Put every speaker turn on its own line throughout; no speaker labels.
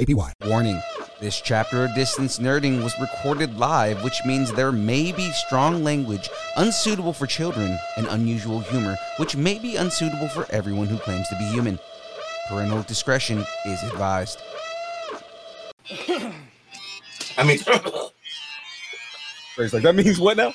APY.
Warning This chapter of Distance Nerding was recorded live, which means there may be strong language, unsuitable for children, and unusual humor, which may be unsuitable for everyone who claims to be human. Parental discretion is advised.
I mean,
It's like that means what now?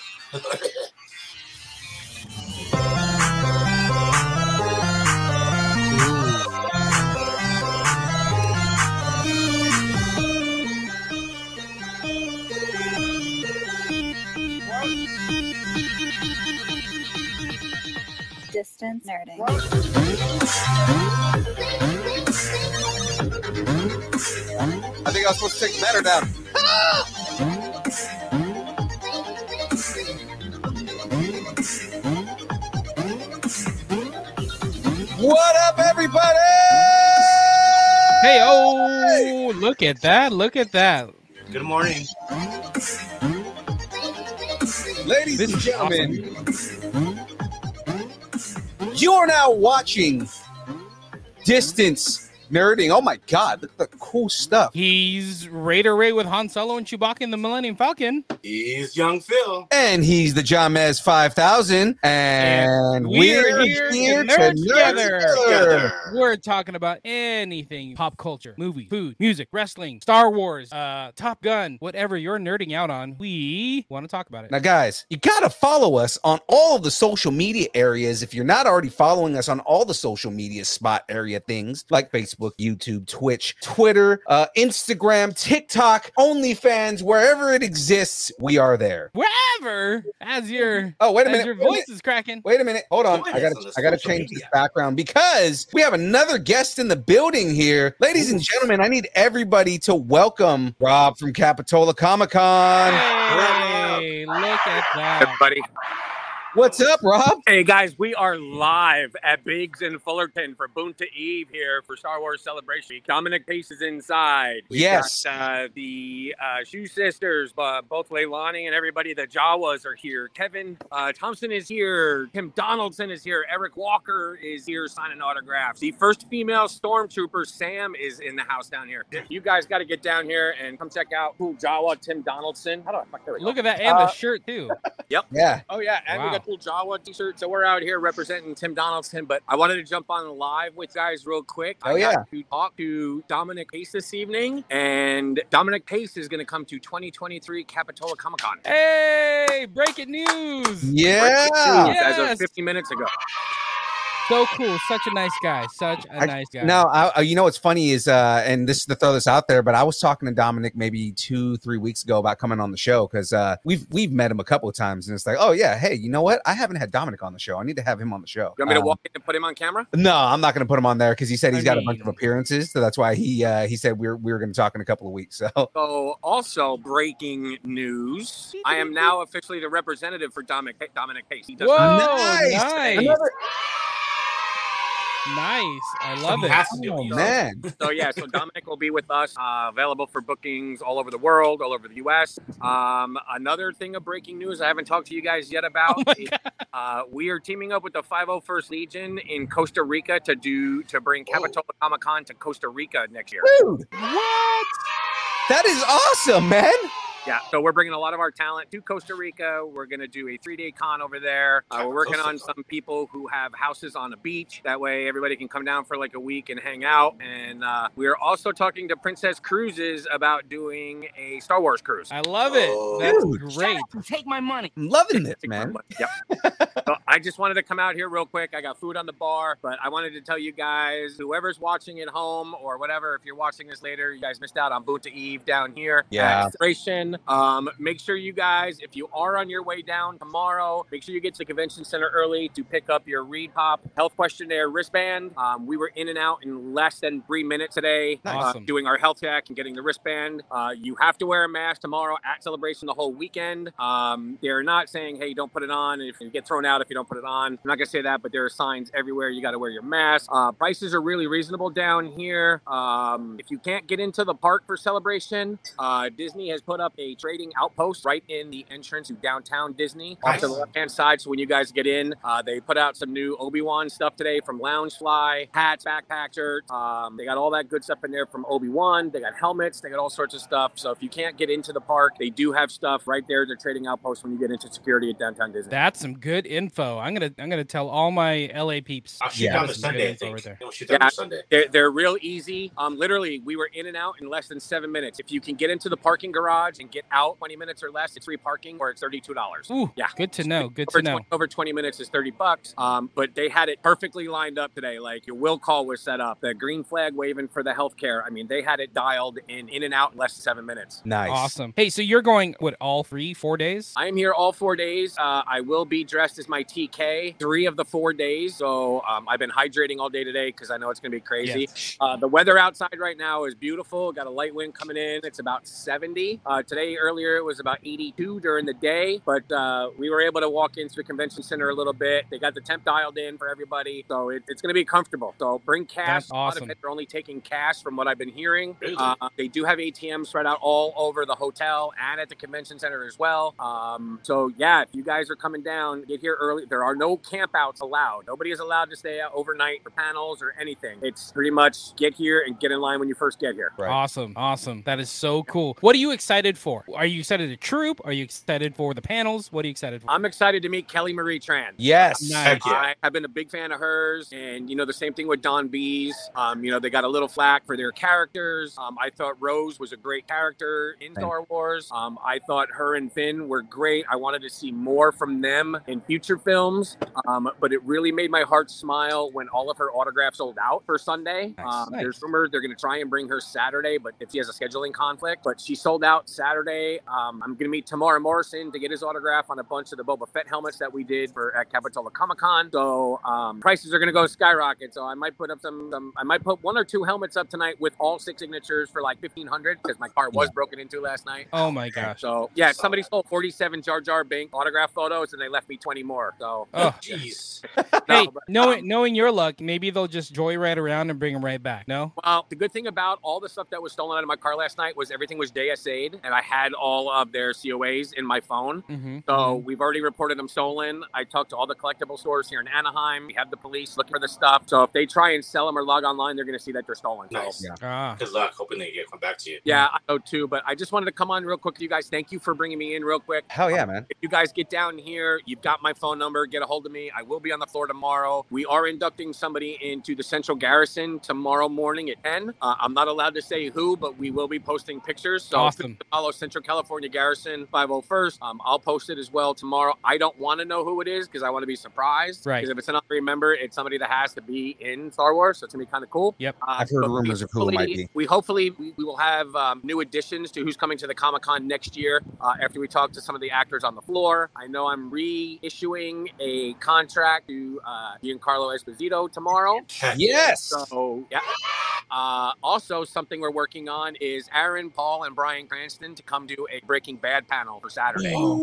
Distance nerding.
I think I was supposed to take the matter down. What up, everybody?
Hey, oh, look at that. Look at that.
good morning.
Ladies
This
and
is
gentlemen, you are now watching Distance Nerding. Oh my God, look at the cool stuff.
He's Raider Ray with Han Solo and Chewbacca and the Millennium Falcon.
He's Young Phil.
And he's the John Mez 5000. And
And
we're,
we're here
here
to
to
nerd
nerd together.
We're talking about anything pop culture, movie, food, music, wrestling, Star Wars, uh, Top Gun, whatever you're nerding out on. We want to talk about it.
Now, guys, you got to follow us on all of the social media areas. If you're not already following us on all the social media spot area things like Facebook, YouTube, Twitch, Twitter, uh, Instagram, TikTok, OnlyFans, wherever it exists, we are there.
Wherever, as your
Oh, wait a
as
minute.
your
Wait a
voice
minute.
is cracking.
Wait a minute. Hold on. I
Join us
gotta
on the
I gotta
social
change this
media.
background because we have another guest in the building here. Ladies and gentlemen, I need everybody to welcome Rob from Capitola Comic Con.
Hey, look at that.
everybody.
What's up, Rob?
Hey guys, we are live at Biggs in Fullerton for Bunta Eve here for Star Wars Celebration. Dominic Pace is inside. We've
Yes.
got, uh, the uh, Shoe Sisters, uh, both Leilani and everybody, the Jawas are here. Kevin uh, Thompson is here. Tim Donaldson is here. Eric Walker is here signing autographs. The first female stormtrooper, Sam, is in the house down here. You guys got to get down here and come check out cool Jawa Tim Donaldson. How do I fuck there we go.
Look at that. And
Uh,
the shirt, too.
Yeah.
Oh yeah, and we
Wow.
got cool Jawa t-shirt. So we're out here representing Tim Donaldson. But I wanted to jump on live with you guys real quick.
Oh,
I
yeah.
got to talk to Dominic Pace this evening, and Dominic Pace is going to come to 2023 Capitola Comic Con.
Hey, breaking news.
Yeah.
As of
Yes.
50 minutes ago.
So cool. Such a nice guy. Such a
I-
nice guy.
No, I, I- you know what's funny is, uh, and this is to throw this out there, but I was talking to Dominic maybe two, three weeks ago about coming on the show because uh, we've we've met him a couple of times, and it's like, oh yeah, hey, you know what? I haven't had Dominic on the show. I need to have him on the show.
You want me to
Um,
walk in and put him on camera?
No, I'm not going to put him on there because he said
I
he's got a bunch of
mean-
appearances, so that's why he uh, he said we we're we were going to talk in a couple of weeks. So
So, also breaking news: I am now officially the representative for Dominic Dominic Pace. He does
Whoa,
not-
Nice.
nice. Nice.
Another-
I love
he
it.
has to do it.
Oh,
man,
So yeah, so Dominic will be with us, uh, available for bookings all over the world, all over the U.S. Um, another thing of breaking news I haven't talked to you guys yet about. is, uh, we are teaming up with the 501st Legion in Costa Rica to do to bring Capitola Comic Con to Costa Rica next year.
dude,
What?
that is awesome, man.
Yeah, so we're bringing a lot of our talent to Costa Rica. We're going to do a three day con over there. Uh, we're working on some people who have houses on a beach. That way, everybody can come down for like a week and hang out. And uh, we're also talking to Princess Cruises about doing a Star Wars cruise.
I love it.
Oh.
That's
Dude.
great.
Take my money.
I'm loving this, man.
Yep. so I just wanted to come out here real quick. I got food on the bar, but I wanted to tell you guys, whoever's watching at home or whatever, if you're watching this later, you guys missed out on Bunta Eve down here.
Yeah.
at Celebration. Um, make sure you guys, if you are on your way down tomorrow, make sure you get to the convention center early to pick up your Reed Pop health questionnaire wristband. Um, we were in and out in less than three minutes today, uh,
Awesome.
doing our health check and getting the wristband. Uh, you have to wear a mask tomorrow at Celebration the whole weekend. Um, they're not saying, hey, don't put it on. And if you get thrown out, if you don't put it on, I'm not going to say that, but there are signs everywhere. You got to wear your mask. Uh, prices are really reasonable down here. Um, if you can't get into the park for Celebration, uh, Disney has put up a trading outpost right in the entrance to downtown Disney off to the
Nice.
left hand side. So when you guys get in, uh, they put out some new Obi Wan stuff today from Loungefly, hats, backpack shirts. Um, they got all that good stuff in there from Obi Wan. They got helmets. They got all sorts of stuff. So if you can't get into the park, they do have stuff right there. They're trading outpost when you get into security at downtown Disney.
That's some good info. I'm gonna I'm gonna tell all my LA peeps.
I'll shoot
Yeah.
Oh, down the
That's some good
Sunday. I
info
think.
right there.
We'll shoot down
Yeah.
the Sunday.
They're, they're real easy. Um, literally, we were in and out in less than seven minutes. If you can get into the parking garage and get out 20 minutes or less, it's free parking or it's $32.
Ooh,
Yeah.
good to know. Good
over,
to know.
20, over 20 minutes is 30 bucks. Um, but they had it perfectly lined up today. Like your will call was set up, the green flag waving for the healthcare. I mean, they had it dialed in, in and out in less than seven minutes.
Nice.
Awesome. Hey, so you're going what all three, four days?
I am here all four days. Uh, I will be dressed as my TK three of the four days. So um, I've been hydrating all day today because I know it's going to be crazy. Uh, the weather outside right now is beautiful. Got a light wind coming in. It's about 70. Uh, today, earlier, it was about 82 during the day, but uh, we were able to walk into the convention center a little bit. They got the temp dialed in for everybody. So it, it's going to be comfortable. So bring cash.
That's
A lot of
awesome.
it, they're only taking cash from what I've been hearing.
Really?
Uh, they do have ATMs spread out all over the hotel and at the convention center as well. Um, so yeah, if you guys are coming down, get here early. There are no campouts allowed. Nobody is allowed to stay out overnight for panels or anything. It's pretty much get here and get in line when you first get here.
Right.
Awesome. Awesome. That is so cool. What are you excited for? Are you excited to troop? Are you excited for the panels? What are you excited
Uh,
for?
I'm excited to meet Kelly Marie Tran.
Yes.
Nice.
Heck yeah.
I have been a big fan of hers, and you know the same thing with Don B's. Um, you know they got a little flack for their characters. Um, I thought Rose was a great character in Star Wars. Um, I thought her and Finn were great. I wanted to see more from them in future films. Um, but it really made my heart smile when all of her autographs sold out for Sunday.
Nice.
Um,
Nice.
There's rumors they're going to try and bring her Saturday, but if she has a scheduling conflict, but she sold out Saturday. Um, I'm going to meet Tamara Morrison to get his autograph on a bunch of the Boba Fett helmets that we did for at Capitola Comic Con. So um, prices are going to go skyrocket. So I might put up some, some, I might put one or two helmets up tonight with all six signatures for like 1500 because my car was broken into last night.
Oh my gosh.
So yeah, somebody sold 47 Jar Jar Bink autograph photos and they left me 20 more. So
Oh,
Jeez.
hey,
but,
knowing
um,
knowing your luck, maybe they'll just joyride around and bring them right back. No,
Well, the good thing about all the stuff that was stolen out of my car last night was everything was DSA'd, and I had all of their COAs in my phone.
mm-hmm.
So we've already reported them stolen. I talked to all the collectible stores here in Anaheim. We have the police looking for the stuff. So if they try and sell them or log online, they're going to see that they're stolen. So-
Nice.
ah,
Good luck. Hoping they get come back to you.
Yeah, I know too. But I just wanted to come on real quick to you guys. Thank you for bringing me in real quick.
Hell yeah, man.
If you guys get down here, you've got my phone number. Get a hold of me. I will be on the floor tomorrow. We are inducting somebody into the Central Garrison tomorrow morning at 10. Uh, I'm not allowed to say who, but we will be posting pictures. So
Awesome.
follow Central California Garrison 501st. Um, I'll post it as well tomorrow. I don't want to know who it is because I want to be surprised.
Right.
Because if it's an honorary member, it's somebody that has to be in Star Wars. So it's going to be kind of cool.
Yep.
Uh,
I've heard
but
rumors
we
of who it might
hopefully-
be.
We hopefully we, we will have um, new additions to who's coming to the Comic Con next year. Uh, after we talk to some of the actors on the floor, I know I'm reissuing a contract to uh, Giancarlo Esposito tomorrow.
Heck
Yes.
So yeah. Uh, also, something we're working on is Aaron Paul and Brian Cranston to come do a Breaking Bad panel for Saturday.
No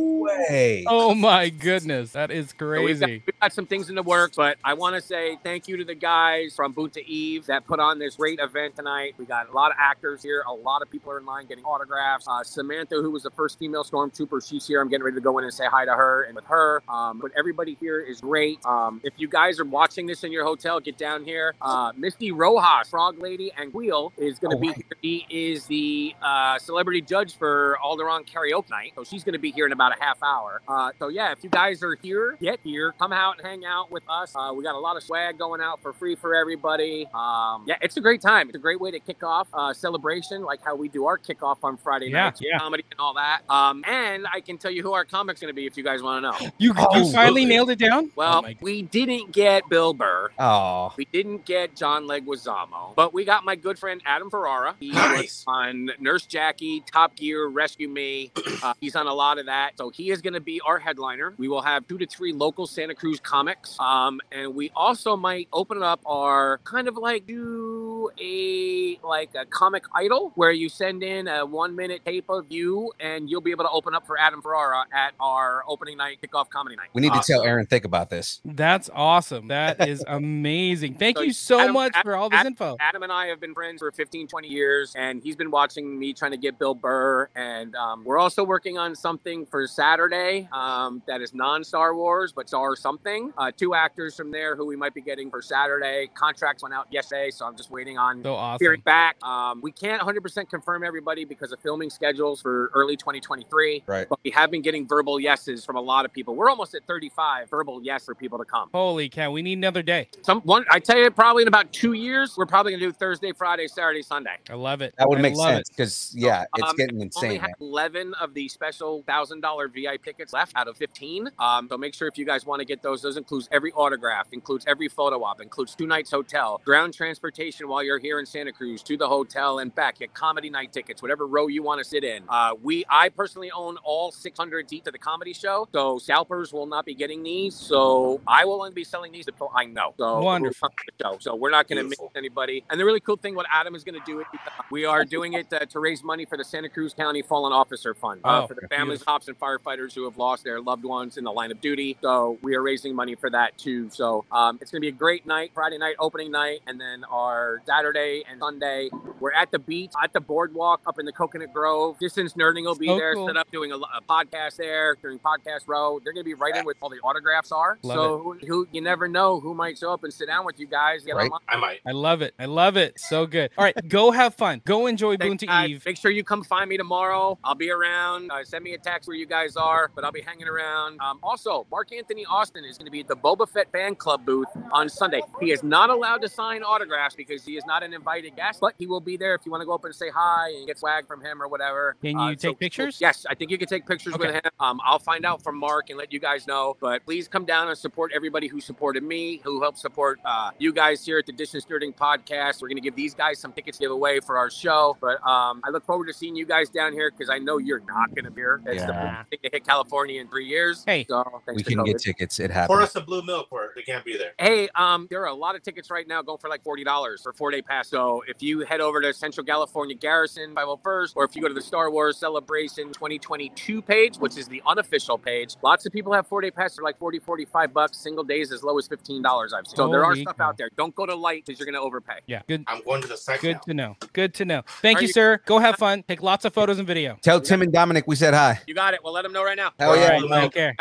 way.
oh my goodness, that is
So we've got,
crazy.
we've got some things in the works, but I want to say thank you to the guys from Boot to Eve that put on this great event tonight. We got a lot of actors here. A lot of people are in line getting autographs. Uh, Samantha, who was the first female stormtrooper, she's here. I'm getting ready to go in and say hi to her and with her. Um, but everybody here is great. Um, if you guys are watching this in your hotel, get down here. Uh, Misty Rojas, Frog Lady, and Wheel is going to
Oh,
be
wow.
here. He is the uh, celebrity judge for for Alderon Karaoke Night. So she's going to be here in about a half hour. Uh, so yeah, if you guys are here, get here, come out and hang out with us. Uh, we got a lot of swag going out for free for everybody. Um, yeah, it's a great time. It's a great way to kick off uh, celebration, like how we do our kickoff on Friday
Yeah,
nights, with
yeah.
comedy and all that. Um, and I can tell you who our comic's going to be if you guys want to know.
You, you
Oh,
finally
really?
nailed it down?
Well,
Oh my-
we didn't get Bill Burr.
Oh,
We didn't get John Leguizamo, but we got my good friend Adam Ferrara. He was
Nice.
on Nurse Jackie, Top Gear, Rescue Me. Uh, he's on a lot of that. So he is going to be our headliner. We will have two to three local Santa Cruz comics. Um, and we also might open up our kind of like do a like a comic idol where you send in a one minute tape of you and you'll be able to open up for Adam Ferrara at our opening night, kickoff comedy night.
we need to
Awesome.
tell Aaron think about this.
That's awesome. That is amazing. Thank
So
you so
Adam-
much
Ad-
for all this
Ad-
info.
Adam and I have been friends for 15, 20 years, and he's been watching me trying to get Bill Burr. And um, we're also working on something for Saturday um, that is non Star Wars, but Star something. Uh, two actors from there who we might be getting for Saturday. Contracts went out yesterday, so I'm just waiting on
So awesome.
hearing back. Um, we can't 100% confirm everybody because of filming schedules for early 2023.
Right.
But we have been getting verbal yeses from a lot of people. We're almost at 35 verbal yes for people to come.
Holy cow, we need another day.
Some one, I tell you, probably in about two years, we're probably gonna do Thursday, Friday, Saturday, Sunday.
I love it.
That would
I
make
love
sense because yeah, it's
Um,
getting
Only
insane.
have
man.
eleven of the special thousand dollar VIP tickets left out of fifteen. Um, so make sure if you guys want to get those, those includes every autograph, includes every photo op, includes two nights hotel, ground transportation while you're here in Santa Cruz to the hotel and back. Get comedy night tickets, whatever row you want to sit in. Uh, we, I personally own all six hundred seats of the comedy show, so scalpers will not be getting these. So I will only be selling these to people I know. So
Wonderful.
on the show. So we're not going to miss
Beautiful.
anybody. And the really cool thing, what Adam is going to do, it, we are doing it uh, to raise money for the Santa Cruz County Fallen Officer Fund uh,
Oh,
for the
beautiful.
families, cops, and firefighters who have lost their loved ones in the line of duty. So we are raising money for that too. So um, it's going to be a great night, Friday night, opening night, and then our Saturday and Sunday. We're at the beach, at the boardwalk, up in the Coconut Grove. Distance Nerding will be
So
there,
cool.
set up doing a, lo- a podcast there during Podcast Row. They're going to be right in with all the autographs are.
Love
so Who, who you never know who might show up and sit down with you guys. Get
Right.
online.
I might.
I love it. I love it. So good. All right, go have fun. Go enjoy
Thanks,
Boonta
guys.
Eve.
Make sure you come find me tomorrow. I'll be around. Uh, send me a text where you guys are, but I'll be hanging around. Um, also, Mark Anthony Austin is going to be at the Boba Fett fan club booth on Sunday. He is not allowed to sign autographs because he is not an invited guest, but he will be there if you want to go up and say hi and get swag from him or whatever. Uh,
Can you take pictures?
Yes, I think you can take pictures with
Okay.
him. Um, I'll find out from Mark and let you guys know. But please come down and support everybody who supported me, who helped support uh, you guys here at the Distance Nerding Podcast. We're going to give these guys some tickets to give away for our show. But um, I look forward to seeing you guys down here because I know you're not going to be here. It's the
Yeah.
first thing to hit California in three years.
Hey.
so thanks
We
to
can
COVID.
get tickets. It
Pour
happens.
us the blue milk where they can't be there.
Hey, um, there are a lot of tickets right now going for like forty dollars for four day pass. So if you head over to Central California Garrison 501st, or if you go to the Star Wars Celebration 2022 page, which is the unofficial page, lots of people have four day pass for like 40, 45 bucks. Single days as low as fifteen dollars. I've seen. So there are
Holy
stuff
cow.
out there. Don't go to light because you're gonna overpay.
Yeah. Good
I'm going to the site
good
now.
to know. Good to know. Thank
Are
you,
you-
sir. Go have fun. Take lots of photos and video.
Tell Tim and Dominic we said hi.
You got it. Well, let them know right now.
Hell yeah.
All right, take care.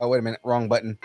Oh, wait a minute. Wrong button.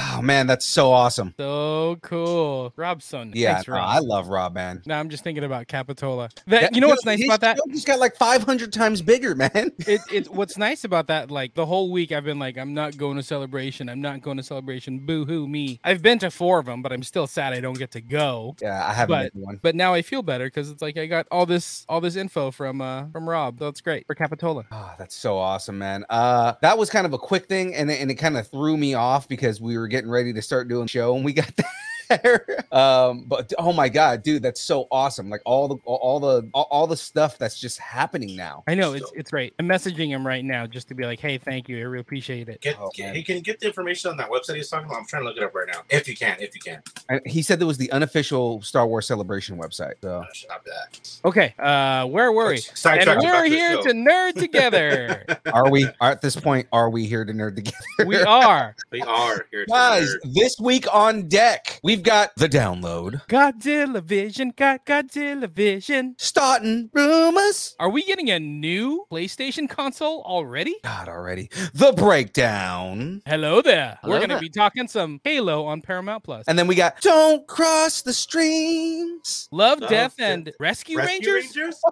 Oh, man. That's so awesome.
So cool. Robson.
Yeah.
Thanks,
no,
Rob.
I love Rob, man.
Now I'm just thinking about Capitola. That, you know what's nice about that?
He's got like 500 times bigger, man.
It, it what's nice about that? Like the whole week, I've been like, I'm not going to celebration. I'm not going to celebration. Boo hoo me. I've been to four of them, but I'm still sad I don't get to go.
Yeah, I haven't
But-
been to one.
But now I feel better because it's like I got all this all this info from uh from Rob. That's great for Capitola.
Oh, that's so awesome, man. Uh, that was kind of a quick thing, and, it- and it kind of threw me off because we were getting ready to start doing show, and we got there. um, but oh my god, dude, that's so awesome! Like all the all the all, all the stuff that's just happening now.
I know it's it's great. I'm messaging him right now just to be like, hey, thank you. I really appreciate it.
Get,
Oh,
get-
man.
you can get the information on that website he's talking about. I'm trying to look it up right now. If you can, if you can.
And he said there was the unofficial Star Wars Celebration website. So
Uh, Stop that.
Okay, uh, where were we? And
Sidetrack
we're
about this
here
show.
to nerd together.
are we are at this point? Are we here to nerd together?
we are.
We are here to
Guys,
nerd.
this week on deck, we've we've got the download.
Godzilla Vision, God, Godzilla Vision.
Starting rumors.
Are we getting a new PlayStation console already?
God, already. The breakdown.
Hello there. We're
Hello
going to
there.
be talking some Halo on Paramount Plus.
And then we got Don't Cross the Streams.
Love,
Love,
Death,
Death-
and Rescue,
Rescue
Rangers?
Rangers?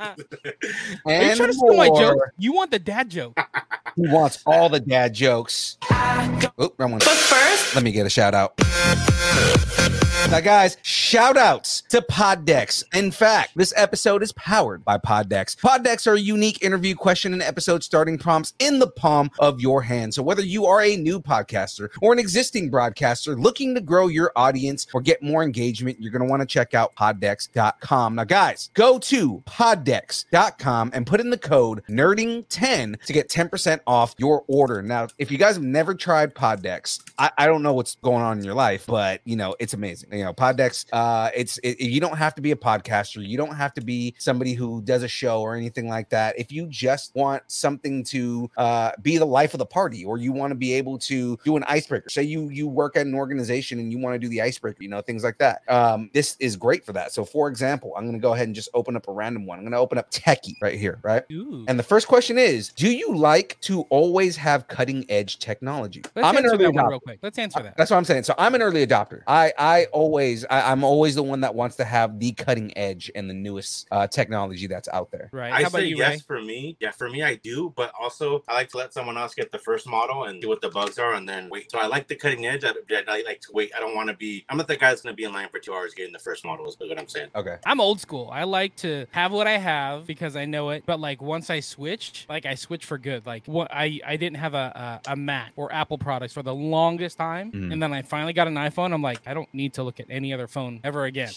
Are you
And
trying to steal my
more.
joke? You want the dad joke.
He wants all the dad jokes. Oop, wrong one. But first, let me get a shout out. Now, guys, shout outs to Poddex. In fact, this episode is powered by Poddex. Poddex are unique interview question and episode starting prompts in the palm of your hand. So, whether you are a new podcaster or an existing broadcaster looking to grow your audience or get more engagement, you're going to want to check out poddex.com. Now, guys, go to poddex.com and put in the code nerding10 to get 10% off your order. Now, if you guys have never tried Poddex, I, I don't know what's going on in your life, but you know, it's amazing. You know, Poddex, uh, it's it, you don't have to be a podcaster, you don't have to be somebody who does a show or anything like that. If you just want something to uh, be the life of the party, or you want to be able to do an icebreaker, say you you work at an organization and you want to do the icebreaker, you know, things like that. Um, this is great for that. So, for example, I'm going to go ahead and just open up a random one. I'm going to open up Techie right here, right?
Ooh.
And the first question is, do you like to always have cutting edge technology?
Let's
I'm an
answer
early
that one
adopter.
real quick. Let's answer that.
That's what I'm saying. So I'm an early adopter. I I always I, I'm always the one that wants to have the cutting edge and the newest uh, technology that's out there.
Right.
I
How about
say
you,
yes
Ray?
for me. Yeah, for me, I do. But also, I like to let someone else get the first model and see what the bugs are, and then wait. So I like the cutting edge. I, I like to wait. I don't want to be. I'm not the guy that's gonna be in line for two hours getting the first model. Is what I'm saying.
Okay.
I'm old school. I like to have what I have because I know it. But like once I switched, like I switched for good. Like what I I didn't have a a, a Mac or Apple products for the longest time,
Mm.
and then I finally got an iPhone. I'm like, I don't need to look at any other phone ever again.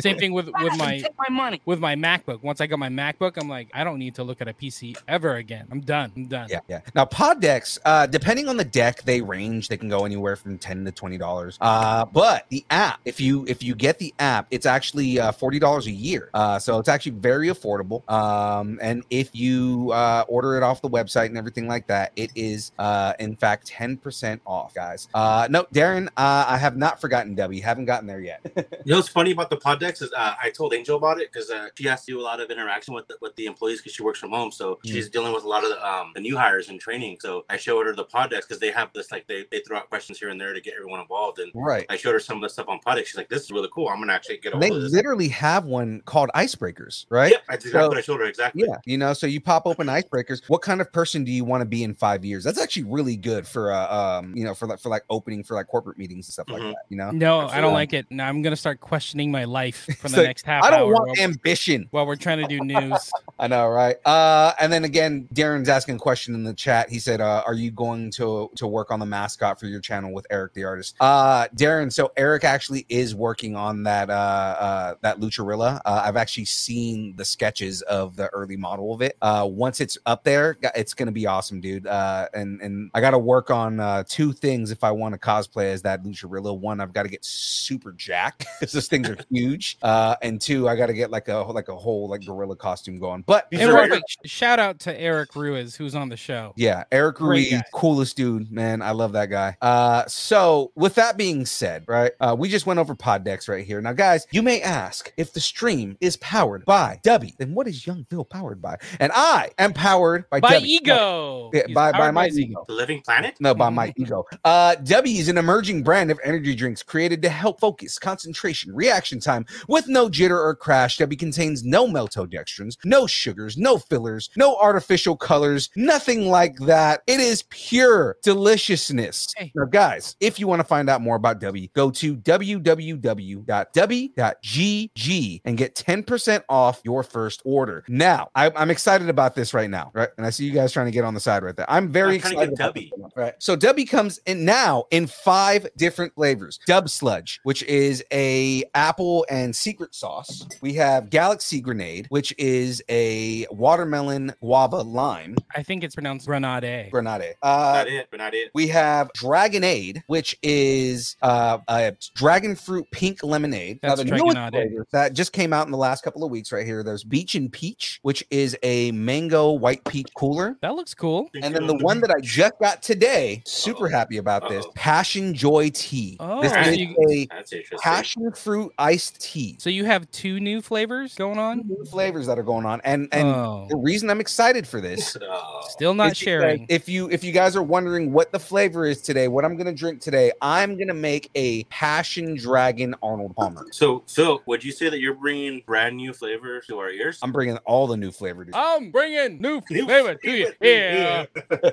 Same thing with with my
my money.
with my MacBook. Once I got my MacBook, I'm like, I don't need to look at a PC ever again. I'm done. I'm done.
Yeah, yeah. Now pod decks, uh, depending on the deck, they range. They can go anywhere from ten to twenty dollars. Uh, but the app, if you if you get the app, it's actually uh, forty dollars a year. Uh, so it's actually very affordable. Um, and if you uh, order it off the website and everything like that, it is uh, in fact ten percent off, guys. Uh, no, Darren, uh, I have not forgotten W. Haven't gotten there yet.
You know what's funny about the Poddex is uh, I told Angel about it because uh, she has to do a lot of interaction with the, with the employees because she works from home, so
Mm.
she's dealing with a lot of the, um, the new hires and training. So I showed her the Poddex because they have this like they, they throw out questions here and there to get everyone involved, and
right.
I showed her some of the stuff on Poddex. She's like, "This is really cool. I'm gonna actually get a
And they
hold of this."
literally have one called icebreakers, right?
Yep, that's exactly
So-
what I showed her. Exactly.
Yeah, you know, so you pop open icebreakers. What kind of person do you want to be in five years? That's actually really good for uh, um, you know, for like for like opening for like corporate meetings and stuff
Mhm.
Mm-hmm.
like that. You know,
No, I don't
Absolutely.
like it. Now I'm gonna start questioning my life for
It's
the
like,
next half
I don't
hour.
want
while-
ambition.
while we're trying to do news.
I know, right? Uh, and then again, Darren's asking a question in the chat. He said, uh, "Are you going to to work on the mascot for your channel with Eric the artist?" Uh, Darren, so Eric actually is working on that uh, uh that Lucharilla. Uh, I've actually seen the sketches of the early model of it. Uh, once it's up there, g- it's gonna be awesome, dude. Uh, and and I got to work on uh, two things if I want to cosplay as that Lucharilla. One, I've got to get super jacked because those things are huge. Uh, and two, I got to get like a like a whole like gorilla costume going. But
These
And
are
real
right.
quick, sh- shout out to Eric Ruiz, who's on the show.
Yeah, Eric
Great
Ruiz,
guy.
coolest dude, man. I love that guy. Uh, so with that being said, right, uh, we just went over pod decks right here. Now, guys, you may ask if the stream is powered by Debbie, then what is Youngville powered by? And I am powered by
By
Debbie.
ego.
Yeah,
He's
by by
powered
my
his
ego.
The Living Planet.
No, by my ego. Uh, W is an emerging brand of energy drinks created to help focus, concentration, reaction time with no jitter or crash. W contains no maltodextrins, no sugars, no fillers, no artificial colors, nothing like that. It is pure deliciousness.
Hey.
Now, guys, if you want to find out more about W, go to www.w.gg and get 10% off your first order. Now, I, I'm excited about this right now, right? And I see you guys trying to get on the side right there. I'm very
I'm trying to
excited
get
about
Debbie.
this right now. So Debbie comes in now in five different flavors: Dub Sludge, Peach, which is a apple and secret sauce. We have Galaxy Grenade, which is a watermelon guava lime
I think it's pronounced Grenade.
grenade. Uh,
not it, but not it.
we have Dragonade, which is uh, a dragon fruit pink lemonade.
That's
the newest
Dragonade.
flavor that just came out in the last couple of weeks. Right here, there's Beach and Peach, which is a mango white peach cooler.
That looks cool.
And then the one that I just got today, super
Uh-oh.
happy about this
Oh. Uh-oh.
Passion Joy Tea.
Oh,
this
so
is
you-
a
That's interesting.
passion fruit iced tea.
So you have two new flavors going on.
New flavors that are going on, and and
oh,
the reason I'm excited for this
Oh.
still not
It's just like,
sharing.
if you if you guys are wondering what the flavor is today, what I'm gonna drink today, I'm gonna make a passion dragon Arnold Palmer.
So, Phil, would you say that you're bringing brand new flavor to our ears? Ah.
I'm bringing all the new flavor. To-
I'm bringing new
New
flavor to you.
flavor to
Yeah,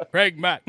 Craig Matt.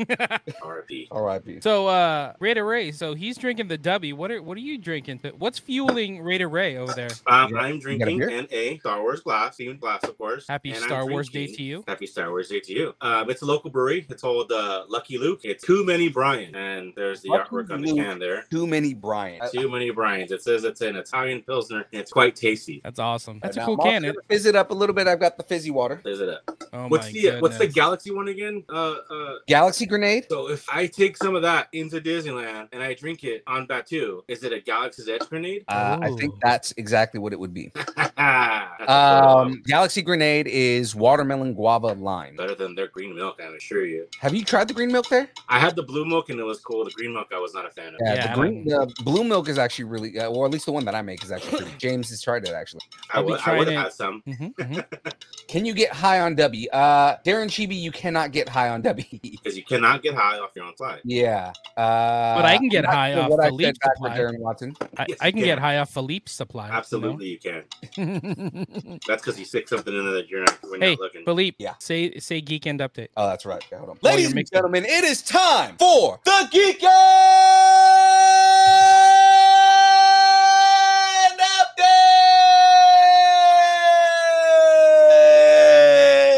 R.I.P.
R.I.P.
so uh, Raider Ray. So he's drinking the W. What are What are you drinking? What's fueling Raider Ray over there?
Um,
You got- you got
I'm
a
drinking
beer?
an A Star Wars glass, themed glass, of course.
Happy
and I'm
Star Wars Day
drinking-
to you.
Happy Star Wars Day to you. Um, it's a local brewery. It's called uh, Lucky Luke. It's Too Many Brian, and there's the
Lucky
artwork on the
Luke.
can there.
Too many Brian. I-
Too many Brian's. It says it's an Italian pilsner, and it's quite tasty.
That's awesome. That's a
now
cool
I'm also
can.
gonna Fizz it up a little bit. I've got the fizzy water.
Is it up?
Oh
what's
my
the what's the
goodness.
Galaxy one again? Uh, uh,
Galaxy grenade.
so if I take some of that into Disneyland and I drink it on Batu, is it a Galaxy's Edge grenade?
Uh, I think
Ooh.
that's exactly what it would be.
That's a full
Um,
on.
Galaxy grenade is watermelon guava lime.
better than their green milk. I assure you.
Have you tried the green milk there?
I had the blue milk and it was cool. The green milk I was not a fan of.
Yeah,
Yeah, I
the green, the blue milk is actually really, uh, or at least the one that I make is actually pretty. James has tried it actually.
I
I'll be
would I
trying
would
it.
have had some.
Mhm, mhm.
Can you get high on W? Uh, Darren Chibi, you cannot get high on W.
Because you cannot get high off your own supply.
yeah, uh,
But I can get
I'm not
high
sure
off
what I said
Philippe's
back
supply.
to Darren Watson.
I,
Yes,
I can
you
get
can.
high off Philippe's supply.
Absolutely, you can.
You know?
That's because you stick something in there that you're not, when
hey,
not looking.
Philippe.
Yeah.
Say say geek end update.
Oh, that's right. Yeah, hold on.
Oh, you're
Ladies and
mixed up.
gentlemen, it is time for the Geek End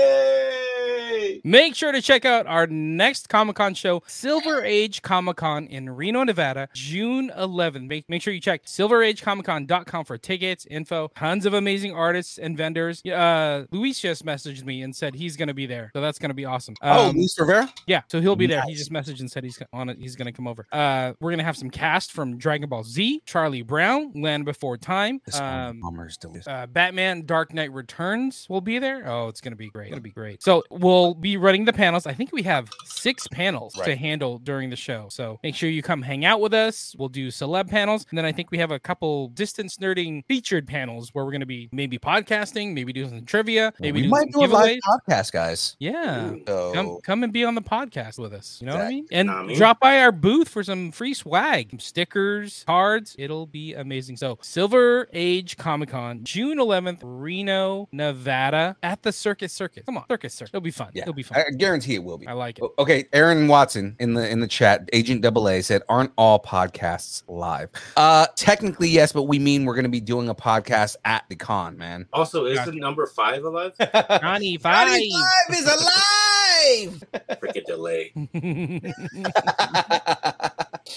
Update!
Make sure to check out our next Comic Con show, Silver Age Comic Con in Reno, Nevada, June 11th. Make, make sure you check silveragecomiccon.com for tickets, info, tons of amazing artists and vendors. Uh, Luis just messaged me and said he's going to be there. So that's going to be awesome.
Oh,
Um,
Luis Rivera?
Yeah, so he'll be there. He just messaged and said he's on it. He's gonna come over. Uh, we're gonna have some cast from Dragon Ball Z, Charlie Brown, Land Before Time, um,
Palmer's delicious.
uh, Batman: Dark Knight Returns will be there. Oh, it's gonna be great. It's gonna be great. So we'll be running the panels. I think we have six panels to
Right.
handle during the show. So make sure you come hang out with us. We'll do celeb panels, and then I think we have a couple distance nerding featured panels where we're gonna be maybe podcasting, maybe doing some trivia,
we
maybe doing
might
some
do a live
giveaways.
podcast, guys.
yeah
So,
come come and be on the podcast with us. You know what I mean? And
Nami.
drop by our booth for some free swag, some stickers, cards. It'll be amazing. So Silver Age Comic Con, June 11th, Reno, Nevada, at the Circus Circus. Come on, Circus Circus. It'll be fun.
Yeah.
It'll be fun.
I I guarantee it will be.
I like it.
O- Okay, Aaron Watson in the in the chat, Agent Double A said, "Aren't all podcasts live?" Uh, technically yes, but we mean we're going to be doing a podcast at the con, man.
Also, is
Gotcha.
the number five alive?
Johnny
Johnny Five.
Five is alive.
Freaking delay.
You guys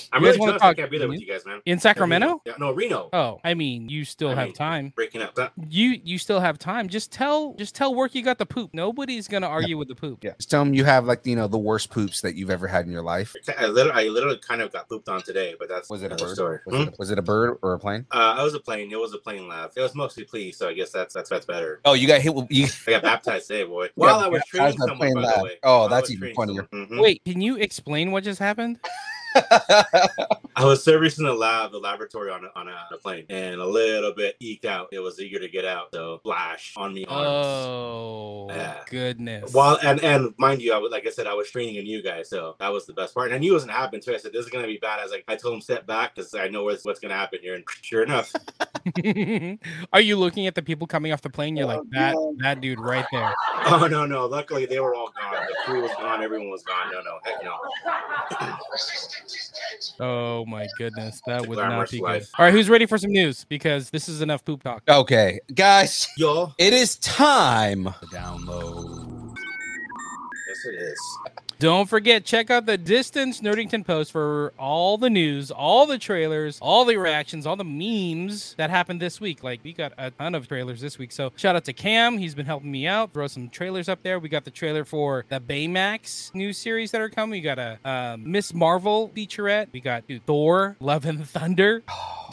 I'm really
wanna
jealous I
talk-
can't be there with you guys, man.
In Sacramento?
Yeah, no, Reno.
Oh, I mean, you still
I
have
mean-
time.
Breaking up. That-
You you still have time. Just tell just tell work you got the poop. Nobody's gonna argue with the poop.
yeah, just tell them you have like you know the worst poops that you've ever had in your life.
I literally, I literally kind of got pooped on today, but that's
Was it a
another
bird?
story.
Was, it,
Hmm?
a- was it a bird or a plane?
Uh, I was a plane. It was a plane laugh. It was mostly please, so I guess that's that's that's better.
Oh, you got hit with you.
I got baptized today, boy. While I was
baptized
training
by
someone,
plane
by
laugh.
the way.
Oh,
While I
that's
was
even
training
funnier.
someone. Mhm.
Wait, can you explain what just happened?
I was servicing the lab, the laboratory on a, on a, a plane, and a little bit eked out. It was eager to get out, so flash on the arms.
Oh
Yeah.
goodness.
While and and mind you, I was like I said, I was training a new guy, so that was the best part. And I knew it was gonna happen too. I said this is gonna be bad. I was like, I told him step back because I know what's what's gonna happen here, and sure enough,
Are you looking at the people coming off the plane? You're like that that dude right there.
oh no no. Luckily they were all gone. The crew was gone. Everyone was gone. No no heck no.
Oh my goodness, that
a
would not
glamorous
be good.
life.
All right, who's ready for some news? Because this is enough poop talk.
Okay, guys,
Y'all,
it is time to download.
yes it is.
Don't forget, check out the Distance Nerdington Post for all the news, all the trailers, all the reactions, all the memes that happened this week. Like, we got a ton of trailers this week. So, shout out to Cam. He's been helping me out. Throw some trailers up there. We got the trailer for the Baymax new series that are coming. We got a um, Miss Marvel featurette. We got dude, Thor, Love and Thunder.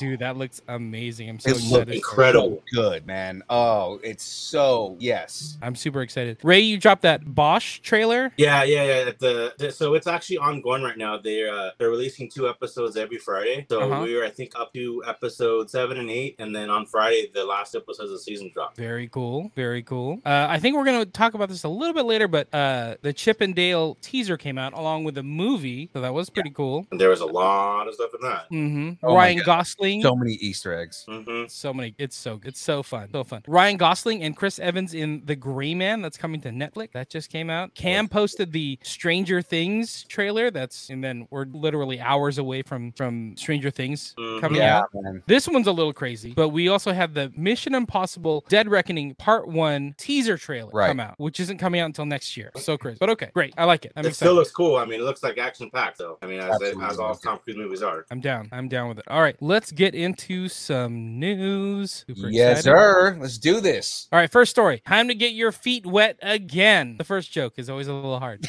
Dude, that looks amazing. I'm so
It
excited.
looked
Incredible.
Good, man. Oh, it's so yes.
I'm super excited. Ray, you dropped that Bosch trailer.
Yeah, yeah, yeah. at The, the- so it's actually ongoing right now. They uh, they're releasing two episodes every Friday. So
Uh-huh.
we were I think up to episode seven and eight, and then on Friday the last episode of the season dropped.
Very cool. Very cool. Uh, I think we're going to talk about this a little bit later, but uh, the Chip and Dale teaser came out along with the movie. So that was pretty cool.
And there was a lot of stuff in that.
hmm
Oh my
Ryan
God.
Gosling.
So many Easter eggs.
hmm
so many it's so it's so fun so fun ryan gosling and chris evans in the gray man that's coming to netflix that just came out cam posted the stranger things trailer that's and then we're literally hours away from from stranger things
Mhm.
coming out
Mm-hmm. Yeah, man.
this one's a little crazy, but we also have the Mission Impossible Dead Reckoning Part 1 teaser trailer
Right.
come out, which isn't coming out until next year. So crazy. But okay, great. I like it. I'm
It
excited.
still looks cool. I mean, it looks like action packed though. I mean, as,
Absolutely.
as all Tom Cruise movies are.
I'm down. I'm down with it. All right, let's get into some news. Super
Yes,
excited.
sir. Let's do this.
All right, first story. Time to get your feet wet again. The first joke is always a little hard.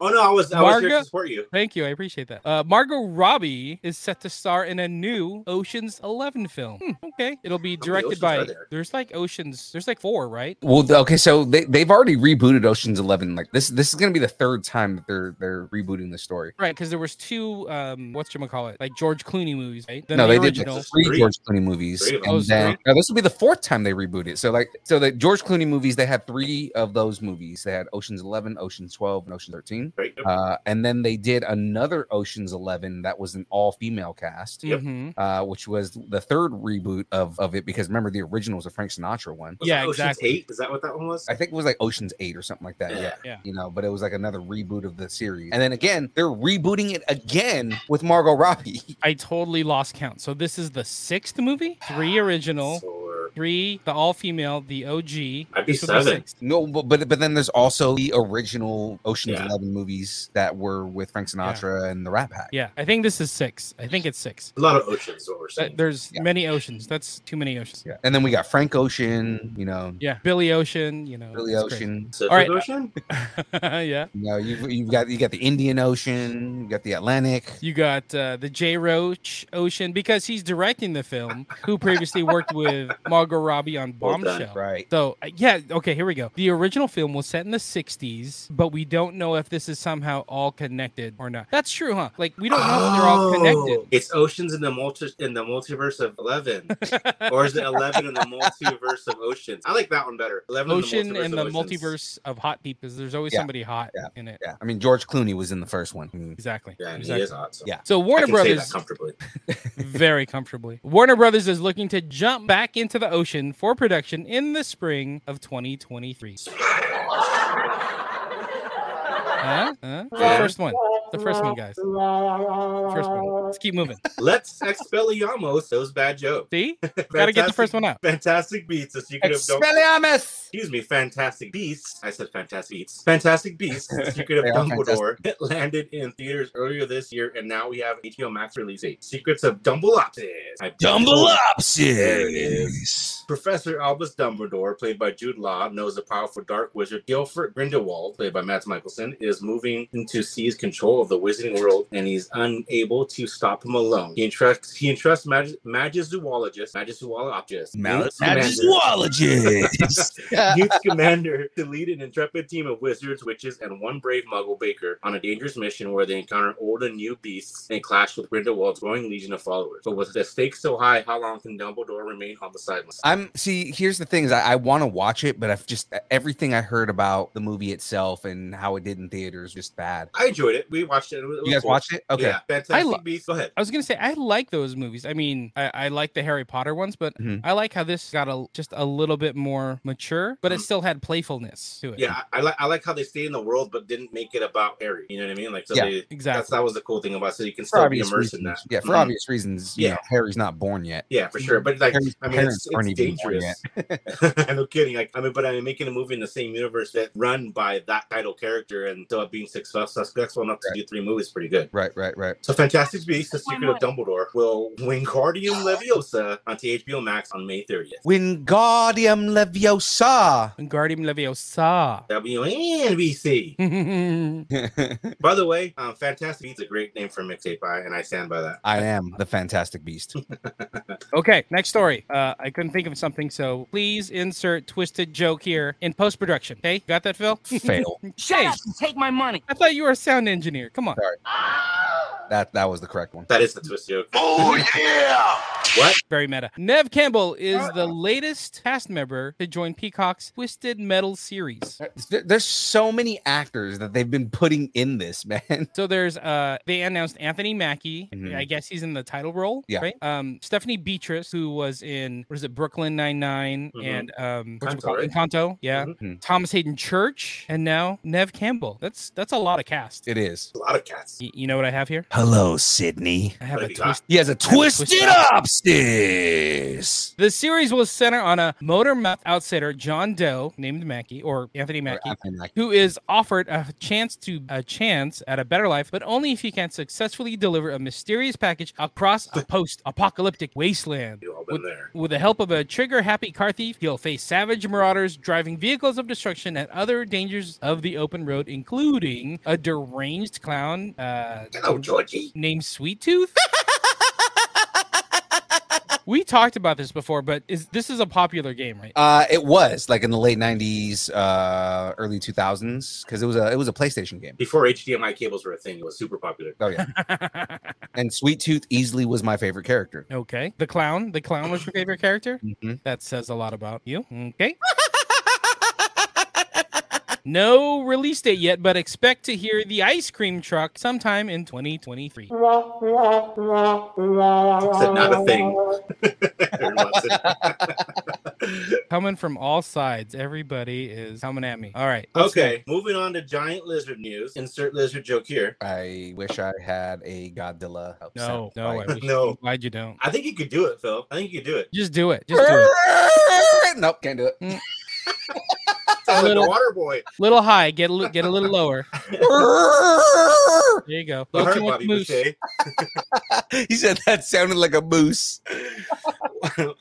Oh no, I was I was here
Marga-
to support you.
Thank you. I appreciate that. Uh, Margot Robbie is set to star in a new Ocean's 11 film. Hmm, okay. It'll be
many
directed
oceans
by.
are there?
There's like Ocean's. There's like four, right?
Well, the- okay, so they they've already rebooted Ocean's Eleven. Like this, this is gonna be the third time that they're they're rebooting the story.
Right, because there was two. Um, what's you call it? Like George Clooney movies, right? Then
no,
the
they
original.
did like, three
Three.
George Clooney movies,
Three of them.
Oh,
and
it's
then no, this will be the fourth time they reboot it. So like, so the George Clooney movies, they had three of those movies. They had Ocean's Eleven, Ocean's Twelve, and Ocean's Thirteen.
Right?
Uh, and then they did another Ocean's Eleven that was an all female cast,
Yep.
Mhm.
uh, which was the third reboot of of it because remember the original was a Frank Sinatra one.
Was
yeah,
that Ocean's
exactly.
Eight? Is that what that one was?
I think it was like Ocean's Eight or something like that. Yeah.
Yeah.
Yeah.
You know, but it was like another reboot of the series. And then again, they're rebooting it again with Margot Robbie.
I totally lost count. So this is the sixth movie. Three original,
Or-
three the all female, the OG.
I'd be
This was the
seven.
sixth.
No, but but, but then there's also the original Ocean's
Yeah.
Eleven movies that were with Frank Sinatra and the Rat Pack.
Yeah, I think this is six. I think it's six.
a lot of oceans. is What we're
Uh,
seeing.
There's
Yeah.
many oceans. That's too many oceans.
Yeah. And then we got Frank Ocean, you know,
Yeah, Billy Ocean. You know,
Billy
it's great.
Ocean.
Pacific
all right, uh,
Ocean.
yeah.
You know, you've, you've got you got the Indian Ocean, you got the Atlantic.
You got uh, the J. Roach Ocean because he's directing the film, who previously worked with Margot Robbie on
Well done,
Bombshell.
Right.
So uh, yeah, okay, here we go. The original film was set in the '60s, but we don't know if this is somehow all connected or not. That's true, huh? Like we don't know if they're all
Oh,
connected.
It's oceans in the multi in the multiverse of eleven, or is it eleven in the multiverse of oceans? I like that one better. Eleven
Ocean
in
and
the multiverse.
the
of oceans.
multiverse of hot people. There's always
Yeah,
somebody hot
yeah,
in it.
Yeah. I mean, George Clooney was in the first one. Mm.
Exactly.
Yeah, and
exactly.
he is hot. So.
Yeah.
So Warner
I can say
Brothers
that comfortably.
very comfortably. Warner Brothers is looking to jump back into the ocean for production in the spring of 2023. Huh? Huh? The first one. The first one, guys. The first one. Let's keep moving.
Let's expelliarmus those bad jokes.
See? Gotta get the
Fantastic-
first one out.
Fantastic beats. The secret of Dumb-
Expelliarmus!
Excuse me, Fantastic Beasts. I said Fantastic Beasts. Fantastic Beasts, The Secret of
They are
Dumbledore, It landed in theaters earlier this year, and now we have HBO Max release date. Secrets of Dumbledore. I- There it
Dumbledopsis.
Professor Albus Dumbledore, played by Jude Law, knows the powerful dark wizard Guilford Grindelwald, played by Matt Michelson, is moving into seize control of the wizarding world, and he's unable to stop him alone. He entrusts he entrusts mag- magizoologist, magizoologist, Newt Scamander-
Zoologist.
Newt's commander to lead an intrepid team of wizards, witches, and one brave muggle baker on a dangerous mission where they encounter old and new beasts and clash with Grindelwald's growing legion of followers. But with the stakes so high, how long can Dumbledore remain on the sidelines?
I'm see. Here's the thing: is I, I want to watch it, but I've just e, everything I heard about the movie itself and how it did in theaters was just bad.
I enjoyed it. We watched it. it was-
You guys
cool.
watched it? Okay.
Yeah, Fantastic
I lo-
Beasts. Go ahead.
I was gonna say I like those movies. I mean, I, I like the Harry Potter ones, but
Mhm.
I like how this got a just a little bit more mature, but it
Mhm.
still had playfulness to it.
Yeah, I, I like I like how they stay in the world but didn't make it about Harry. You know what I mean? Like so
Yeah,
they, that's
exactly.
that was the cool thing about it. So you can
For
still be
obvious
immersed
reasons.
in that.
Yeah, for
Mhm.
obvious reasons. You
Yeah.
know, Harry's not born yet.
Yeah, for sure. But like
Harry's
I mean, it's,
parents aren't
it's
even
dangerous. no kidding. Like, I mean, but I'm making a movie in the same universe that run by that title character and still being successful. Successful enough to do three movies, pretty good.
Right, right, right.
So, Fantastic Beasts: The Secret of Dumbledore will Wingardium Leviosa onto HBO Max on May 30th.
Wingardium Leviosa.
Guardian Leviosa.
WNBC.
Wait,
By the way, um, Fantastic Beasts is a great name for a mixtape, I- and I stand by that.
I am the Fantastic Beast.
Okay, next story. Uh, I couldn't think of something, so please insert twisted joke here in post production. Okay, got that, Phil?
Fail.
Shut up take my money. I thought you were a sound engineer. Come on.
That that was the correct one.
That is the twist joke. Oh yeah! what?
Very meta. Nev Campbell is the latest cast member to join Peacock's Twisted Metal series.
There- There's so many actors that they've been putting in this man.
So there's uh they announced Anthony Mackie.
Mhm.
I guess he's in the title role.
Yeah.
Right? Um Stephanie Beatrice, who was in what is it, Brooklyn Nine Nine
Mhm.
and um what's it
Encanto,
called?
right?
Encanto. Yeah.
Mhm.
Thomas Hayden Church and now Nev Campbell. That's that's a lot of cast.
It is.
A lot of cats.
Y- you know what I have here?
Hello, Sydney.
I have
What
a
have you got?
twist.
He has a
twist
twisted
it
up, sis.
The series will center on a motor mouth outsider, John Doe, named Mackie or Anthony
Or
Mackie,
Anthony Mackie.
who is offered a chance to a chance at a better life, but only if he can successfully deliver a mysterious package across a post-apocalyptic wasteland.
You all been
With,
there.
with the help of a trigger-happy car thief, he'll face savage marauders, driving vehicles of destruction, and other dangers of the open road, including a deranged clown uh,
Hello, Georgie.
named Sweet Tooth. we talked about this before, but is this is a popular game, right?
Uh, it was like in the late '90s, uh, early 2000s, because it was a it was a PlayStation game.
Before HDMI cables were a thing, it was super popular.
Oh yeah,
Uh,
and Sweet Tooth easily was my favorite character.
okay. The clown. The clown was your favorite character.
Mhm.
That says a lot about you. Okay. No release date yet, but expect to hear the ice cream truck sometime in 2023.
It's not a thing. Aaron Watson.
Coming from all sides, everybody is coming at me. All right. what's
okay, moving on to giant lizard news. Insert lizard joke here.
I wish I had a Godzilla.
next? No, no, I wish,
No.
I'm glad you don't.
I think you could do it, Phil. I think you could do it.
Just do it. Just do it.
wish. nope, can't do it.
Sounds like
little-
a water boy.
Little high, get a little, get a little lower. There you go.
The
Little
heart
too much
Bobby
moose.
Boucher.
he said that sounded like a moose.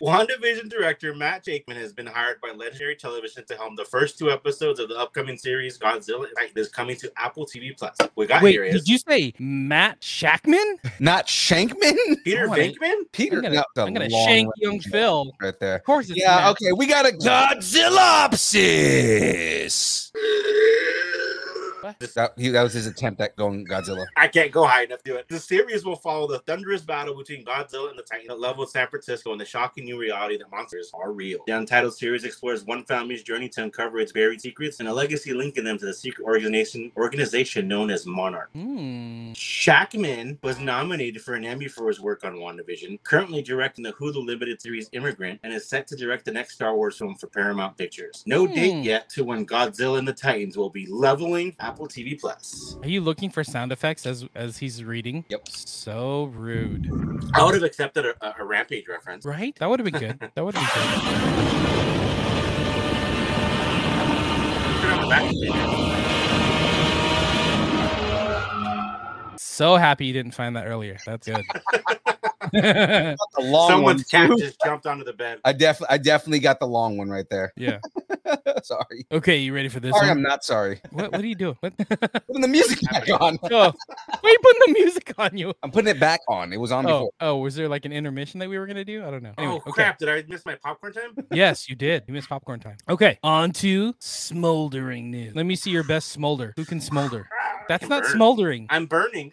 WandaVision director Matt Jakeman has been hired by legendary television to helm the first two episodes of the upcoming series Godzilla That is coming to Apple TV Plus. We got
Wait,
here is
did you say Matt Shackman?
Not Shankman.
Peter
Oh, I-
Venkman?
Peter,
I'm gonna,
no, it's a
I'm gonna
long
shank
way
young
to go
Phil. Of
right there.
course, it's
Yeah,
Matt.
okay, we got a Godzillopsis.
This-
That, he, that was his attempt at going Godzilla.
I can't go high enough to it. The series will follow the thunderous battle between Godzilla and the Titan that leveled San Francisco and the shocking new reality that monsters are real. The untitled series explores one family's journey to uncover its buried secrets and a legacy linking them to the secret organization organization known as Monarch.
Hmm.
Shackman was nominated for an Emmy for his work on WandaVision, currently directing the Hulu limited series Immigrant, and is set to direct the next Star Wars film for Paramount Pictures. No
Hmm.
date yet to when Godzilla and the Titans will be leveling Apple TV Plus.
Are you looking for sound effects as as he's reading?
Yep.
So rude.
I would have accepted a, a, a Rampage reference.
Right? That would have been good. That would have been good. So happy you didn't find that earlier. That's good.
The long
Someone's cat
one.
just jumped onto the bed.
I definitely, I definitely got the long one right there.
yeah.
sorry,
Okay, you ready for this?
sorry,
one?
I'm not sorry.
What what are you doing? What?
Putting the music back on.
oh, why are you putting the music on you?
I'm putting it back on. It was on
Oh,
before.
oh, was there like an intermission that we were gonna do? I don't know. Anyway,
oh crap! Did I miss my popcorn time?
yes, you did. You missed popcorn time. Okay, on to smoldering news. Let me see your best smolder. Who can smolder? That's
Fucking
not
bird.
smoldering.
I'm burning.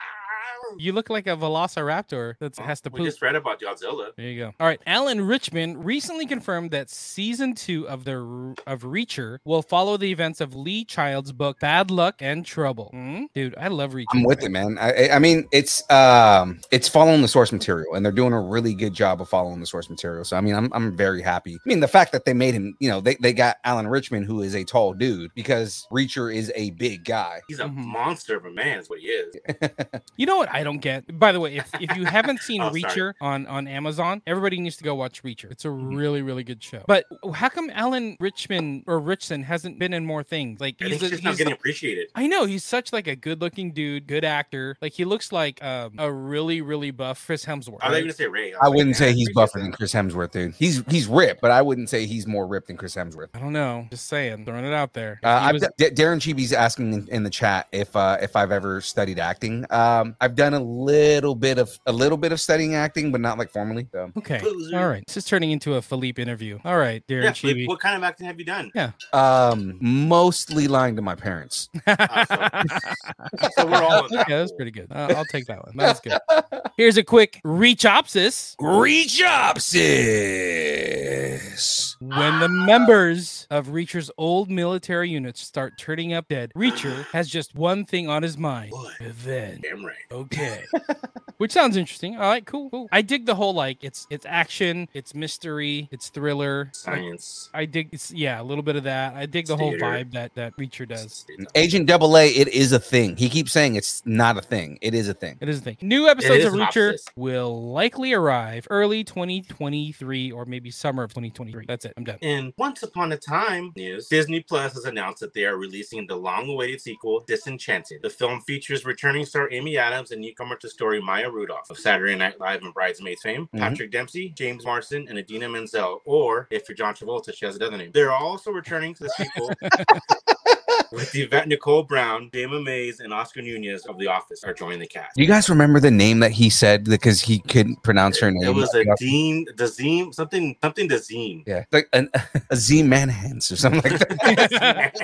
You look like a velociraptor that has to
Oh, We
poop.
just read about Godzilla.
There you go. All right, Alan Richmond recently confirmed that season two of the R- of Reacher will follow the events of Lee Child's book Bad Luck and Trouble. Hmm? Dude, I love Reacher.
I'm with it, man. I, I- I mean, it's um, it's following the source material, and they're doing a really good job of following the source material. So, I mean, I'm, I'm very happy. I mean, the fact that they made him, you know, they, they got Alan Richmond, who is a tall dude, because Reacher is a big guy.
He's a
Mhm.
monster of a man, is what he is.
You know what I I don't get. By the way, if, if you haven't seen
Oh, sorry.
Reacher on on Amazon, everybody needs to go watch Reacher. It's a
Mm-hmm.
really really good show. But how come Alan Richman or Richson hasn't been in more things? Like
I think
he's,
it's
a,
just not
he's-
getting appreciated.
I know he's such like a good looking dude, good actor. Like he looks like um, a really really buff Chris Hemsworth.
I was
right?
even gonna say Ray.
I
was like,
wouldn't
"Man,
say he's
appreciate
buffer
that."
than Chris Hemsworth, dude. He's he's ripped, but I wouldn't say he's more ripped than Chris Hemsworth.
I don't know. Just saying, throwing it out there.
Uh,
He
I've
was-
d- D- Darren Chibi's asking in, in the chat if uh, if I've ever studied acting. Um, I've done a little bit of a little bit of studying acting, but not like formally. So.
okay.
Loser.
All right. This is turning into a Philippe interview. All right, Darren
Yeah,
Chibi.
like, what kind of acting have you done?
Um, mostly lying to my parents.
Uh, So we're all in
Okay,
that
that's
pool.
pretty good. Uh, I'll take that one. That was good. Here's a quick reachopsis.
Reachopsis.
When the members of Reacher's old military units start turning up dead, Reacher has just one thing on his mind:
What?
revenge.
Damn right.
Okay. Which sounds interesting. All right, cool, cool. I dig the whole like it's it's action, it's mystery, it's thriller. Like,
Science.
I dig it's yeah, a little bit of that. I dig the whole
Theater.
vibe that that Reacher does.
Agent Double A, it is a thing. He keeps saying it's not a thing. It is a thing.
It is a thing. New episodes
is
of
an
Reacher
opsis.
will likely arrive early 2023 or maybe summer of 2023. That's it. I'm done.
In Once Upon a Time news, Disney Plus has announced that they are releasing the long-awaited sequel, Disenchanted. The film features returning star Amy Adams and newcomer to story Maya Rudolph of Saturday Night Live and Bridesmaids fame,
Mhm.
Patrick Dempsey, James Marsden, and Adina Menzel. Or if you're John Travolta, she has another name. They're also returning to the sequel with Yvette Nicole Brown, Damon Mays, and Oscar Nunez of The Office are joining the cast.
Do you guys remember the name that he said because he couldn't pronounce her name?
It was a Dean, Dazim, something, something Dazim.
yeah, like an, a Z Manhans or something like that.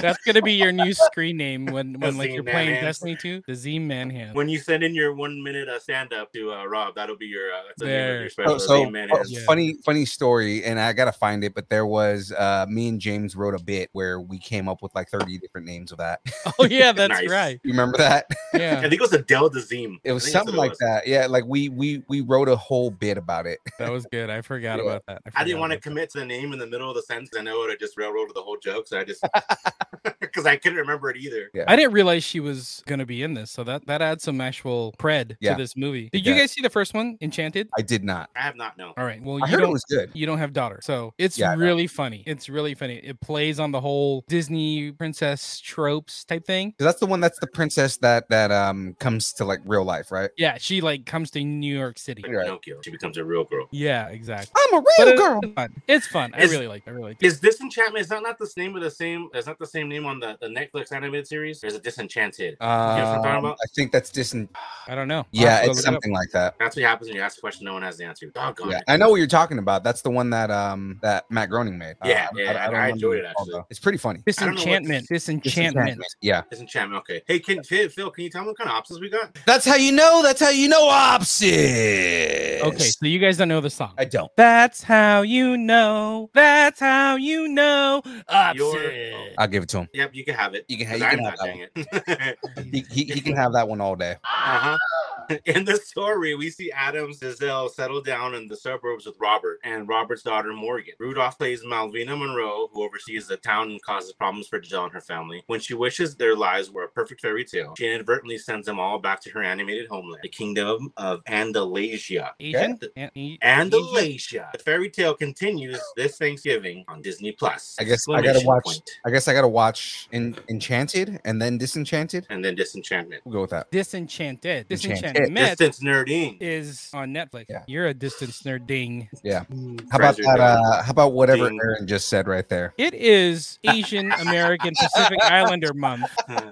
That's gonna be your new screen name when when like
Z
you're playing
Manhand.
Destiny 2, the Z Manhand.
when you send in your one minute uh, stand up to uh, Rob, that'll be your uh, that's the name of
There.
your
Oh,
special.
so
Amen.
oh,
Yeah.
funny, funny story, and I gotta find it. But there was uh, me and James wrote a bit where we came up with like thirty different names of that.
Oh yeah, that's
Nice.
right.
you remember that?
I
Yeah,
think it was Adele Dazeem.
It was something like that. Yeah, like we we we wrote a whole bit about it.
that was good. I forgot
Yeah.
about that.
I didn't
forgot
want to
about
commit to the name in the middle of the sentence. I know it would have just railroaded the whole joke, so I just because I couldn't remember it either.
Yeah.
that. I didn't realize she was gonna be in this, so that that adds some actual cred
Yeah.
to this movie.
It
Did you
does.
guys see the first one, Enchanted?
I did not.
I have not known.
All right. Well,
I
you
heard it
don't
was good.
you don't have daughter, so it's
Yeah, I know.
really funny. It's really funny. It plays on the whole Disney princess tropes type thing.
'Cause That's the one. That's the princess that that um comes to like real life, right?
Yeah, she like comes to New York City.
Like
You're right.
Pinocchio, she becomes a real girl.
Yeah, exactly.
I'm a
But
real
it-
girl.
It's fun. It's fun. I
Is-
really like. I really. Like it.
Is Disenchantment? Is that not the name of the same? Is that the same name on the, the Netflix animated series? Or is it Disenchanted?
Uh,
I'm talking
Um,
about?
I think that's distant.
I don't know. I'll have
Yeah,
to
it's
look it up.
something like that.
That's what happens when you ask a question no one has the answer. Doggone
Yeah,
it.
I know what you're talking about. That's the one that um that Matt Groening made. Uh,
Yeah, yeah, I
remember
enjoyed
what
it,
it's called,
actually.
though. It's pretty funny.
I don't know what-
Disenchantment. Disenchantment.
Yeah,
Disenchantment. Okay. Hey, can Phil, Phil, can you tell me what kind of options we got?
that's how you know. That's how you know. Opsis.
Okay, so you guys don't know the song.
I don't.
That's how you know. That's how you know.
Your- oh,
Upset.
I'll give it to him.
Yep, you can have it.
You can ha-
'cause
you
I'm
can have
not
that
dang it.
He, he, he can have that one all day.
Uh-huh. In the story, we see Adams Giselle settle down in the suburbs with Robert and Robert's daughter Morgan. Rudolph plays Malvina Monroe, who oversees the town and causes problems for Giselle and her family. When she wishes their lives were a perfect fairy tale, she inadvertently sends them all back to her animated homeland, the kingdom of Andalasia.
Agent?
Okay.
An- e- agent?
Andalasia. The fairy tale continues this Thanksgiving on Disney Plus.
I guess I gotta
Exclamation
watch.
point.
I guess I gotta watch en- Enchanted and then Disenchanted.
And then Disenchantment.
We'll go with that.
Disenchanted.
Enchanted.
Disenchantment
Distance nerding.
is on Netflix.
Yeah.
You're a distance nerd ding.
How about
Treasure
that?
Dome.
Uh, how about whatever
Ding.
Aaron just said right there?
It is Asian American Pacific Islander month.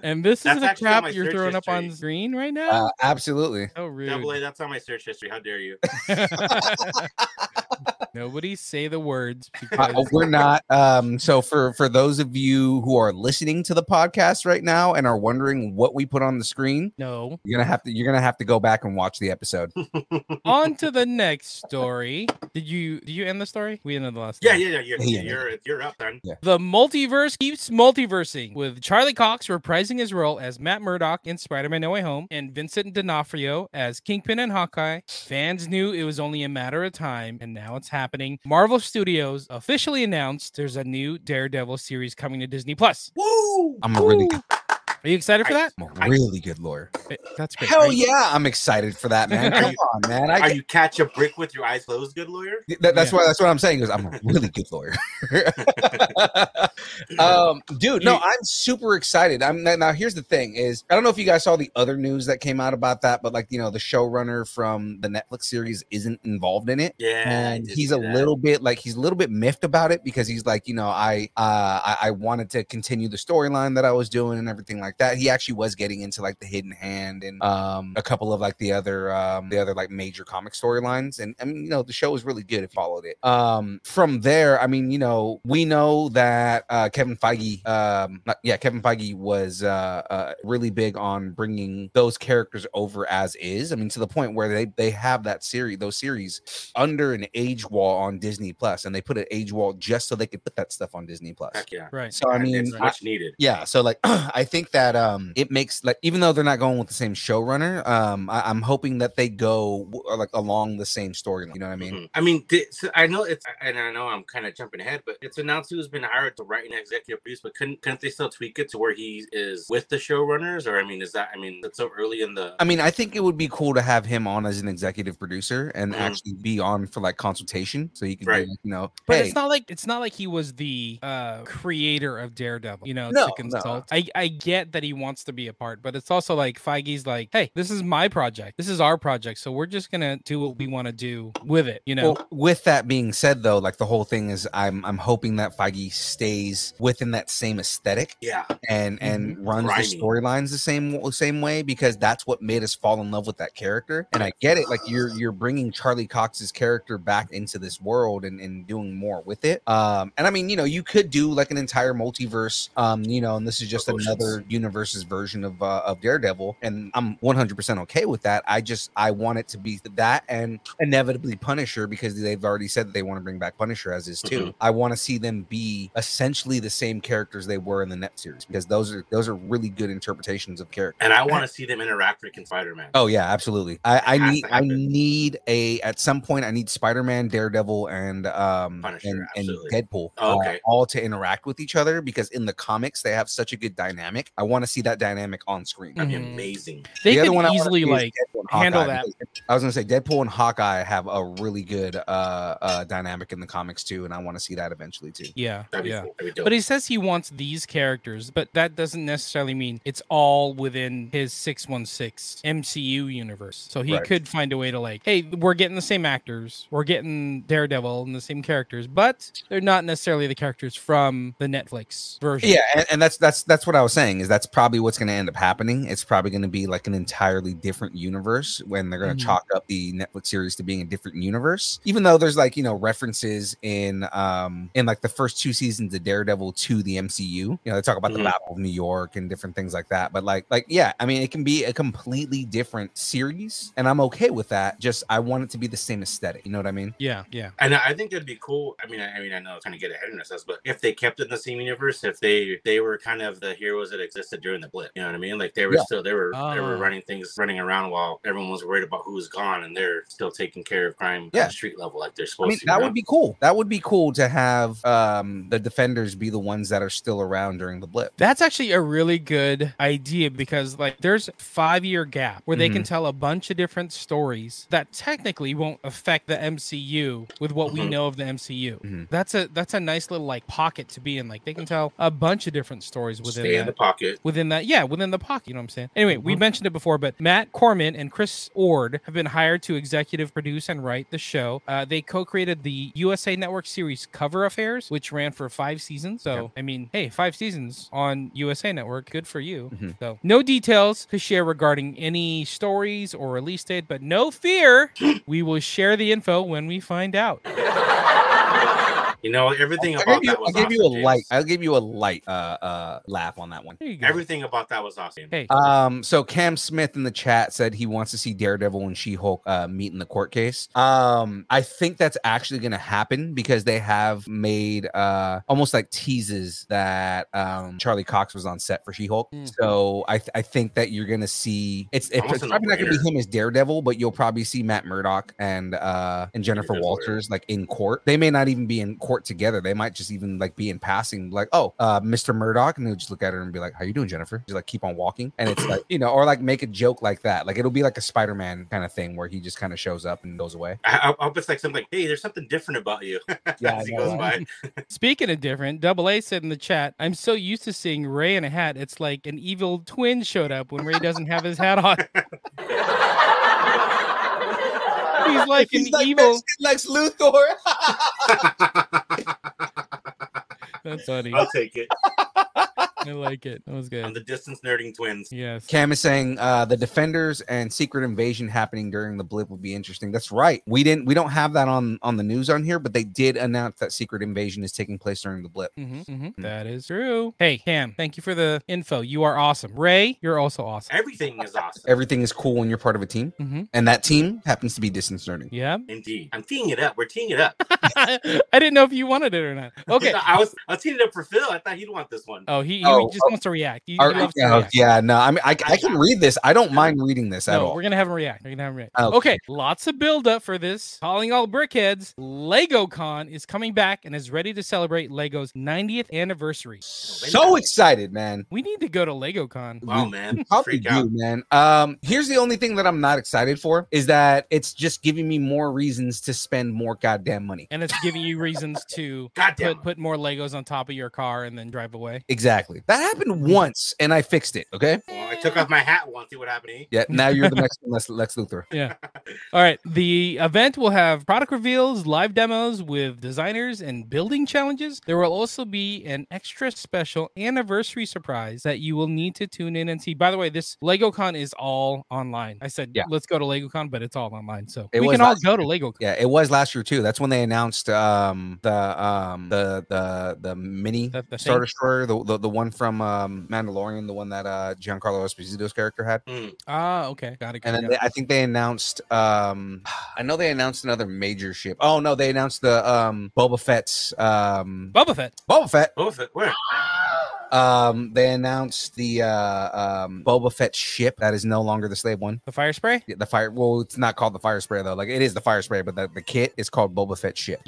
And this
That's
is the
actually on my
crap you're
search
throwing up on
history.
screen right now.
Uh, absolutely.
oh,
Double A,
rude.
that's on my search history. How dare you?
Nobody say the words because
Uh, we're not. Um, so for for those of you who are listening to the podcast right now and are wondering what we put on the screen,
no.
you're gonna have to you're gonna have to go back and watch the episode.
on to the next story. Did you did you end the story? We ended the last.
Yeah,
one.
yeah, yeah. You're,
Yeah.
you're, you're up, then.
The multiverse keeps multiversing with Charlie Cox reprising his role as Matt Murdock in Spider-Man No Way Home and Vincent D'Onofrio as Kingpin and Hawkeye. Fans knew it was only a matter of time, and now it's happening. Marvel Studios officially announced there's a new Daredevil series coming to Disney Plus.
I'm a really
Are you excited for that?
I'm a really good lawyer.
That's great.
Hell
right?
yeah, I'm excited for that, man. Come on, man. I,
Are you catch a brick with your eyes closed, good lawyer?
That, that's
Yeah.
why. That's what I'm saying. Is I'm a really good lawyer, um, dude. No,
You-
I'm super excited. I'm now. now Here's the thing: is I don't know if you guys saw the other news that came out about that, but like you know, the showrunner from the Netflix series isn't involved in it.
Yeah, I
and
did
he's
see
a
that.
little bit like he's a little bit miffed about it because he's like you know i uh i, I wanted to continue the storyline that i was doing and everything like that he actually was getting into like the hidden hand and um a couple of like the other um the other like major comic storylines and i mean you know the show was really good it followed it um from there i mean you know we know that uh kevin feige um not- yeah kevin feige was uh, uh really big on bringing those characters over as is i mean to the point where they they have that series those series under an age wall on Disney Plus, and they put an age wall just so they could put that stuff on Disney Plus.
Heck yeah.
Right.
So I mean,
it's
I-
much needed.
yeah. So like, I think that um, it makes like even though they're not going with the same showrunner, um, I, I'm hoping that they go w- like along the same storyline. You know what I mean?
Mhm. I mean, di- so I know it's, and I know I'm kind of jumping ahead, but it's announced who's been hired to write and executive produce. But couldn't couldn't they still tweak it to where he is with the showrunners? Or I mean, is that I mean, that's so early in the.
I mean, I think it would be cool to have him on as an executive producer and
Mhm.
actually be on for like consultation, so he can,
Right.
be, like, you know,
But
hey,
it's not like it's not like he was the uh creator of Daredevil, you know,
No,
to
no.
consult. I, I get that he wants to be a part, but it's also like Feige's like, hey, this is my project. This is our project. So we're just gonna do what we want to do with it, you know.
Well, with that being said, though, like the whole thing is, I'm I'm hoping that Feige stays within that same aesthetic
yeah,
and and
Mm-hmm.
runs the
Grimy.
storylines the same same way because that's what made us fall in love with that character. And I get it, like you're you're bringing Charlie Cox's character back into this world and, and doing more with it. Um, and I mean, you know, you could do like an entire multiverse, um, you know, and this is just
Oceans.
another universe's version of uh, of Daredevil, and I'm 100 percent okay with that. I just I want it to be that and inevitably Punisher because they've already said that they want to bring back Punisher as is too.
Mhm.
I want to see them be essentially the same characters they were in the net series because those are those are really good interpretations of characters.
and I want to see them interact with Spider Man.
Oh yeah, absolutely. I, I
has
need
to
I
happen.
need a at some point I need Spider Man, Daredevil, and um
Punisher,
and, and
absolutely.
Deadpool
Oh,
uh,
okay.
all to interact with each other because in the comics they have such a good dynamic. I want to see that dynamic on screen.
That'd be
Mhm.
amazing.
They
the
could
other one I wanna
easily
see is
like
Deadpool and
handle
Hawkeye,
that.
because I was gonna say Deadpool and Hawkeye have a really good uh, uh dynamic in the comics too, and I want to see that eventually too.
yeah,
That'd be,
yeah.
cool. That'd be dope.
But he says he wants these characters, but that doesn't necessarily mean it's all within his 616 MCU universe. So he
Right.
could find a way to, like, hey, we're getting the same actors, we're getting Daredevil and the same characters, but they're not necessarily the characters from the Netflix version.
Yeah, and, and that's that's that's what I was saying is that's probably what's going to end up happening. It's probably going to be like an entirely different universe when they're going to
Mhm.
chalk up the Netflix series to being a different universe. Even though there's like you know references in um in like the first two seasons of Daredevil to the MCU. You know they talk about the
Mhm.
Battle of New York and different things like that. But like like yeah, I mean it can be a completely different series, and I'm okay with that. Just I want it to be the same aesthetic. You know what I mean?
Yeah. Yeah.
And I I think it'd be cool. I mean, I, I mean, I know it's kind of get ahead of ourselves, but if they kept it in the same universe, if they they were kind of the heroes that existed during the blip, you know what I mean? Like they were
Yeah.
still they were they were
Ah.
running things, running around while everyone was worried about who's gone, and they're still taking care of crime
Yeah.
at the street level like they're
I
supposed
mean,
to.
that
you know?
would be cool. That would be cool to have um, the defenders be the ones that are still around during the blip.
That's actually a really good idea because like there's five year gap where they
Mhm.
can tell a bunch of different stories that technically won't affect the MCU with what we
Mhm.
know of the MCU.
Mhm.
That's a that's a nice little like pocket to be in. Like they can tell a bunch of different stories within
stay in
that
the pocket.
within that yeah within the pocket you know what i'm saying anyway we mentioned it before but matt corman and chris ord have been hired to executive produce and write the show uh, they co-created the usa network series cover affairs which ran for five seasons so i mean hey five seasons on usa network good for you
Mhm.
so no details to share regarding any stories or release date but no fear we will share the info when we find out
You know, everything
I'll
about
give you,
that
I'll
was
give you a
awesome, James.
light. I'll give you a light uh, uh, laugh on that one.
there you go
Everything about that was awesome.
hey
Um, so Cam Smith in the chat said he wants to see Daredevil and She Hulk uh, meet in the court case. Um, I think that's actually going to happen because they have made uh, almost like teases that um, Charlie Cox was on set for She Hulk.
Mm.
So I, th- I think that you're going to see it's, it's
Hmm. Almost
probably
a
not going to be
no-brainer.
him as Daredevil, but you'll probably see Matt Murdock and uh, and Jennifer
Jennifer Walters.
Walters like in court. They may not even be in court work together. They might just even like be in passing, like, oh, uh, Mr. Murdoch, and they'll just look at her and be like, How you doing, Jennifer? Just like keep on walking. And it's like, you know, or like make a joke like that. Like it'll be like a Spider-Man kind of thing where he just kind of shows up and goes away.
I, I hope it's like something. Hey, there's something different about you.
Yeah,
as he
I know.
goes by.
Speaking of different, Double A said in the chat, I'm so used to seeing Ray in a hat. It's like an evil twin showed up when Ray doesn't have his hat on. He's like an
He's like
evil.
Lex Luthor.
That's funny.
I'll take it.
I like it. That was
Oh. On
good.
the distance nerding twins.
Yes.
Cam is saying uh, the Defenders and Secret Invasion happening during the blip would be interesting. That's right. We didn't. We don't have that on on the news on here, but they did announce that Secret Invasion is taking place during the blip.
Mhm, mhm.
Hmm.
That is true. Hey, Cam, thank you for the info. You are awesome. Ray, you're also awesome.
Everything is awesome.
Everything is cool when you're part of a team,
hmm
and that
Mm-hmm.
team happens to be distance learning.
Yeah.
Indeed. I'm teeing it up. We're teeing it up.
I didn't know if you wanted it or not. Okay.
I was I was teeing it up for Phil. I thought he'd want this one.
Oh, he, he
Oh,
just wants to react. He, he
Are-
loves to
yeah,
react.
yeah, no, I mean, I, I can read this. I don't mind reading this at
no,
all.
we're gonna have him react. We're gonna have him react.
Okay.
Okay. lots of build up for this. Calling all brickheads, Lego Con is coming back and is ready to celebrate Lego's 90th anniversary.
so excited, man.
We need to go to Lego Con.
Wow, man.
Probably
Freak
do,
out.
man. Um, here's the only thing that I'm not excited for is that it's just giving me more reasons to spend more goddamn money.
And it's giving you reasons to
Goddamn.
put, put more Legos on top of your car and then drive away.
Exactly. That happened
Mm-hmm.
once, and I fixed it. Okay.
Well, I took off my hat once. See what happened to me.
Yeah, now you're the next one, Lex, Lex Luthor.
Yeah. All right. The event will have product reveals, live demos with designers, and building challenges. There will also be an extra special anniversary surprise that you will need to tune in and see. By the way, this LegoCon is all online. I said,
Yeah.
let's go to LegoCon, but it's all online. So
It
we
was
can all
last
go to LegoCon.
Yeah, it was last year too. That's when they announced um the um the the the mini
The- the
Star
thing?
Destroyer, the, the the one from um Mandalorian, the one that uh Giancarlo Esposito's character had.
Mm.
Ah, okay. Got it. Got
And
it.
then
got
they,
it.
I think they announced um I know they announced another major ship. Oh no, they announced the um Boba Fett's um
Boba Fett.
Boba Fett.
Both of it. Where?
Um they announced the uh um Boba Fett ship that is no longer the slave one.
The fire spray?
Yeah, the fire. Well, it's not called the fire spray though. Like it is the fire spray, but the, the kit is called Boba Fett shit.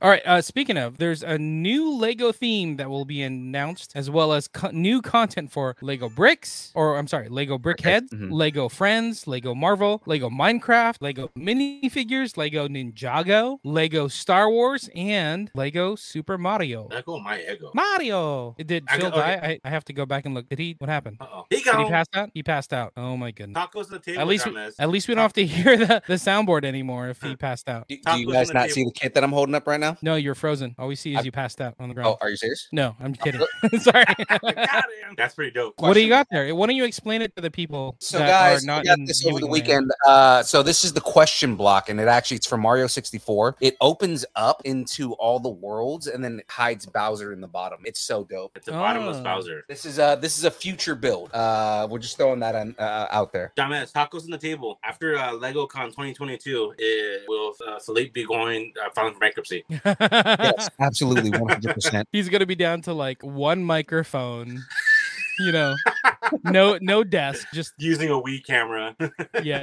All right. Uh, speaking of, there's a new Lego theme that will be announced, as well as co- new content for Lego Bricks, or I'm sorry, Lego Brickheads,
mhm.
Lego Friends, Lego Marvel, Lego Minecraft, Lego Minifigures, Lego Ninjago, Lego Star Wars, and Lego Super Mario.
Uh,
I go my ego.
Mario. Did
I
Phil
got- okay.
die? I, I have to go back and look. Did he? What happened?
Uh oh. He
Did he
gone.
pass out? He passed out. Oh my goodness.
Tacos on the table.
At least, we,
dumbass.
at least we don't have to hear the, the soundboard anymore if he passed out.
Do,
Tacos
you guys
on the
not see the
table.
kit that I'm holding up right now?
No, you're frozen. All we see is
I-
you passed out on the ground.
Oh, are you serious?
No, I'm kidding. Sorry.
Goddamn. That's pretty dope.
what do you got there? Why don't you explain it to the people
So
that
guys,
are
we
not
got
in
this over the
viewing land?
weekend. Uh, so this is the question block, and it actually it's from Mario 64. It opens up into all the worlds and then hides Bowser in the bottom. It's so dope.
It's a bottomless
Oh.
Bowser.
This is uh this is a future build. Uh, we're just throwing that on, uh, out there.
Dumbass, tacos on the table. After uh, LegoCon 2022, it will uh, Philippe be going uh, filing for bankruptcy?
Yes, absolutely, 100. percent
He's gonna be down to like one microphone. You know, no, no desk. Just
Using a Wii camera.
yeah,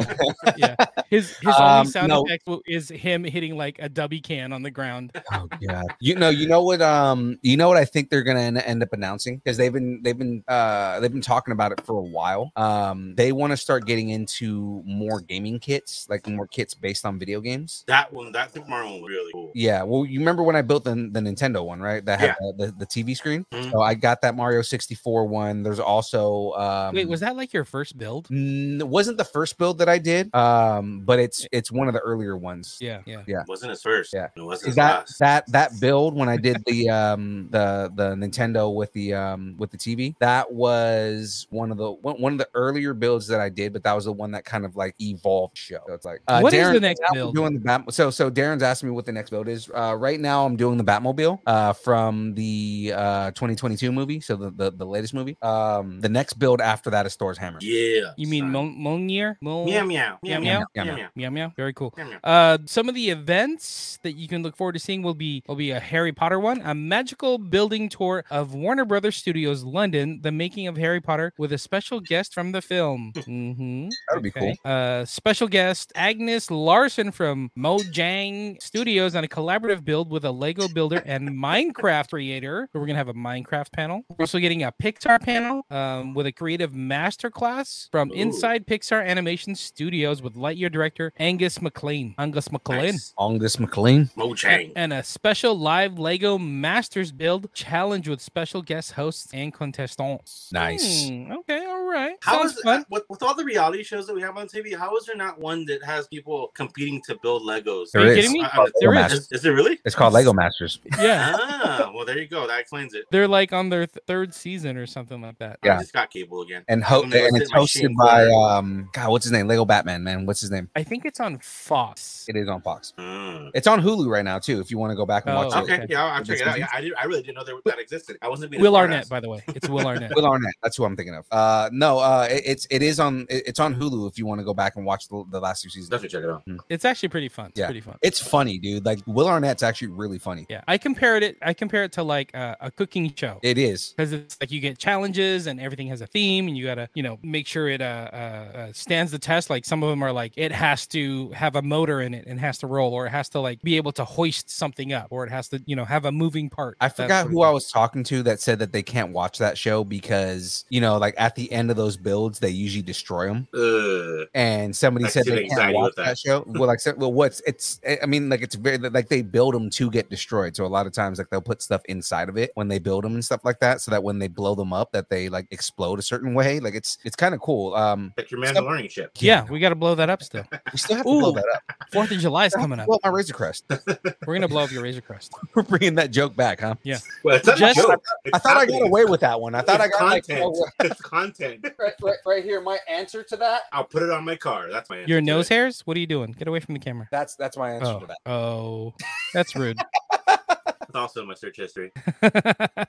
yeah. His his
Um,
only sound
no.
effect will- is him hitting like a dubby can on the ground.
Oh god. You know, you know what um you know what I think they're going to end up announcing because they've been they've been uh they've been talking about it for a while. Um they want to start getting into more gaming kits, like more kits based on video games.
that one, that Super Mario one, was really cool.
Yeah, well, you remember when I built the, the Nintendo one, right? That had the, the, the TV screen.
Mm-hmm.
So I got that Mario 64 one. There's also um
Wait, was that like your first build?
n- it wasn't the first build that I did. Um but it's it's one of the earlier ones.
Yeah, yeah.
Wasn't his first.
Yeah.
It wasn't
Is
his
that
last.
that that build when I did the um the the Nintendo with the um with the TV that was one of the one, one of the earlier builds that I did, but that was the one that kind of like evolved show. So it's like uh,
What is
Darren-
the next
now I'm
build?
Doing the Bat- so so Darren's asking me what the next build is. Uh, right now I'm doing the Batmobile uh, from the uh, 2022 movie, so the, the the latest movie. Um, the next build after that is Thor's hammer.
Yeah.
You mean
son.
Mon- Monier? Mon-
Meow meow
meow,
Meow,
meow
meow.
meow.
Meow meow. Very cool.
meow, meow.
Uh, some of the events that you can look forward to seeing will be will be a Harry Potter one, a magical building tour of Warner Brothers Studios London, the making of Harry Potter, with a special guest from the film. Mm-hmm.
That'd be
cool. Uh, special guest Agnes Larson from Mojang Studios on a collaborative build with a Lego builder and Minecraft creator. So we're gonna have a Minecraft panel. We're also getting a Pixar panel um, with a creative masterclass from
Ooh.
inside Pixar Animation Studios with Lightyear director Angus McLean. Angus McLean.
Nice.
Angus McLean.
Mojang.
And a special live Lego Masters build challenge with special guest hosts and contestants.
Nice.
Hmm, okay, all right.
How
Sounds
is
fun.
with, with all the reality shows that we have on TV? How is there not one that has people competing to build Legos?
There
Are you
is.
kidding me?
I- I-
There
Masters.
is, is there really?
It's called Lego Masters.
Yeah.
ah, well, there you go. That explains it.
They're like on their th- third season or something like that.
Yeah.
I just got cable again.
And, ho-
I'm gonna go
and
sit
it's
in my shade
hosted by
corner.
um God, what's his name? Lego Batman, man. What's his name?
I think it's on Fox.
It is on Fox.
Mm.
It's on Hulu right now too. If you want to go back and watch
Oh,
it.
Okay,
okay.
yeah, I'll, I'll
That's
check it out.
easy.
Yeah, I, did, I really didn't know there, that existed. I wasn't being a
Will
smartass.
Arnett, by the way. It's Will Arnett.
Will Arnett. That's who I'm thinking of. Uh, no, uh, it, it's it is on it- it's on Hulu. If you want to go back and watch the, the last two seasons,
Definitely check it out.
It's actually pretty fun. It's
Yeah.
pretty fun.
it's funny, dude. Like Will Arnett's actually really funny.
yeah. I compared it. I compare it to like uh, a cooking show.
It is.
because it's like you get challenges and everything has a theme and you gotta you know make sure it uh, uh, uh stands the test like some of them are like it has to have a motor in it and has to roll or it has to like be able to hoist something up or it has to you know have a moving part
I
that
forgot
sort of
who I
thing.
was talking to that said that they can't watch that show because you know, like at the end of those builds, they usually destroy them.
Uh,
and somebody
I
said
see the
they can't
anxiety
watch
with
that.
that.
show. Well, like, so- well, what's it's? eh, I I mean, like, it's very like they build them to get destroyed. So a lot of times, like, they'll put stuff inside of it when they build them and stuff like that, so that when they blow them up, that they like explode a certain way. Like, it's it's kind of cool. Um,
like your Mandalorian ship.
yeah, we got to blow that up still.
we still have to blow
Ooh,
that up.
Fourth of July is
I have
coming
to
up.
blow up my Razor Crest.
We're gonna blow up your Razor Crest.
We're bringing that joke back, huh?
Well, it's not
Just-
a joke.
I thought I got away with that one. I thought I got like,
content.
oh,
it's content.
right, right, right here. My answer to that.
I'll put it on my car. That's my answer
Your
to
nose
it.
hairs? What are you doing? Get away from the camera.
That's that's my answer
Oh,
to that.
oh, that's rude.
It's also in my search history. Oh,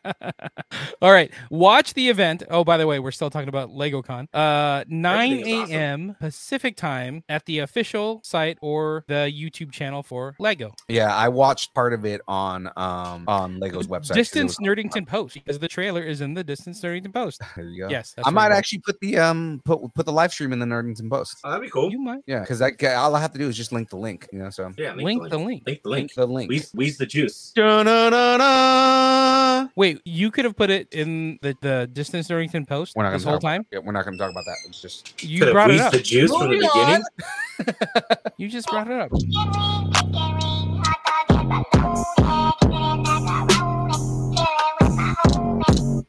All right, watch the event. Oh, by the way, we're still talking about LegoCon. Uh, 9
Everything is awesome.
a.m. Pacific time at the official site or the YouTube channel for Lego.
Yeah, I watched part of it on um on Lego's website. 'cause it
Distance
was-
Nerdington Post because the trailer is in the Distance Nerdington Post.
There you go.
Yes, that's
I
where
might
you are.
actually put the um put put the live stream in the Nerdington Post.
Oh, that'd be cool.
You might
Yeah, because that ca- all I have to do is just link the link. You know, so
yeah,
link, the link.
Link the link.
the link.
Wheeze, wheeze the juice.
Da-na-na-na.
Wait, you could have put it in the, the Distance Nerdington Post
We're not gonna
this whole
talk about
time.
Yeah, we're not going to talk about that. It's just
You
Could've
brought it
wheezed
up.
the juice from the
Moving on.
beginning.
You just brought it up.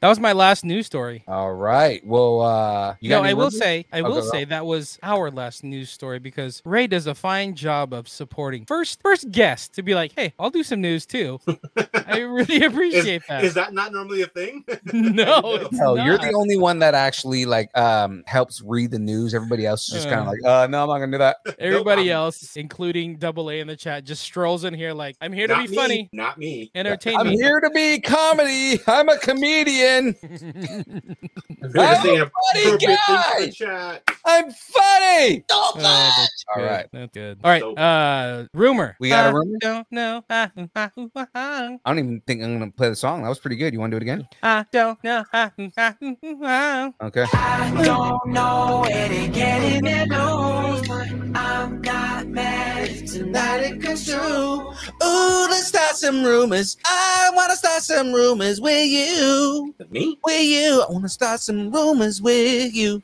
That was my last news story.
all right. Well, uh, you got
no,
any
I will
rumors?
say, I
Oh,
will
go, go.
say that was our last news story because Ray does a fine job of supporting first first guest to be like, hey, I'll do some news too. I really
Is,
appreciate that.
is that not normally a thing?
no, it's
No, you're
not.
the only one that actually like um helps read the news. Everybody else is just kind
Uh.
of like, uh, no, I'm not gonna do that.
Everybody
I'm-
else, including Double A in the chat, just strolls in here like, I'm here to
not
be
me.
funny,
Not me.
entertain
I'm
me.
here to be comedy. I'm a comedian.
I'm here to
funny
say appropriate things for
guy.
the chat.
I'm funny.
Oh, that's
All
good.
right.
that's good. All right,
So-
uh, rumor.
We got a
I
rumor?
Don't know. I, I- I- I-
I don't even think I'm gonna play the song. That was pretty good. You want to do it again?
I don't know. I- I- I-
Okay. Ooh, let's start some rumors. I want to start some rumors with you.
Me?
With you. I want to start some rumors with you.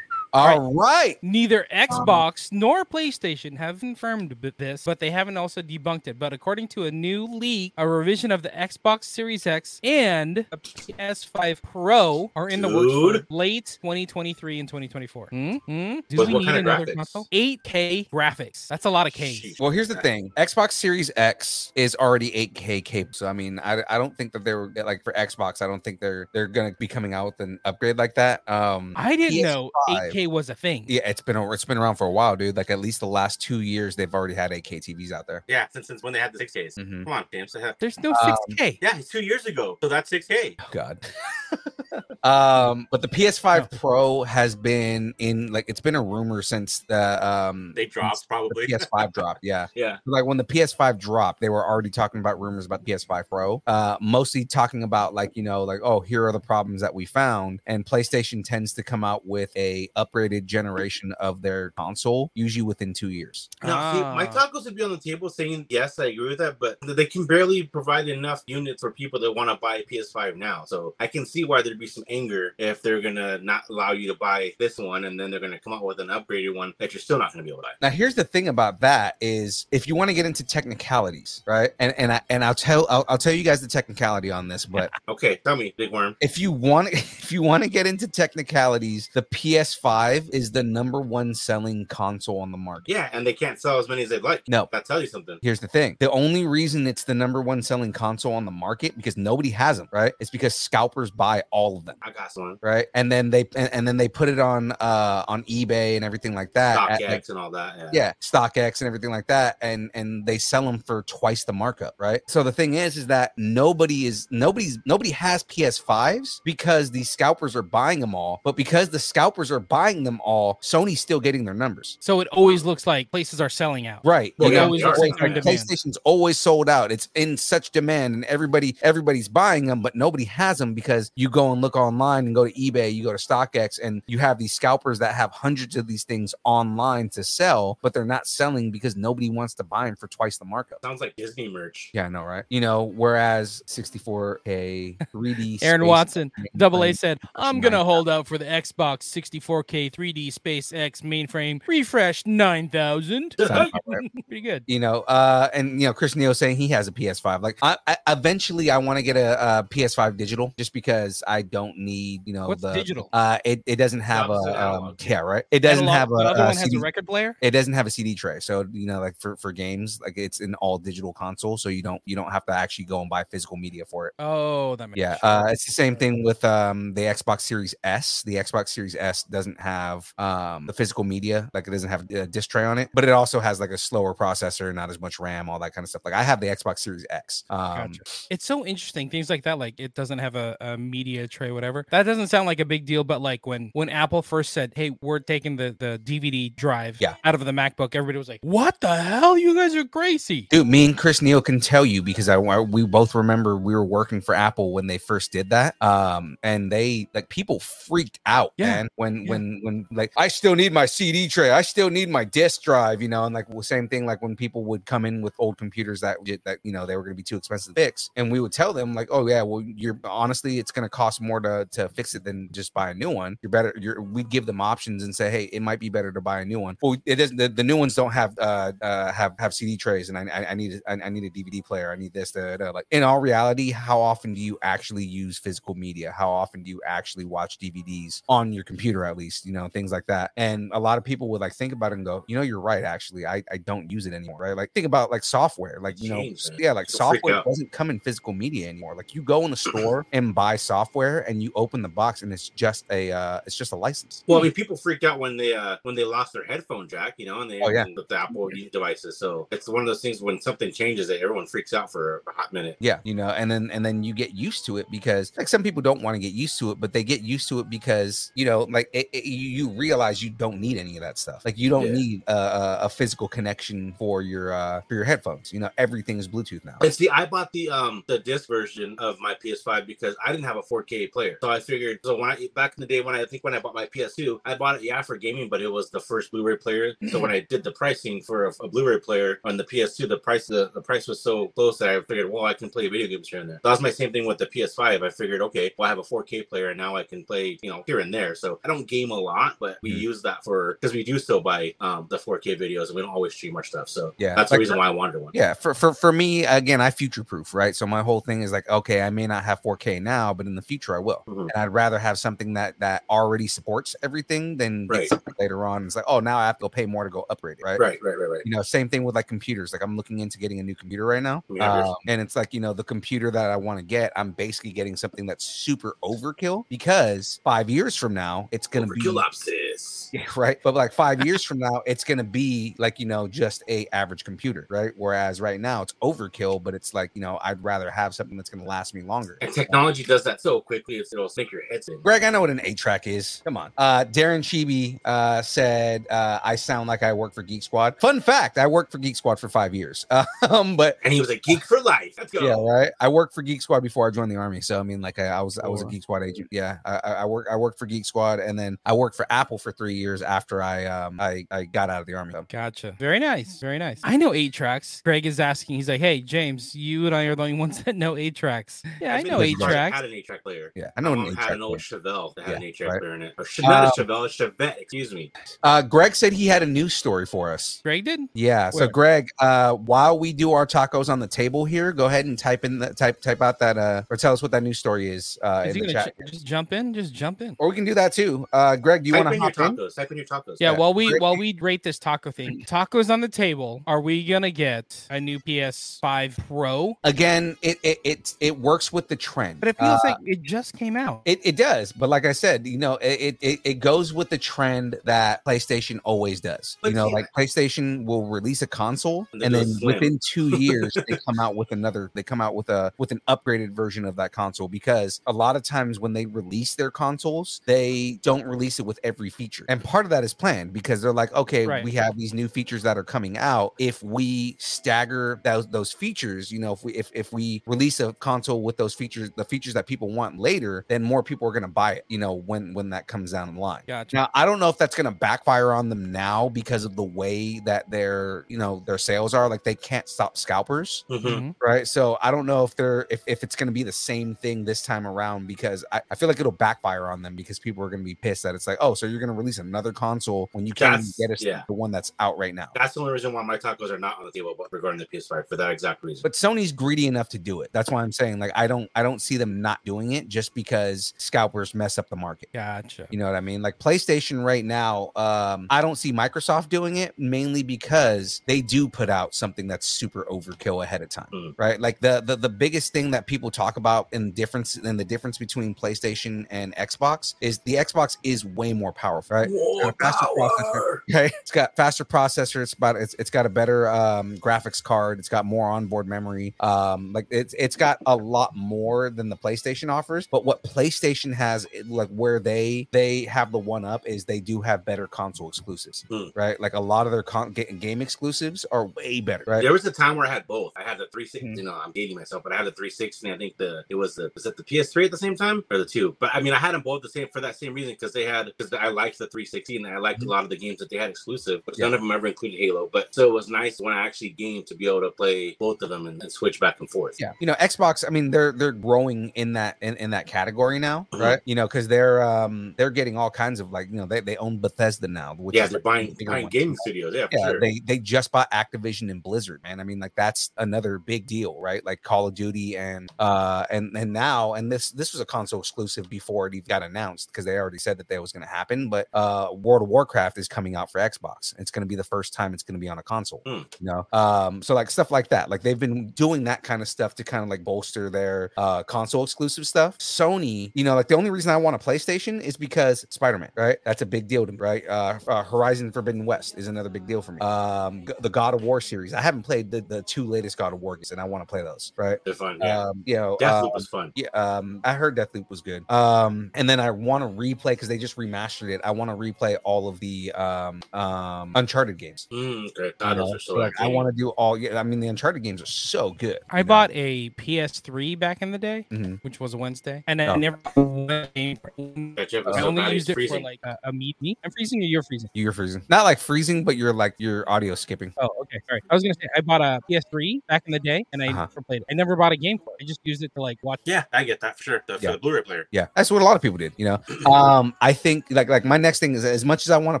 All right.
Neither
Um,
Xbox nor PlayStation have confirmed b- this, but they haven't also debunked it. But according to a new leak, a revision of the Xbox Series X and a PS5 Pro are in the works
Dude.
for late 2023 and 2024. Hmm? Hmm? Do
With
we
what
need
kind of
another
graphics?
console? 8K graphics. That's a lot of Ks.
Sheesh.
Well, here's the thing. Xbox Series X is already 8K capable. So I mean, I, I don't think that they were like for Xbox. I don't think they're they're gonna be coming out with an upgrade like that. Um,
I didn't
PS5.
know 8K was a thing.
yeah, it's been a- it's been around for a while, dude. Like at least the last two years, they've already had 8K TVs out there.
Yeah, since, since when they had the six Ks.
Mm-hmm.
Mhm.
Come on, damn. So,
There's no
Um,
6K.
Oh,
yeah, it's two years ago. So that's six K.
God. um, but the PS5 Pro has been in like it's been a rumor since the um
They dropped probably.
the PS5 dropped. Yeah.
Yeah.
Like when the PS5 dropped, they were already talking about rumors about the PS5 Pro, uh, mostly talking about like you know like oh here are the problems that we found, and PlayStation tends to come out with a upgraded generation of their console usually within two years.
No, see, my
Ah.
tacos would be on the table saying yes, I agree with that, but they can barely provide enough units for people that want to buy a PS5 now. So I can see why there'd be some anger if they're gonna not allow you to buy this one, and then they're gonna come out with an upgraded one that you're still not gonna be able to buy.
Now here's the thing about that is if you want to get into technicalities, right? And and I and I'll tell I'll, I'll tell you guys the technicality on this, but
Okay, tell me, Big Worm.
if you want if you want to get into technicalities, the PS5 is the number one selling console on the market.
Yeah, and they can't sell as many as they'd like.
No.
that tells you something.
Here's the thing. The only reason it's the number one selling console on the market because nobody has them, right? It's because scalpers buy all of them,
I got one.
right? And then they and, and then they put it on uh on eBay and everything like that.
Stock
at, like,
X and all that. Yeah.
yeah stockx and everything like that and and they sell them for twice the markup right so the thing is is that nobody is nobody's nobody has ps5s because the scalpers are buying them all but because the scalpers are buying them all sony's still getting their numbers
So it always looks like places are selling out.
Right.
Well,
You
yeah,
know,
always
it's
looks
always-
like they're in
demand.
PlayStation's always sold out. It's in such demand, and everybody everybody's buying them, but nobody has them because you go and look online and go to eBay, you go to StockX, and you have these scalpers that have hundreds of these things online to sell, but they're not selling because nobody wants to buy them for twice the markup.
sounds like Disney merch.
Yeah, I know, right? You know, whereas 64K 3D
Aaron
space-
Watson, double A
mainframe-
said, I'm going to hold out for the Xbox 64K 3D SpaceX mainframe refresh 9000.
Sounds about right.
Pretty good.
you know uh and you know chris neal saying he has a ps5 like i, I eventually i want to get a, a ps5 digital just because i don't need you know
What's
the
digital?
uh it, it doesn't have
opposite
a um,
analog.
yeah right it doesn't
Analog-
have a,
the other
uh,
one has
CD
a record player.
it doesn't have a cd tray so you know like for for games like it's an all digital console so you don't you don't have to actually go and buy physical media for it
Oh, that makes
yeah uh it's the same thing with um the xbox series s the xbox series s doesn't have um the physical media like it doesn't have a disc tray on it but it also has like a slower processor not as much ram all that kind of stuff like i have the xbox series x um
Gotcha. It's so interesting things like that. Like it doesn't have a, a media tray, whatever. That doesn't sound like a big deal, but like when when Apple first said, "Hey, we're taking the the DVD drive
Yeah.
out of the MacBook," everybody was like, "What the hell? You guys are crazy."
Dude, me and Chris Neal can tell you because I I- we both remember we were working for Apple when they first did that. Um, and they like people freaked out,
Yeah,
man. When
yeah.
when when like I still need my CD tray, I still need my disk drive, you know. And like well, same thing, like when people would come in with old computers that did- that you know they were going to be too expensive to fix, and we would tell them like, oh yeah, well you're honestly it's going to cost more to to fix it than just buy a new one. You're better. You're we give them options and say, hey, it might be better to buy a new one. Well, it doesn't. The, the new ones don't have uh, uh have have CD trays, and I I, I need I, I need a DVD player. I need this. Da, da, da. Like in all reality, how often do you actually use physical media? How often do you actually watch DVDs on your computer? At least you know things like that. And a lot of people would like think about it and go, you know, you're right. Actually, I I don't use it anymore. Right? Like think about like software. Like you know,
Jeez, man.
yeah, like
People freak
software
out.
doesn't come in physical media anymore. Like you go in the store and buy software, and you open the box, and it's just a uh, it's just a license.
Well, I mean, people freaked out when they uh when they lost their headphone jack, you know, and they
Oh, yeah.
with the Apple devices. So it's one of those things when something changes that everyone freaks out for a hot minute.
Yeah, you know, and then and then you get used to it because like some people don't want to get used to it, but they get used to it because you know, like it, it- you you realize you don't need any of that stuff. Like you don't
Yeah.
need a, a, a physical connection for your uh for your headphones. You know, everything is Bluetooth now.
And see, I bought the um the disc version of my PS5 because I didn't have a 4K player, so I figured. So when I back in the day when I, I think when I bought my PS2, I bought it yeah for gaming, but it was the first Blu-ray player. So
Mm-hmm.
when I did the pricing for a, a Blu-ray player on the PS2, the price the, the price was so close that I figured, well, I can play video games here and there. That was my same thing with the PS5. I figured, okay, well, I have a 4K player, and now I can play you know here and there. So I don't game a lot, but we
Mhm.
use that for because we do still buy um the 4K videos, and we don't always stream our stuff. So
Yeah,
that's the
like-
reason why I wanted one.
Yeah, for, for for me again, I future proof, right? So my whole thing is like, okay, I may not have 4K now, but in the future I will,
Mhm.
and I'd rather have something that that already supports everything than get
Right.
something later on. It's like, oh, now I have to go pay more to go upgrade it, right?
Right, right, right, right.
You know, same thing with like computers. Like I'm looking into getting a new computer right now,
Yeah, I
uh, and it's like you know the computer that I want to get, I'm basically getting something that's super overkill because five years from now it's gonna be
Overkill opposite. this.
Yeah, right. But like five years from now, it's gonna be like you know just a average computer, right? Whereas right now it's overkill, but it's like you know I'd rather have something that's gonna last me longer.
And technology does that so quickly, it's, it'll sink your heads in.
Greg, I know what an eight track is. Come on. Uh, Darren Chibi uh, said, uh, I sound like I work for Geek Squad. Fun fact I worked for Geek Squad for five years. Um, but
And he was a geek for life. Let's go.
yeah, right. I worked for Geek Squad before I joined the army. So I mean, like I, I was I was a Geek Squad agent. Yeah. I, I I work I worked for Geek Squad and then I worked for Apple for three years after I um I, I got out of the army. So,
Gotcha. Very nice. Very nice. I know eight tracks. Greg is asking. He's like, "Hey, James, you and I are the only ones that know eight tracks." Yeah, I
mean,
know
my
eight
brother Had
tracks.
an eight track player.
yeah, I
I
know an eight
had
track.
an old Chevelle that had an
Yeah,
eight track
right. Um,
player in it. Or Che- not a Chevelle, a Chevette. Excuse me.
Uh Greg said he had a news story for us.
Greg did.
Yeah. So,
Where?
Greg, uh, while we do our tacos on the table here, go ahead and type in the type type out that uh, or tell us what that news story is uh,
Is
in
he
the
gonna
chat,
ch- just jump in? Just jump in.
or we can do that too. Uh, Greg, do you
Type
want to
in your
hop in?
tacos. Type in your tacos.
Yeah,
Yeah.
while we
Great.
while we rate this taco thing, tacos on the table. Are we gonna get a new PS5 Pro?
Again, it it it, it works with the trend,
But it feels
Uh,
like it just came out.
It, it does, but like I said, you know, it, it it goes with the trend that PlayStation always does.
But
you know,
see,
like PlayStation will release a console,
And
and,
they do a
then
slim.
within two years they come out with another. They come out with a with an upgraded version of that console because a lot of times when they release their consoles, they don't release it with every feature, and part of that is planned because they're like, okay,
Right.
we have these new features that are coming out. If we stagger those those features, you know, if we if, if we release a console with those features, the features that people want later, then more people are gonna buy it, you know, when when that comes down the line.
Gotcha.
Now I don't know if that's gonna backfire on them now because of the way that their you know their sales are. Like they can't stop scalpers,
Mhm.
Mhm.
right? So I don't know if they're if, if it's gonna be the same thing this time around because I, I feel like it'll backfire on them because people are gonna be pissed that it's like, oh, so you're gonna release another console when you can't even
That's-
get us
yeah.
the one that's out right now.
That's the only reason why my tacos are not on the table but regarding the PS5 for that exact reason.
but Sony's greedy enough to do it. That's why I'm saying like I don't I don't see them not doing it just because scalpers mess up the market.
Gotcha.
You know what I mean? Like PlayStation right now, um, I don't see Microsoft doing it mainly because they do put out something that's super overkill ahead of time,
Mm.
right? Like the, the the biggest thing that people talk about in difference in the difference between PlayStation and Xbox is the Xbox is way more powerful, right?
War
Uh, faster processor.
power!
Okay, it's got faster processor. It's about it's, it's got a better um, graphics card. It's got more onboard memory. Um, like it's it's got a lot more than the PlayStation offers. But what PlayStation has, it- like where they they have the one up, is they do have better console exclusives,
Hmm.
right? Like a lot of their con- ga- game exclusives are way better, right?
There was a time where I had both. I had the 360.
Mhm.
You know, I'm dating myself, but I had the 360. And I think the it was the was it the PS3 at the same time or the two? But I mean, I had them both the same for that same reason because they had because I liked the 360 and I liked
Mm-hmm.
a lot of the games that they had exclusive, but none of them ever included Halo. But so it was nice when I actually gamed to be able to play both of them and, and switch back and forth.
Yeah, you know, Xbox. I mean, they're they're growing in that in, in that category now,
Mhm.
right? You know, because they're um they're getting all kinds of like you know they, they own Bethesda now, which
yeah,
is
they're
like, one of
buying
the bigger
buying
ones.
gaming studios. Yeah, for
yeah,
sure.
they they just bought Activision and Blizzard, man. I mean, like that's another big deal, right? Like Call of Duty and uh and and now and this this was a console exclusive before it even got announced because they already said that that was going to happen. But uh World of Warcraft is coming out for Xbox. It's going to be the first time it's going to be on a console.
Hmm.
You know, um, so like stuff like that. Like they've been doing that kind of stuff to kind of like bolster their uh console exclusive stuff. Sony, you know, like the only reason I want a PlayStation is because Spider Man, right? That's a big deal to me, right? Uh, uh, Horizon Forbidden West is another big deal for me. Um, g- the God of War series. I haven't played the, the two latest God of War games, and I want to play those, right?
They're fun. Yeah,
Um, you know,
Deathloop
um,
was fun.
yeah, um, I heard Deathloop was good. Um, and then I want to replay because they just remastered it. I want to replay all of the um, um, Uncharted games.
Mm, okay.
you
God, those
know?
are so
Like, I
entertaining.
want to do all. Yeah, I mean, the Uncharted games are so good.
I
you know?
bought a PS3 back in the day,
Mhm.
which was a Wednesday, and I
Oh.
never. I
That chip was so bad,
only
it's
used it for
freezing.
like a, a meet me. I'm freezing or you're freezing.
You're freezing. Not like freezing, but you're like your audio skipping.
Oh, okay. All right. I was gonna say I bought a PS3 back in the day, and I
Uh-huh.
never played it. I never bought a game for it. I just used it to like watch.
Yeah, I get that for sure. The,
Yeah.
for the Blu-ray player.
Yeah, that's what a lot of people did. You know, um, I think like like my next thing is as much as I want a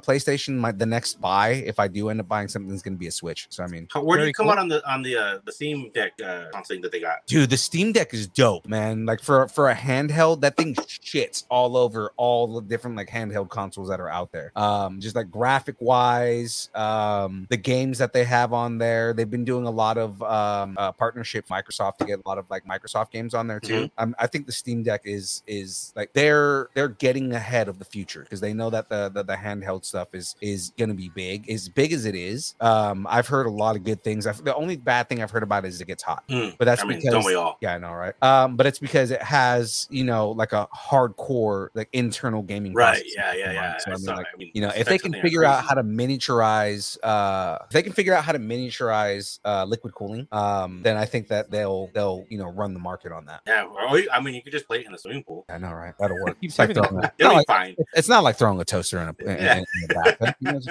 PlayStation, my the next buy, if I do end up buying something, is going to be a Switch. So I mean,
How, where do
Very
you come
cool.
out on the on the uh, the Steam Deck uh, something that they got?
dude the steam deck is dope man like for for a handheld that thing shits all over all the different like handheld consoles that are out there um just like graphic wise um the games that they have on there they've been doing a lot of um uh, partnership microsoft to get a lot of like microsoft games on there too um, i think the steam deck is is like they're they're getting ahead of the future because they know know that the the, the handheld stuff is is gonna be big, as big as it is. Um, I've heard a lot of good things. I've, the only bad thing I've heard about it is it gets hot,
Mm.
but that's
I mean,
because
don't we all?
yeah, I know, right? Um, but it's because it has you know like a hardcore like internal gaming
Right.
processor
Yeah. Yeah.
in
Yeah.
mind. So, I
It's
mean,
not-
like,
I mean,
you know
the
if they
specs
can
on there are
figure out
crazy.
how to miniaturize uh if they can figure out how to miniaturize uh liquid cooling um then i think that they'll they'll you know run the market on that
Yeah, or you- I mean, you could just play it in the swimming pool.
i know right that'll work
Keeps
it's, like
everything-
throwing a-
It'll
no,
be fine.
it- it's not like throwing a toaster in a, in,
Yeah.
in the back You know, just-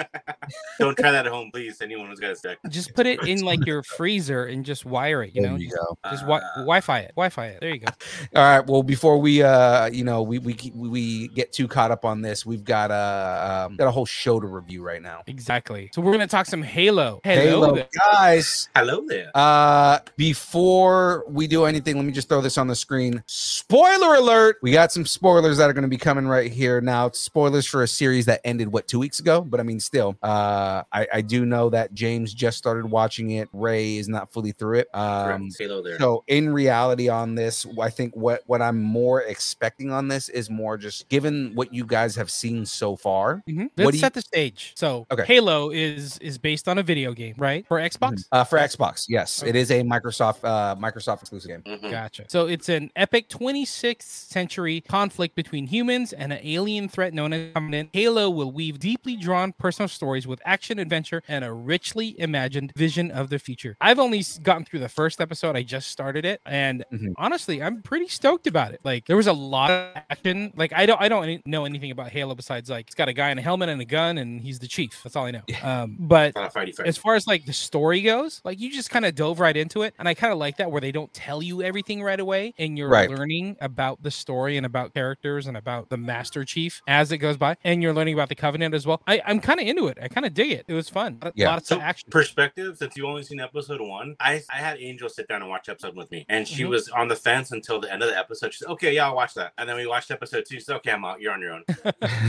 Don't try that at home, please. Anyone who's got a stick.
Just put it in like your freezer and just wire it. You
there
know,
you
just,
go Ah.
just wi- Wi-Fi it. Wi-Fi it. There you go.
all right well before we uh you know we we keep- we- we get too caught up on this we've got uh um, got a whole show to review right now
Exactly. So we're gonna talk some Halo.
Halo,
there.
guys
Hello there.
Uh, before we do anything, let me just throw this on the screen. Spoiler alert! We got some spoilers that are going to be coming right here now. It's spoilers for a series that ended what two weeks ago, but I mean, still, uh, I, I do know that James just started watching it. Ray is not fully through it. Um,
Correct. Hello there.
so in reality, on this, I think what what I'm more expecting on this is more just given what you guys have seen so far.
Mhm.
do
Let's
you-
set the stage. So
Okay.
Halo is is based on a video game, right? For Xbox.
Uh, for Xbox, yes, it is a Microsoft uh, Microsoft exclusive game.
Mhm.
Gotcha. So it's an epic 26th century conflict between humans and an alien threat known as Covenant. Halo will weave deeply drawn personal stories with action, adventure, and a richly imagined vision of the future. I've only s- gotten through the first episode. I just started it, and
Mhm.
honestly, I'm pretty stoked about it. Like there was a lot of action. Like I don't, I don't any- know anything about Halo besides like it's got a guy in a helmet and a gun, and he's the chief. That's all I know. Um, but
Not a fighty fight.
as far as like the story goes, like you just kind of dove right into it, and I kind of like that where they don't tell you everything right away, and you're
Right.
learning about the story and about characters and about the Master Chief as it goes by, and you're learning about the Covenant as well. I, I'm kind of into it. I kind of dig it. It was fun. A lot-
Yeah.
Lots
So
of action.
perspective, since you've only seen episode one, I, I had Angel sit down and watch episode with me, and she
Mhm.
was on the fence until the end of the episode. She said, "Okay, yeah, I'll watch that." And then we watched episode two. She said, "Okay, I'm out. You're on your own."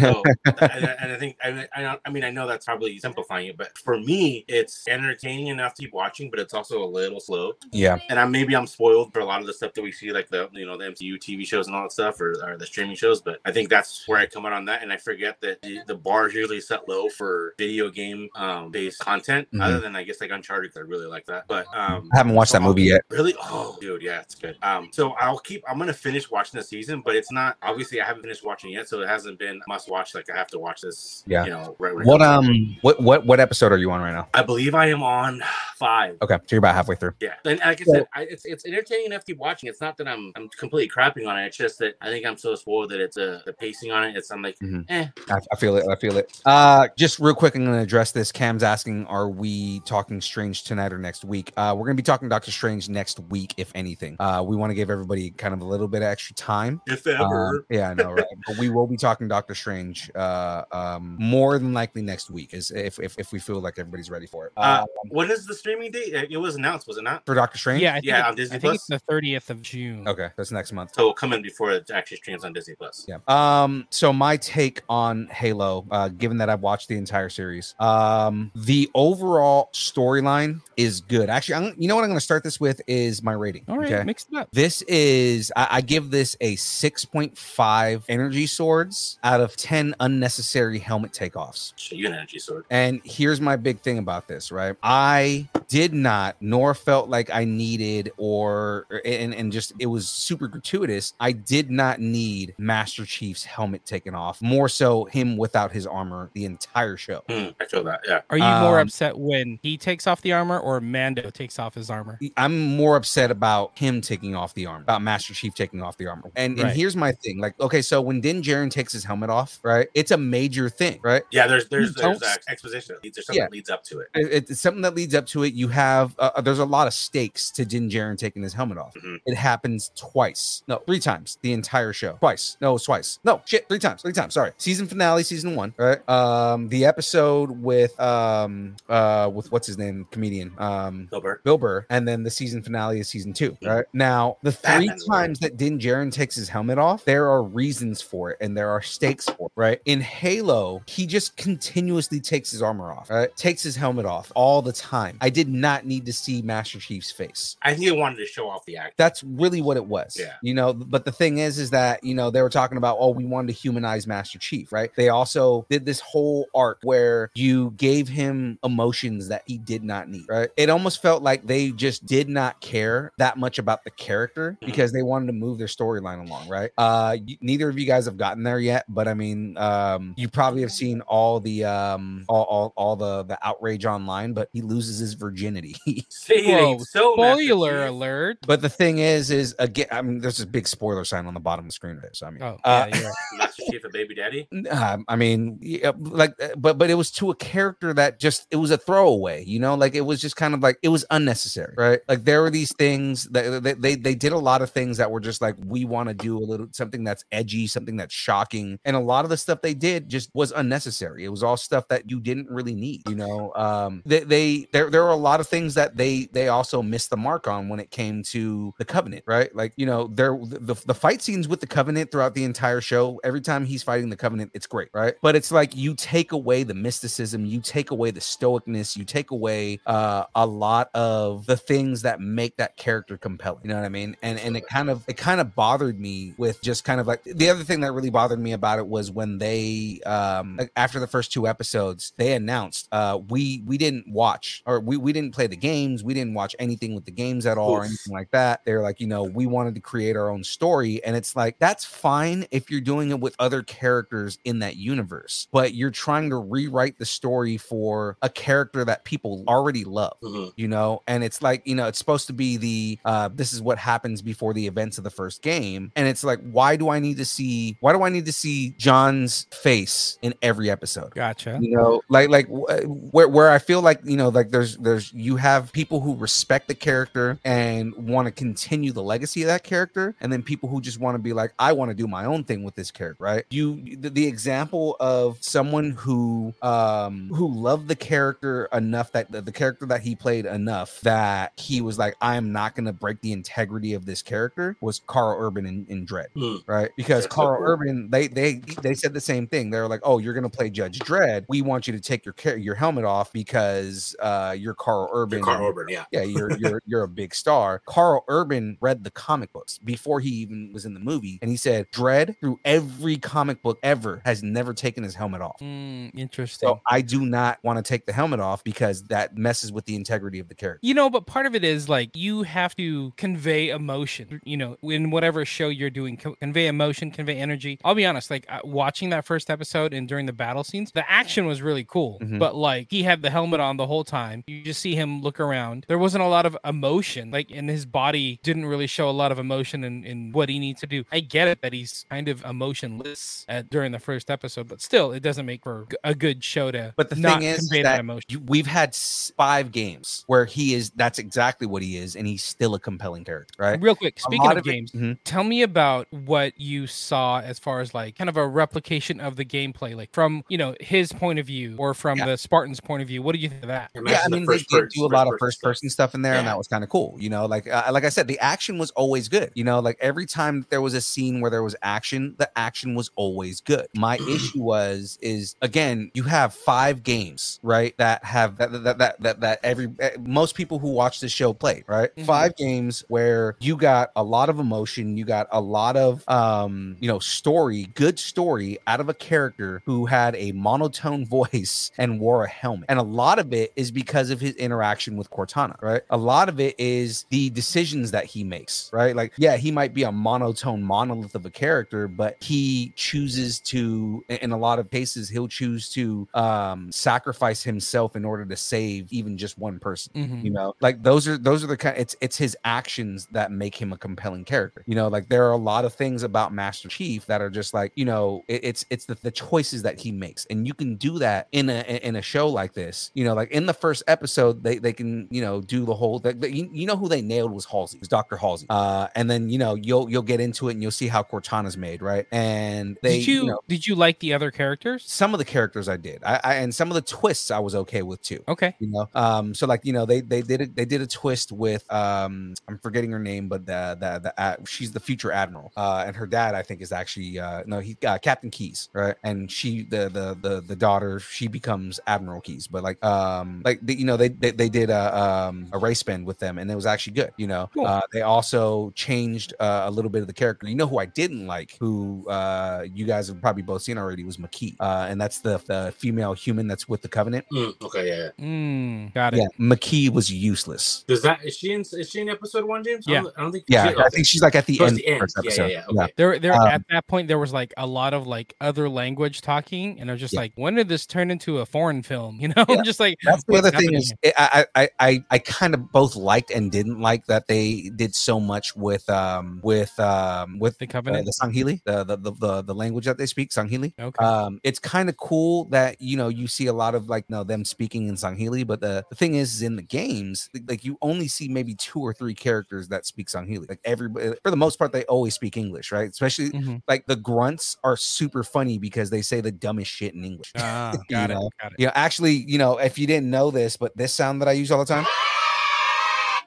So, and, and I think I, I, I mean I know that's probably simplifying it, but for me, it's entertaining enough to keep watching, but it's also a little slow.
Yeah.
And I maybe I'm spoiled for a lot of the stuff that we see, like the you know the MCU TV shows and all that stuff, or, or the streaming shows. But I think that's where I come out on that, and I forget that the, the bar is usually set low for video game um, based content.
Mhm.
Other than I guess like Uncharted, 'cause I really like that. But um,
I haven't watched that
so I'll-
movie yet.
Really? Oh, dude, yeah, it's good. Um, so I'll keep. I'm gonna finish watching the season, but it's not. Obviously, I haven't finished watching yet, so it hasn't been must watch. Like I have to watch this.
Yeah.
You know, right. when it
What
comes out.
um what what what episode are you on right now?
I believe I am on five.
Okay, so you're about halfway through.
Yeah, and like I said, I, it's it's entertaining enough to keep watching. It's not that I'm I'm completely crapping on it. It's just that I think I'm so spoiled that it's uh, the pacing on it. It's I'm like,
Mhm.
eh,
I, I feel it. I feel it. Uh, just real quick, I'm gonna address this. Cam's asking, are we talking Strange tonight or next week? Uh, we're gonna be talking Doctor Strange next week, if anything. Uh, we want to give everybody kind of a little bit of extra time.
if
Um, yeah, I know, right? but we will be talking Doctor Strange uh, um, more than likely next week, is if, if if we feel like everybody's ready for it.
Uh,
Um,
what is the streaming date? It it was announced, was it not?
for Doctor Strange,
Yeah, I think,
Yeah,
it-
on Disney
I think it's
Plus?
the 30th of June.
Okay, that's next month.
So it'll come in before it actually streams on Disney Plus.
Yeah. Um. So my take on Halo, uh, given that I've watched the entire series, um, the overall storyline is good. Actually, I'm, you know what I'm going to start this with is my rating.
All right, mixed it up.
This is I, I give this a 6.5 energy swords out of 10 unnecessary helmet takeoffs.
So you an energy sword.
And here's my big thing about this, right? I did not, nor felt like I needed, or er, and and just it was super gratuitous. I did not need Master Chief's helmet taken off. More so, him without his armor the entire show.
Hmm, I feel that. Yeah.
Are you more
um,
upset when he takes off the armor or Mando takes off his armor?
I'm more upset about him taking off the armor, about Master Chief taking off the armor. And, and
Right.
here's my thing: like, okay, so when Din Djarin takes his helmet off, right? It's a major thing, right?
Yeah. There's there's
don't
there's uh, exposition. There's something
Yeah.
that leads up to it.
it, it's something that leads up to it. You have uh, there's a lot of stakes to Din Djarin taking his helmet off.
Mhm.
It happens twice, no, three times the entire show. Twice, no, it's twice, no, shit, three times, three times. Sorry, season finale, season one, right? Um, the episode with um uh with what's his name, comedian um
Gilbert.
Bill Burr, and then the season finale is season two. Right now, the three
Batman's
times that Din Djarin takes his helmet off, there are reasons for it, and there are stakes for it. Right in Halo, he just continuously takes his armor off, right? takes his helmet off all the time. I did did not need to see Master Chief's face.
I think they wanted to show off the act.
That's really what it was.
Yeah.
You know, but the thing is, is that, you know, they were talking about, oh, we wanted to humanize Master Chief, right? They also did this whole arc where you gave him emotions that he did not need, right? It almost felt like they just did not care that much about the character
Mhm.
because they wanted to move their storyline along, right? Uh, you, neither of you guys have gotten there yet, but I mean, um, you probably have seen all the, um, all, all, all the, the outrage online, but he loses his virginity.
Say it ain't
Whoa,
so, Master
Spoiler
Chief.
alert.
But the thing is, is again, I mean, there's a big spoiler sign on the bottom of the screen of it. So I mean,
Oh,
uh,
yeah, you're right.
Master Chief and Baby Daddy.
um, I mean, yeah, like, uh, but but it was to a character that just it was a throwaway, you know, like it was just kind of like it was unnecessary, right? Like there were these things that they they, they did a lot of things that were just like we want to do a little something that's edgy, something that's shocking, and a lot of the stuff they did just was unnecessary. It was all stuff that you didn't really need, you know. Um, they, they there there were a lot of things that they they also missed the mark on when it came to the Covenant, right? Like you know, there the the fight scenes with the Covenant throughout the entire show. Every time he's fighting the Covenant, it's great, right? But it's like you take away the mysticism, you take away the stoicness, you take away uh, a lot of the things that make that character compelling. You know what I mean? And and it kind of it kind of bothered me with just kind of like the other thing that really bothered me about it was when they um like, after the first two episodes they announced uh we we didn't watch or we we didn't play the games, we didn't watch anything with the games at all or
Oof.
anything like that. They're like, you know, we wanted to create our own story and it's like that's fine if you're doing it with other characters in that universe, but you're trying to rewrite the story for a character that people already love
Mhm.
you know and it's like you know it's supposed to be the uh this is what happens before the events of the first game and it's like why do i need to see why do i need to see john's face in every episode
Gotcha.
you know like like wh- where where i feel like you know like there's there's you have people who respect the character and want to continue the legacy of that character and then people who just want to be like i want to do my own thing with this character right you the, the example of someone who um who loved the character enough that the, the character that he played enough that he was like i'm not going to break the integrity of this character was carl urban in, in dread
Hmm.
right? Because
That's so
Carl
cool.
Urban, they they they said the same thing. They're like, "Oh, you're gonna play Judge Dredd. We want you to take your ca- your helmet off because uh, you're Carl Urban.
Carl Urban, yeah.
yeah, you're you're you're a big star." Carl Urban read the comic books before he even was in the movie, and he said, "Dredd through every comic book ever has never taken his helmet off."
Mm, interesting.
So I do not want to take the helmet off because that messes with the integrity of the character.
You know, but part of it is like you have to convey emotion, you know, in whatever show you're doing, co- convey emotion, convey energy. I'll be honest, like uh, watching that first episode and during the battle scenes, the action was really cool,
Mhm.
but like he had the helmet on the whole time. You just see him look around. There wasn't a lot of emotion, like, and his body didn't really show a lot of emotion in, in what he needs to do. I get it that he's kind of emotionless at, during the first episode, but still, it doesn't make for g- a good show to
But the
not
thing is
convey
that
emotion.
you- we've had s- five games where he is. That's exactly what he is, and he's still a compelling character, right?
Real quick,
A
speaking
lot
of
it-
games,
Mhm.
tell me about what you saw as far as like kind of a replication of the gameplay like from you know his point of view or from
Yeah.
the spartan's point of view what do you think of that
yeah, I
Imagine the
mean, they
first
did
person-
do a lot of
first
first
person
person stuff in there, and
Yeah.
that was kind of cool. You know, like uh, like I said, the action was always good. You know, like every time that there was a scene where there was action, the action was always good. My issue was is again, you have five games, right? That have that that that that, that every eh, most people who watch this show play, right?
Mm-hmm.
Mhm.
Five games where you got a lot of emotion, you got a lot of um, you know, story, good story out of a character who had a monotone voice and wore a helmet. And a lot of it is because of his interaction with Cortana, right? A lot of it is the decisions that he makes, right? Like, yeah, he might be a monotone monolith of a character, but he chooses to, in- in a lot of cases, he'll choose to um, sacrifice himself in order to save even just one person
Mhm.
you know like those are those are the kind it's it's his actions that make him a compelling character you know like there are a lot of things about master chief that are just like you know it, it's it's the, the choices that he makes and you can do that in a in a show like this you know like in the first episode they they can you know do the whole like, you, you know who they nailed was halsey it was dr halsey uh and then you know you'll you'll get into it and you'll see how cortana's made right and they
did you,
you know
did you like the other characters
some of the characters i did I, I and some of the twists i was okay with too
okay
you know um so like you know they they did a, they did a twist with um i'm forgetting her name but the the, the uh, she's the future admiral uh and her dad i think is actually uh no he uh, captain keys right and she the, the the the daughter she becomes admiral keys but like um like the, you know they they, they did a um a race spin with them and it was actually good you know
Cool.
uh, they also changed uh, a little bit of the character you know who i didn't like who uh you guys have probably both seen already was mckee uh and that's the, the female human that's with the covenant
Mm, okay, yeah. yeah.
Mm, got it.
yeah mckee was useless
Does that is she in is she in episode one, James? I
Yeah.
don't, I don't think.
yeah
she,
i think she's like at the
Towards
end,
the end.
of the
Yeah,
first
yeah,
episode.
yeah, okay.
There, there
Um,
at that point, there was like a lot of like other language talking, and I was just
Yeah.
like, when did this turn into a foreign film? You know,
Yeah.
just like
That's the
what's
other thing
happening
is it- I I I, I kind of both liked and didn't like that they did so much with um with um with
the
uh,
covenant.
the Sanghili the the, the the the language that they speak Sanghili.
okay,
Um, it's kind of cool that you know you see a lot of like no them speaking in Sanghili, but the, the thing is, is in the games like- like you only see maybe two or three characters that speak Sanghili. Like everybody for the most part they always speak English, right? Especially
Mhm.
like the grunts are super funny because they say the dumbest shit in English.
ah, got it,
know,
got it.
Yeah, actually, you know, if you didn't know this, but this sound that I use all the time,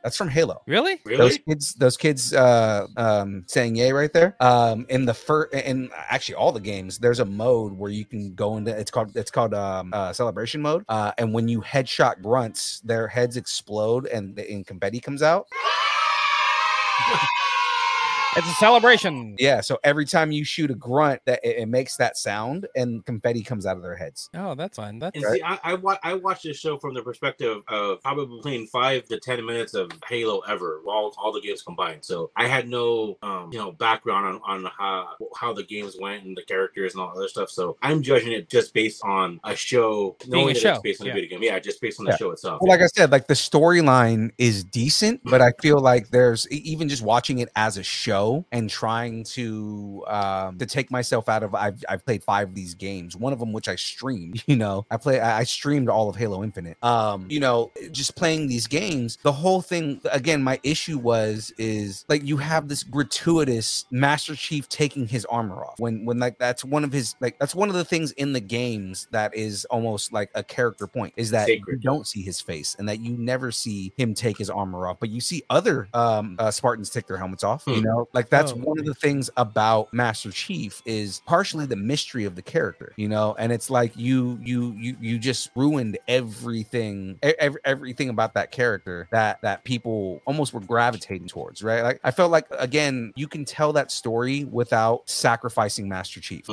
that's from Halo.
Really?
Those
really.
kids, those kids, uh, um, saying yay right there. Um, in the first, in actually all the games, there's a mode where you can go into. It's called it's called um, uh, celebration mode. Uh, and when you headshot grunts, their heads explode and the and confetti comes out.
It's a celebration.
Yeah, so every time you shoot a grunt, that it, it makes that sound and confetti comes out of their heads.
Oh, that's fun. That's
And see, I I, wa- I watched this show from the perspective of probably playing five to ten minutes of Halo ever, all all the games combined. So I had no um you know background on on how how the games went and the characters and all that other stuff. So I'm judging it just based on a show, knowing
a
that
show,
it's based on
yeah.
the video game. Yeah, just based on the
Yeah.
show itself.
Well, like I said, like the storyline is decent, but I feel like there's e- even just watching it as a show and trying to um to take myself out of I've I've played five of these games, one of them which I streamed, you know. I play I I streamed all of Halo Infinite. Um, you know, just playing these games, the whole thing again, my issue was is like you have this gratuitous Master Chief taking his armor off when when like that's one of his like that's one of the things in the games that is almost like a character point is that you
Sacred.
don't see his face and that you never see him take his armor off, but you see other um uh, Spartans take their helmets off. You
Hmm.
know, like that's
Oh,
one of the things about Master Chief is partially the mystery of the character. You know, and it's like you you you you just ruined everything e- ev- everything about that character that that people almost were gravitating towards. Right? Like I felt like again, you can tell that story without sacrificing Master Chief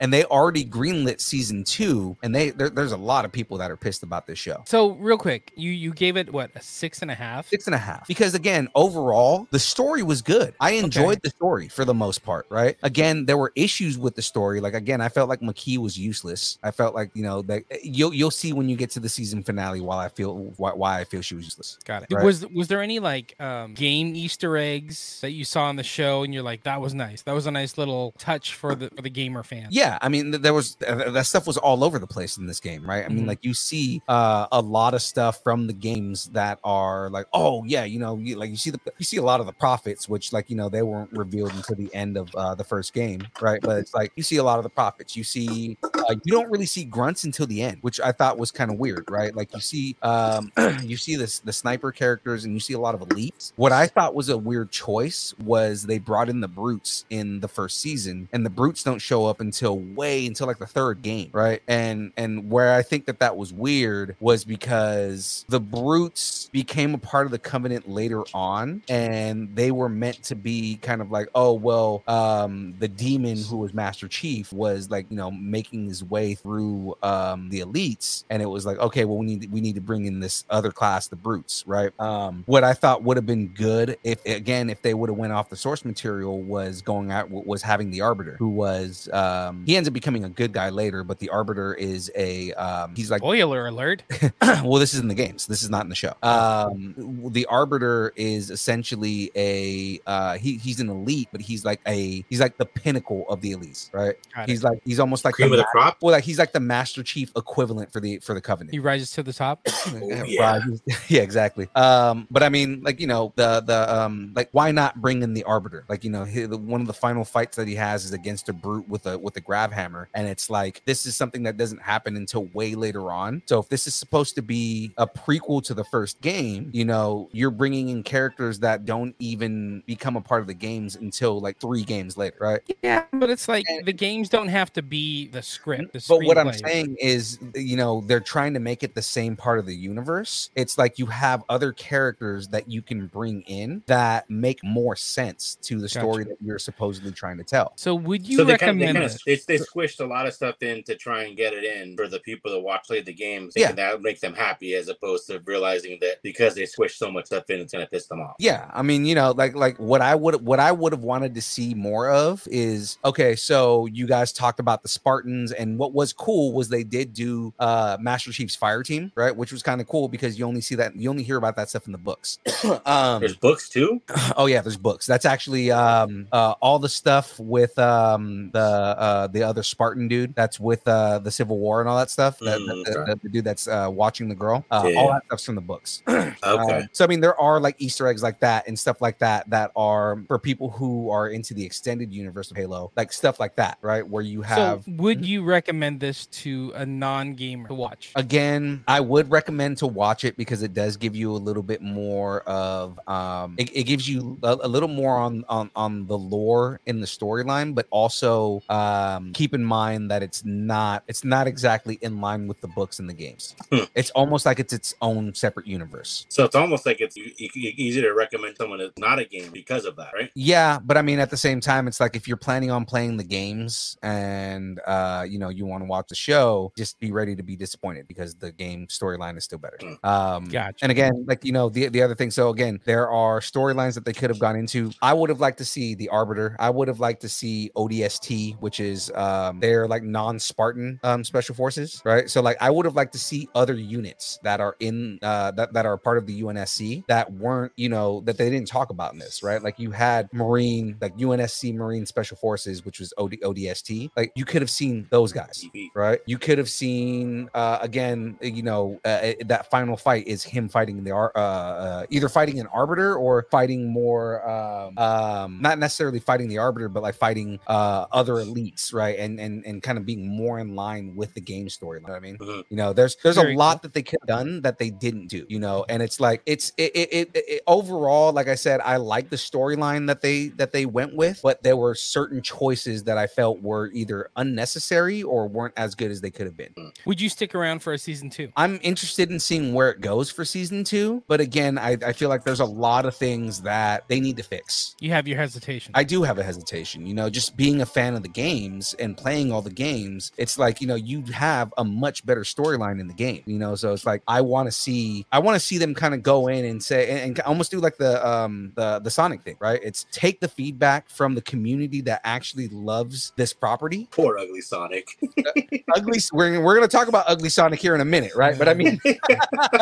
and they already greenlit season two and they there, there's a lot of people that are pissed about this show
so real quick. You you gave it what a six and a half?
six and a half because again overall the story was good i enjoyed the story for the most part right again there were issues with the story like again i felt like mckee was useless i felt like you know that eh, you'll you'll see when you get to the season finale why i feel why, why i feel she was useless
Got it.
Right.
Was was there any like um, game Easter eggs that you saw on the show, and you're like, that was nice. That was a nice little touch for the for the gamer fan.
Yeah, I mean, th- there was th- th- that stuff was all over the place in this game, right? I mean,
Mhm.
like you see uh, a lot of stuff from the games that are like, oh yeah, you know, you, like you see the you see a lot of the profits, which like you know they weren't revealed until the end of uh, the first game, right? But it's like you see a lot of the profits. You see, uh, you don't really see grunts until the end, which I thought was kind of weird, right? Like you see, um, you see this the sniper characters, and you see a lot of elites. What I thought was a weird choice was they brought in the brutes in the first season, and the brutes don't show up until way until like the third game, right? And and where I think that that was weird was because the brutes became a part of the covenant later on, and they were meant to be kind of like, oh well, um, the demon who was Master Chief was like you know making his way through um, the elites, and it was like, okay, well we need we need to bring in this other class, the brutes, right? Um, what I thought would have been good if again if they would have went off the source material was going out was having the arbiter who was um, he ends up becoming a good guy later, but the arbiter is a um, he's like
Spoiler alert.
well, this is in the games. This is not in the show.
Oh.
Um, the Arbiter is essentially a uh, he, he's an elite, but he's like a he's like the pinnacle of the elites, right?
Got it.
He's like he's almost like
cream
the
of the
ma-
crop.
well, like he's like the Master Chief equivalent for the for the Covenant.
He rises to the top.
Oh,
yeah.
yeah.
yeah, exactly. Um, but I mean, like you know, the the um, like why not bring in the arbiter? Like you know, he, the, one of the final fights that he has is against a brute with a with a grab hammer, and it's like this is something that doesn't happen until way later on. So if this is supposed to be a prequel to the first game, you know, you're bringing in characters that don't even become a part of the games until like three games later, right?
Yeah, but it's like the games don't have to be the script. The
But what I'm
screenplay.
saying is, you know, they're trying to make it the same part of the universe. It's like you have other characters that you can bring in that make more sense to the story that you're supposedly trying to tell.
So would you
so they kind of,
recommend
they, kind of,
this?
they, they squished a lot of stuff in to try and get it in for the people that watch played the game. Thinking
Yeah.
that would make them happy, as opposed to realizing that because they squished so much stuff in, it's gonna piss them off.
Yeah, I mean, you know, like like what I would what I would have wanted to see more of is okay. So you guys talked about the Spartans, and what was cool was they did do uh Master Chief's fire team, right? Which was kind of cool because you only see that you only hear about that stuff in the books. um,
There's books too.
oh yeah, there's books. That's actually
Mm-hmm.
um uh, all the stuff with um the uh the other Spartan dude that's with uh the Civil War and all that stuff. That,
Mm,
the,
okay.
the, the dude that's uh, watching the girl. Uh,
Yeah.
All that stuff's from the books.
Okay.
Uh, so I mean, there are like Easter eggs like that and stuff like that that are for people who are into the extended universe of Halo, like stuff like that, right? Where you have.
so would you recommend this to a non-gamer to watch?
Again, I would recommend to watch it because it does give you a little bit more of um it, it gives you a, a little more on on on the lore in the storyline, but also um keep in mind that it's not it's not exactly in line with the books and the games.
Hmm.
It's almost like it's its own separate universe.
So it's almost like it's e- e- e- easy to recommend someone that's not a game because of that, right?
Yeah, but I mean, at the same time, it's like if you're planning on playing the games and uh, you know you want to watch the show, just be ready to be disappointed because the game storyline is still better. Um,
Gotcha.
And again, like you know, the the other thing. So again, there are storylines that they could have gone into. I would have liked to see the Arbiter. I would have liked to see ODST, which is um, they're like non-Spartan um, special forces, right? So like I would have liked to see other units that are in uh, that that are part of the UNSC that weren't you know that they didn't talk about in this, right? Like you had Marine, like UNSC Marine Special Forces, which was OD- ODST. Like you could have seen those guys
TV.
right? You could have seen uh, again, you know, uh, that final fight is him fighting the ar- uh, uh, either fighting an arbiter or fighting more, um, um, not necessarily fighting the arbiter, but like fighting uh, other elites, right? And and and kind of being more in line with the game storyline. You know what I mean,
Mhm.
you know, there's there's
Very
a
cool.
lot that they could have done that they didn't do, you know, and it's like it's it it, it, it overall, like I said, I like the storyline that they that they went with, but there were certain choices that I felt were either unnecessary or weren't as good as they could have been.
Would you stick around for a season two?
I'm interested in seeing where it goes for season two, but again, I, I feel like there's a lot of things that they need to fix.
You have your hesitation.
I do have a hesitation, you know, just being a fan of the games and playing all the games. It's like, you know, you have a much better storyline in the game, you know, so it's like I want to see I want to see them kind of go in and say and, and almost do like the um the the Sonic thing, right? It's take the feedback from the community that actually loves this property
Poor ugly Sonic.
ugly we're, we're going to talk about ugly sonic here in a minute right but i mean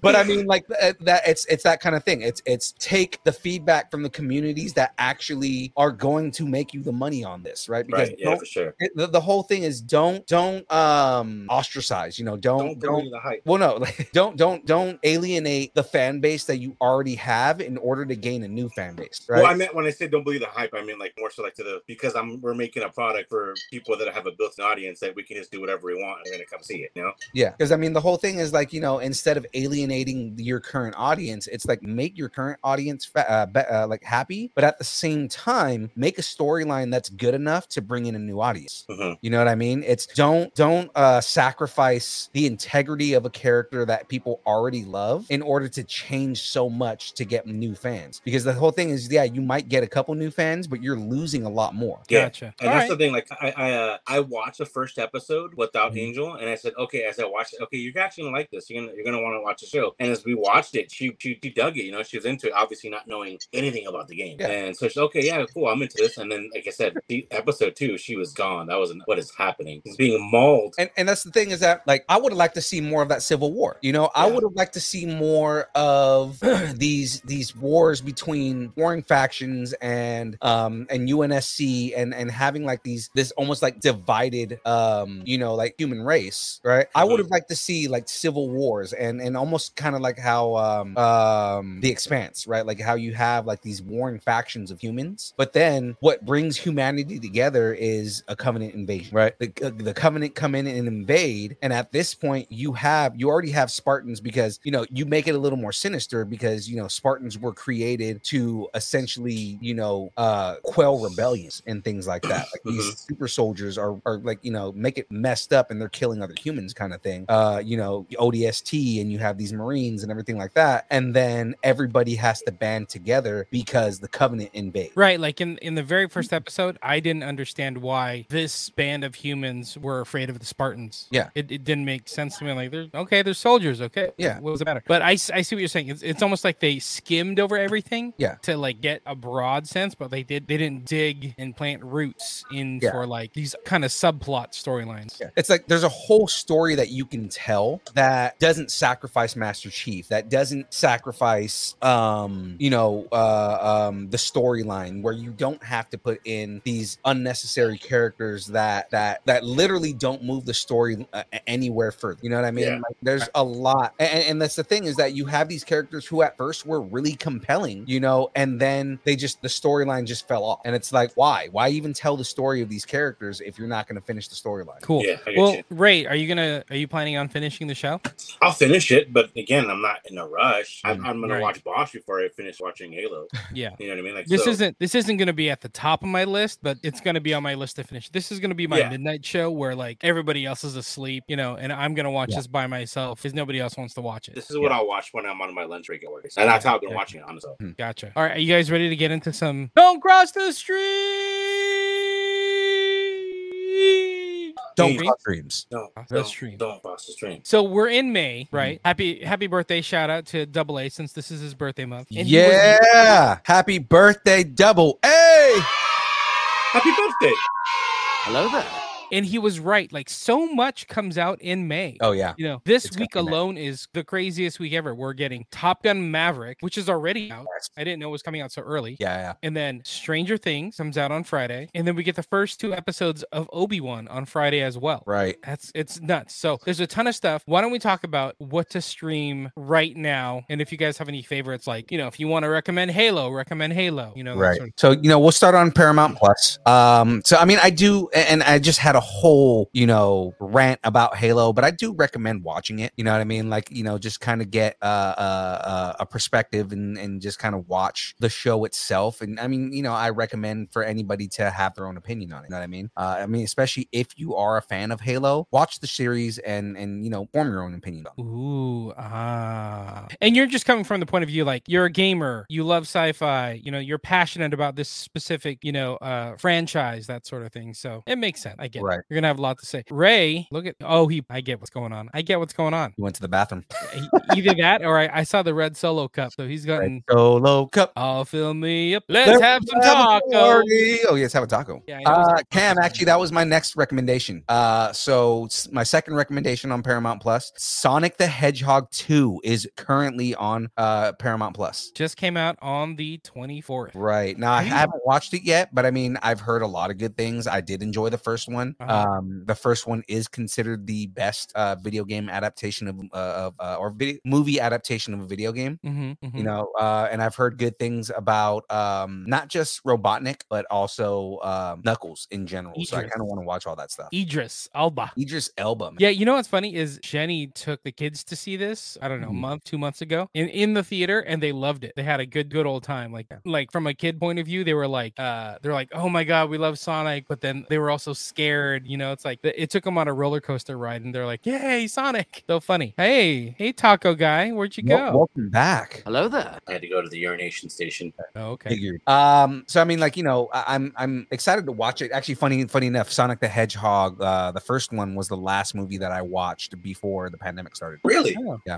but i mean like uh, that it's it's that kind of thing it's it's take the feedback from the communities that actually are going to make you the money on this right because
right? Yeah,
don't-
for sure.
it- the, the whole thing is don't don't um ostracize you know don't
believe
don't
the hype.
well no like, don't don't don't alienate the fan base that you already have in order to gain a new fan base right
Well, I meant when I said don't believe the hype, I mean like more so like to the because I'm we're making a product for people that have a built-in audience that we can just do whatever we want and they're gonna come see it. You know,
Yeah, because I mean, the whole thing is like you know, instead of alienating your current audience, it's like make your current audience fa- uh, be- uh, like happy, but at the same time, make a storyline that's good enough to bring in a new audience.
Mhm.
You know what I mean? It's don't don't uh, sacrifice the integrity of a character that people already love in order to change so much to get new fans. Because the whole thing is, yeah, you might get a couple new fans, but you're losing a lot more.
yeah.
Gotcha.
And
All
that's
right.
the thing. Like I, I, uh, I watched the first episode without
Mm-hmm.
Angel, and I said, okay. As I watched it, okay, you're actually gonna like this. You're gonna, you're gonna want to watch the show. And as we watched it, she, she, she dug it. You know, she was into it, obviously not knowing anything about the game.
Yeah.
And so she's okay, yeah, cool. I'm into this. And then, like I said, the episode two, she was gone. That was what is happening. It's being mauled.
and and that's the thing is that like I would have liked to see more of that civil war. You know, I
Yeah.
would have liked to see more of these these wars between warring factions and um and UNSC and and having like these this almost like divided um you know like human race, right? I would have liked to see like civil wars and and almost kind of like how um um the expanse, right? Like how you have like these warring factions of humans, but then what brings humanity together is a covenant invasion, right? The, uh, the covenant come in and invade, and at this point, you have you already have Spartans because you know you make it a little more sinister because you know Spartans were created to to essentially, you know, uh, quell rebellions and things like that. Like these super soldiers are, are like, you know, make it messed up and they're killing other humans kind of thing. Uh, you know, ODST and you have these Marines and everything like that. And then everybody has to band together because the Covenant invades.
Right, like in in the very first episode, I didn't understand why this band of humans were afraid of the Spartans.
Yeah.
it, it didn't make sense to me. Like, they're okay, they're soldiers. Okay,
Yeah.
what was the matter? But I, s- I see what you're saying. It's, it's almost like they skimmed over everything.
Yeah.
to like get a broad sense, but they did they didn't dig and plant roots in
Yeah.
for like these kind of subplot storylines.
Yeah. It's like there's a whole story that you can tell that doesn't sacrifice Master Chief, that doesn't sacrifice um, you know, uh um the storyline where you don't have to put in these unnecessary characters that that that literally don't move the story uh, a- anywhere further. You know what I mean?
Yeah.
Like there's a lot a- a- and, that's the thing is that you have these characters who at first were really compelling, you know, and then they just the storyline just fell off. And it's like, why? Why even tell the story of these characters if you're not going to finish the storyline?
Cool.
Yeah, I get
well,
you.
Ray, are you gonna are you planning on finishing the show?
I'll finish it, but again, I'm not in a rush. I'm, I'm gonna
Mm, Right.
watch Bosch before I finish watching Halo.
Yeah.
You know what I mean? Like
This
so-
isn't this isn't gonna be at the top of my list, but it's gonna be on my list to finish. This is gonna be my
Yeah.
midnight show where like everybody else is asleep, you know, and I'm gonna watch
Yeah.
this by myself because nobody else wants to watch it.
This is what I'll watch when I'm on my lunch break at work, and that's how I've been
Yeah.
watching it. Honestly,
Gotcha. All right, are you guys ready to get into some? Don't cross the street.
Don't
Maybe.
call dreams.
no,
That's
don't,
true.
Don't boss the stream.
So we're in May, right? Happy happy birthday shout out to Double A since this is his birthday month. And he was-
Yeah. Happy birthday, double A.
Happy birthday!
I love that.
and he was right. Like so much comes out in May.
Oh, yeah.
You know, this
It's
week
gonna be nice.
alone is the craziest week ever. We're getting Top Gun Maverick, which is already out. I didn't know it was coming out so early.
Yeah. yeah.
And then Stranger Things comes out on Friday. And then we get the first two episodes of Obi-Wan on Friday as well.
Right.
That's it's nuts. So there's a ton of stuff. Why don't we talk about what to stream right now? And if you guys have any favorites, like you know, if you want to recommend Halo, recommend Halo. You know, that
Right.
sort of-
So, you know, we'll start on Paramount Plus. Um, so I mean, I do and I just had a whole, you know, rant about Halo, but I do recommend watching it. You know what I mean? Like, you know, just kind of get uh, uh, uh, a perspective and and just kind of watch the show itself. And I mean, you know, I recommend for anybody to have their own opinion on it. You know what I mean? Uh, I mean, especially if you are a fan of Halo, watch the series and and you know, form your own opinion on it.
Ooh, ah. And you're just coming from the point of view like you're a gamer, you love sci-fi, you know, you're passionate about this specific, you know, uh franchise, that sort of thing. So it makes sense. I get it.
Right.
You're gonna have a lot to say. Ray, look at oh he I get what's going on. I get what's going on.
You went to the bathroom.
E- Either that or I, I saw the red solo cup. So he's gotten
Solo cup.
I'll fill me up. Let's have some
Have a
tacos.
party. Oh, yes, have a taco.
Yeah, I know it's
uh,
like-
Cam, actually, that was my next recommendation. Uh, so s- my second recommendation on Paramount Plus, Sonic the Hedgehog 2 is currently on uh, Paramount Plus.
Just came out on the 24th.
Right now, I haven't watched it yet, but I mean, I've heard a lot of good things. I did enjoy the first one.
Uh-huh.
Um, the first one is considered the best uh, video game adaptation of, uh, of uh, or video, movie adaptation of a video game
hmm
you know uh and i've heard good things about um not just robotnik but also um knuckles in general so i
Idris.
kind of want to watch all that stuff
Idris Alba.
idris elba man.
Yeah, you know what's funny is Jenny took the kids to see this. I don't know, a
Mm-hmm.
Mhm.
month, two months ago, in in the theater, and they loved it. They had a good, good old time. Like, like from a kid point of view, they were like, uh, they're like, oh my god, we love Sonic, but then they were also scared. You know, it's like it took them on a roller coaster ride, and they're like, yay, Sonic! So funny. Hey, hey, Taco Guy, where'd you
Wel-
go?
welcome back
Hello there.
I had to go to the urination station.
Oh, okay.
Figured. Um, so I mean, like you know, I, I'm I'm excited to watch it. Actually, funny funny enough, Sonic the Hedgehog, uh, the first one was the last movie that I watched before the pandemic started.
Really?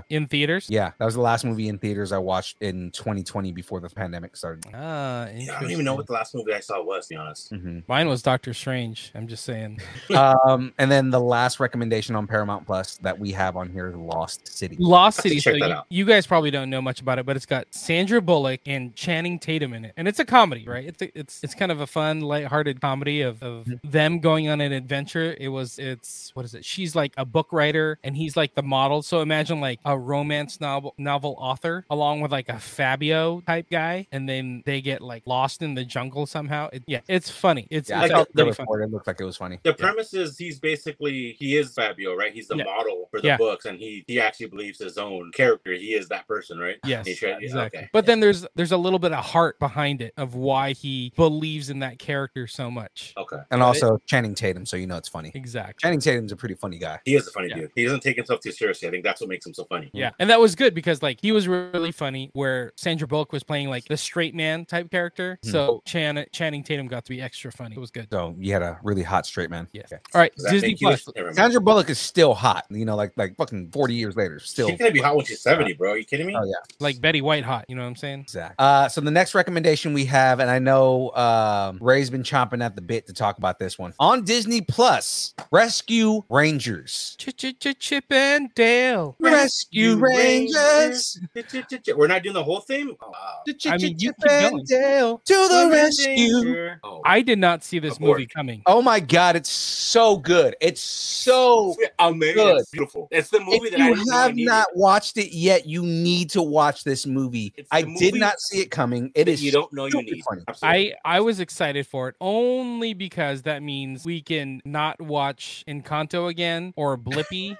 In theaters.
Yeah, that was the last movie in theaters I watched in 2020 before the pandemic started.
Ah,
Yeah, I don't even know
interesting.
what the last movie I saw was. To be honest,
Mhm.
Mine was Doctor Strange. I'm just saying.
um, and then the last recommendation on Paramount Plus that we have on here is Lost City.
Lost
Have to
City. So
check that
you,
out.
you guys probably don't know much about it, but it's got Sandra Bullock and Channing Tatum in it, and it's a comedy, right? It's a, it's it's kind of a fun, lighthearted comedy of, of them going on an adventure. It was it's what is it? She's like a book writer, and he's like the model. So imagine like a romance novel novel author along with like a Fabio type guy, and then they get like lost in the jungle somehow. It, yeah, it's funny. It's,
Yeah, I
it's
saw
all
the
pretty fun.
report. It looked like it was funny.
yeah, the premise is he's basically he is Fabio, right? He's the
Yeah.
model for the
Yeah.
books, and he he actually believes his own character. He is that person, right?
Yes,
He tried- yeah,
exactly.
okay.
But then there's there's a little bit of heart behind it of why he believes in that character so much.
Okay.
And also Channing Tatum, so you know it's funny.
Exactly.
Channing Tatum's a pretty funny guy.
He is a funny
Yeah.
dude. He doesn't take himself too seriously. I think that's what makes him so funny.
Yeah, and that was good because like he was really funny. Where Sandra Bullock was playing like the straight man type character,
Hmm.
so Chan- Channing Tatum got to be extra funny. It was good.
So you had a really hot straight man.
Yes.
Okay.
All right,
Does that
Disney
make you a-
Plus.
Never mind.
Sandra Bullock is still hot, you know, like like fucking 40 years later, still
She's gonna be hot when she's seventy, bro. Are you kidding me?
Oh, yeah.
like Betty White hot. You know what I'm saying?
Exactly. Uh, so the next recommendation we have, and I know um, Ray's been chomping at the bit to talk about this one on Disney Plus: Rescue Rangers.
Ch- ch- ch- Chip and Dale.
Rescue Rangers.
Ch-ch-ch-ch. We're not doing the whole thing. Oh, wow.
I mean, you keep going.
Chippendale to the rescue.
Oh.
I did not see this
Abort.
movie coming.
Oh my God, it's so good! It's so
Amazing.
Good.
It's beautiful. It's the movie
if
that I
you
didn't know I
have
needed.
not watched it yet, you need to watch this movie.
It's
I
the
did
movie
not see it coming. It
that
is
you don't know you
stupid
need.
funny.
Absolutely.
I I was excited for it only because that means we can not watch Encanto again or Blippy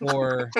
or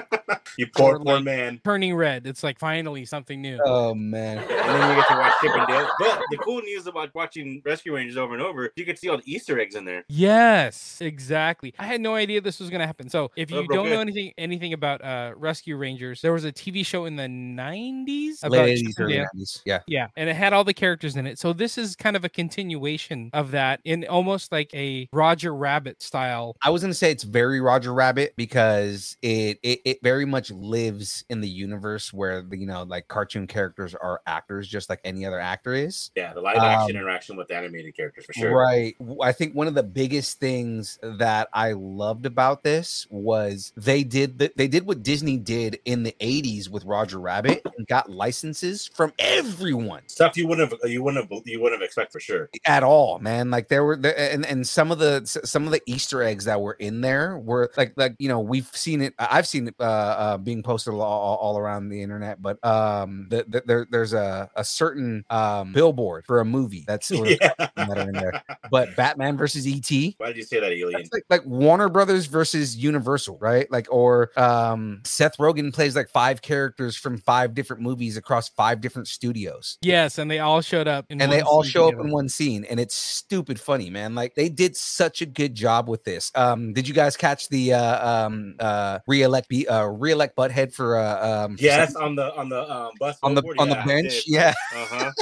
you poor,
or
poor
like-
man.
Turning Red. It's like finally something new.
Oh man,
and then you get to watch Chip and Dale. But the cool news about watching Rescue Rangers over and over, you can see all the Easter eggs in there.
Yes, exactly. I had no idea this was going to happen. So, if
Oh,
you
bro,
don't
good.
know anything anything about uh, Rescue Rangers, there was a TV show in the '90s about
late
Chip
80s,
and
early
Dale.
90s. Yeah.
Yeah, and it had all the characters in it. So this is kind of a continuation of that in almost like a Roger Rabbit style.
I was gonna say it's very Roger Rabbit because it, it it very much lives in the universe where the, you know like cartoon characters are actors just like any other actor is.
Yeah, the live action
Um,
interaction with the animated characters for sure.
Right. W- I think one of the biggest things that I loved about this was they did the, they did what Disney did in the 80s with Roger Rabbit and got licenses from everyone.
Stuff you wouldn't have you wouldn't have you wouldn't have expect for sure.
at all man like there were there, and and some of the s- some of the easter eggs that were in there were like like you know we've seen it I- i've seen it uh, uh being posted all, all all around the internet but um the, the, there there's a a certain um billboard for a movie that's sort of
Yeah.
that are in there but batman versus E et
Why did you say that, Alien?
that's like, like Warner Brothers versus Universal, right? Like, or um, Seth Rogen plays like five characters from five different movies across five different studios
Yes, and they all showed up, in
and they
one
all
scene
show up in
together.
one scene and it's stupid funny man like they did such a good job with this um did you guys catch the uh um uh reelect be uh reelect butthead for uh um for
Yes,
Senate
on the on the um, bus
on the
billboard,
on
yeah,
the
I
bench
did.
yeah
Uh-huh.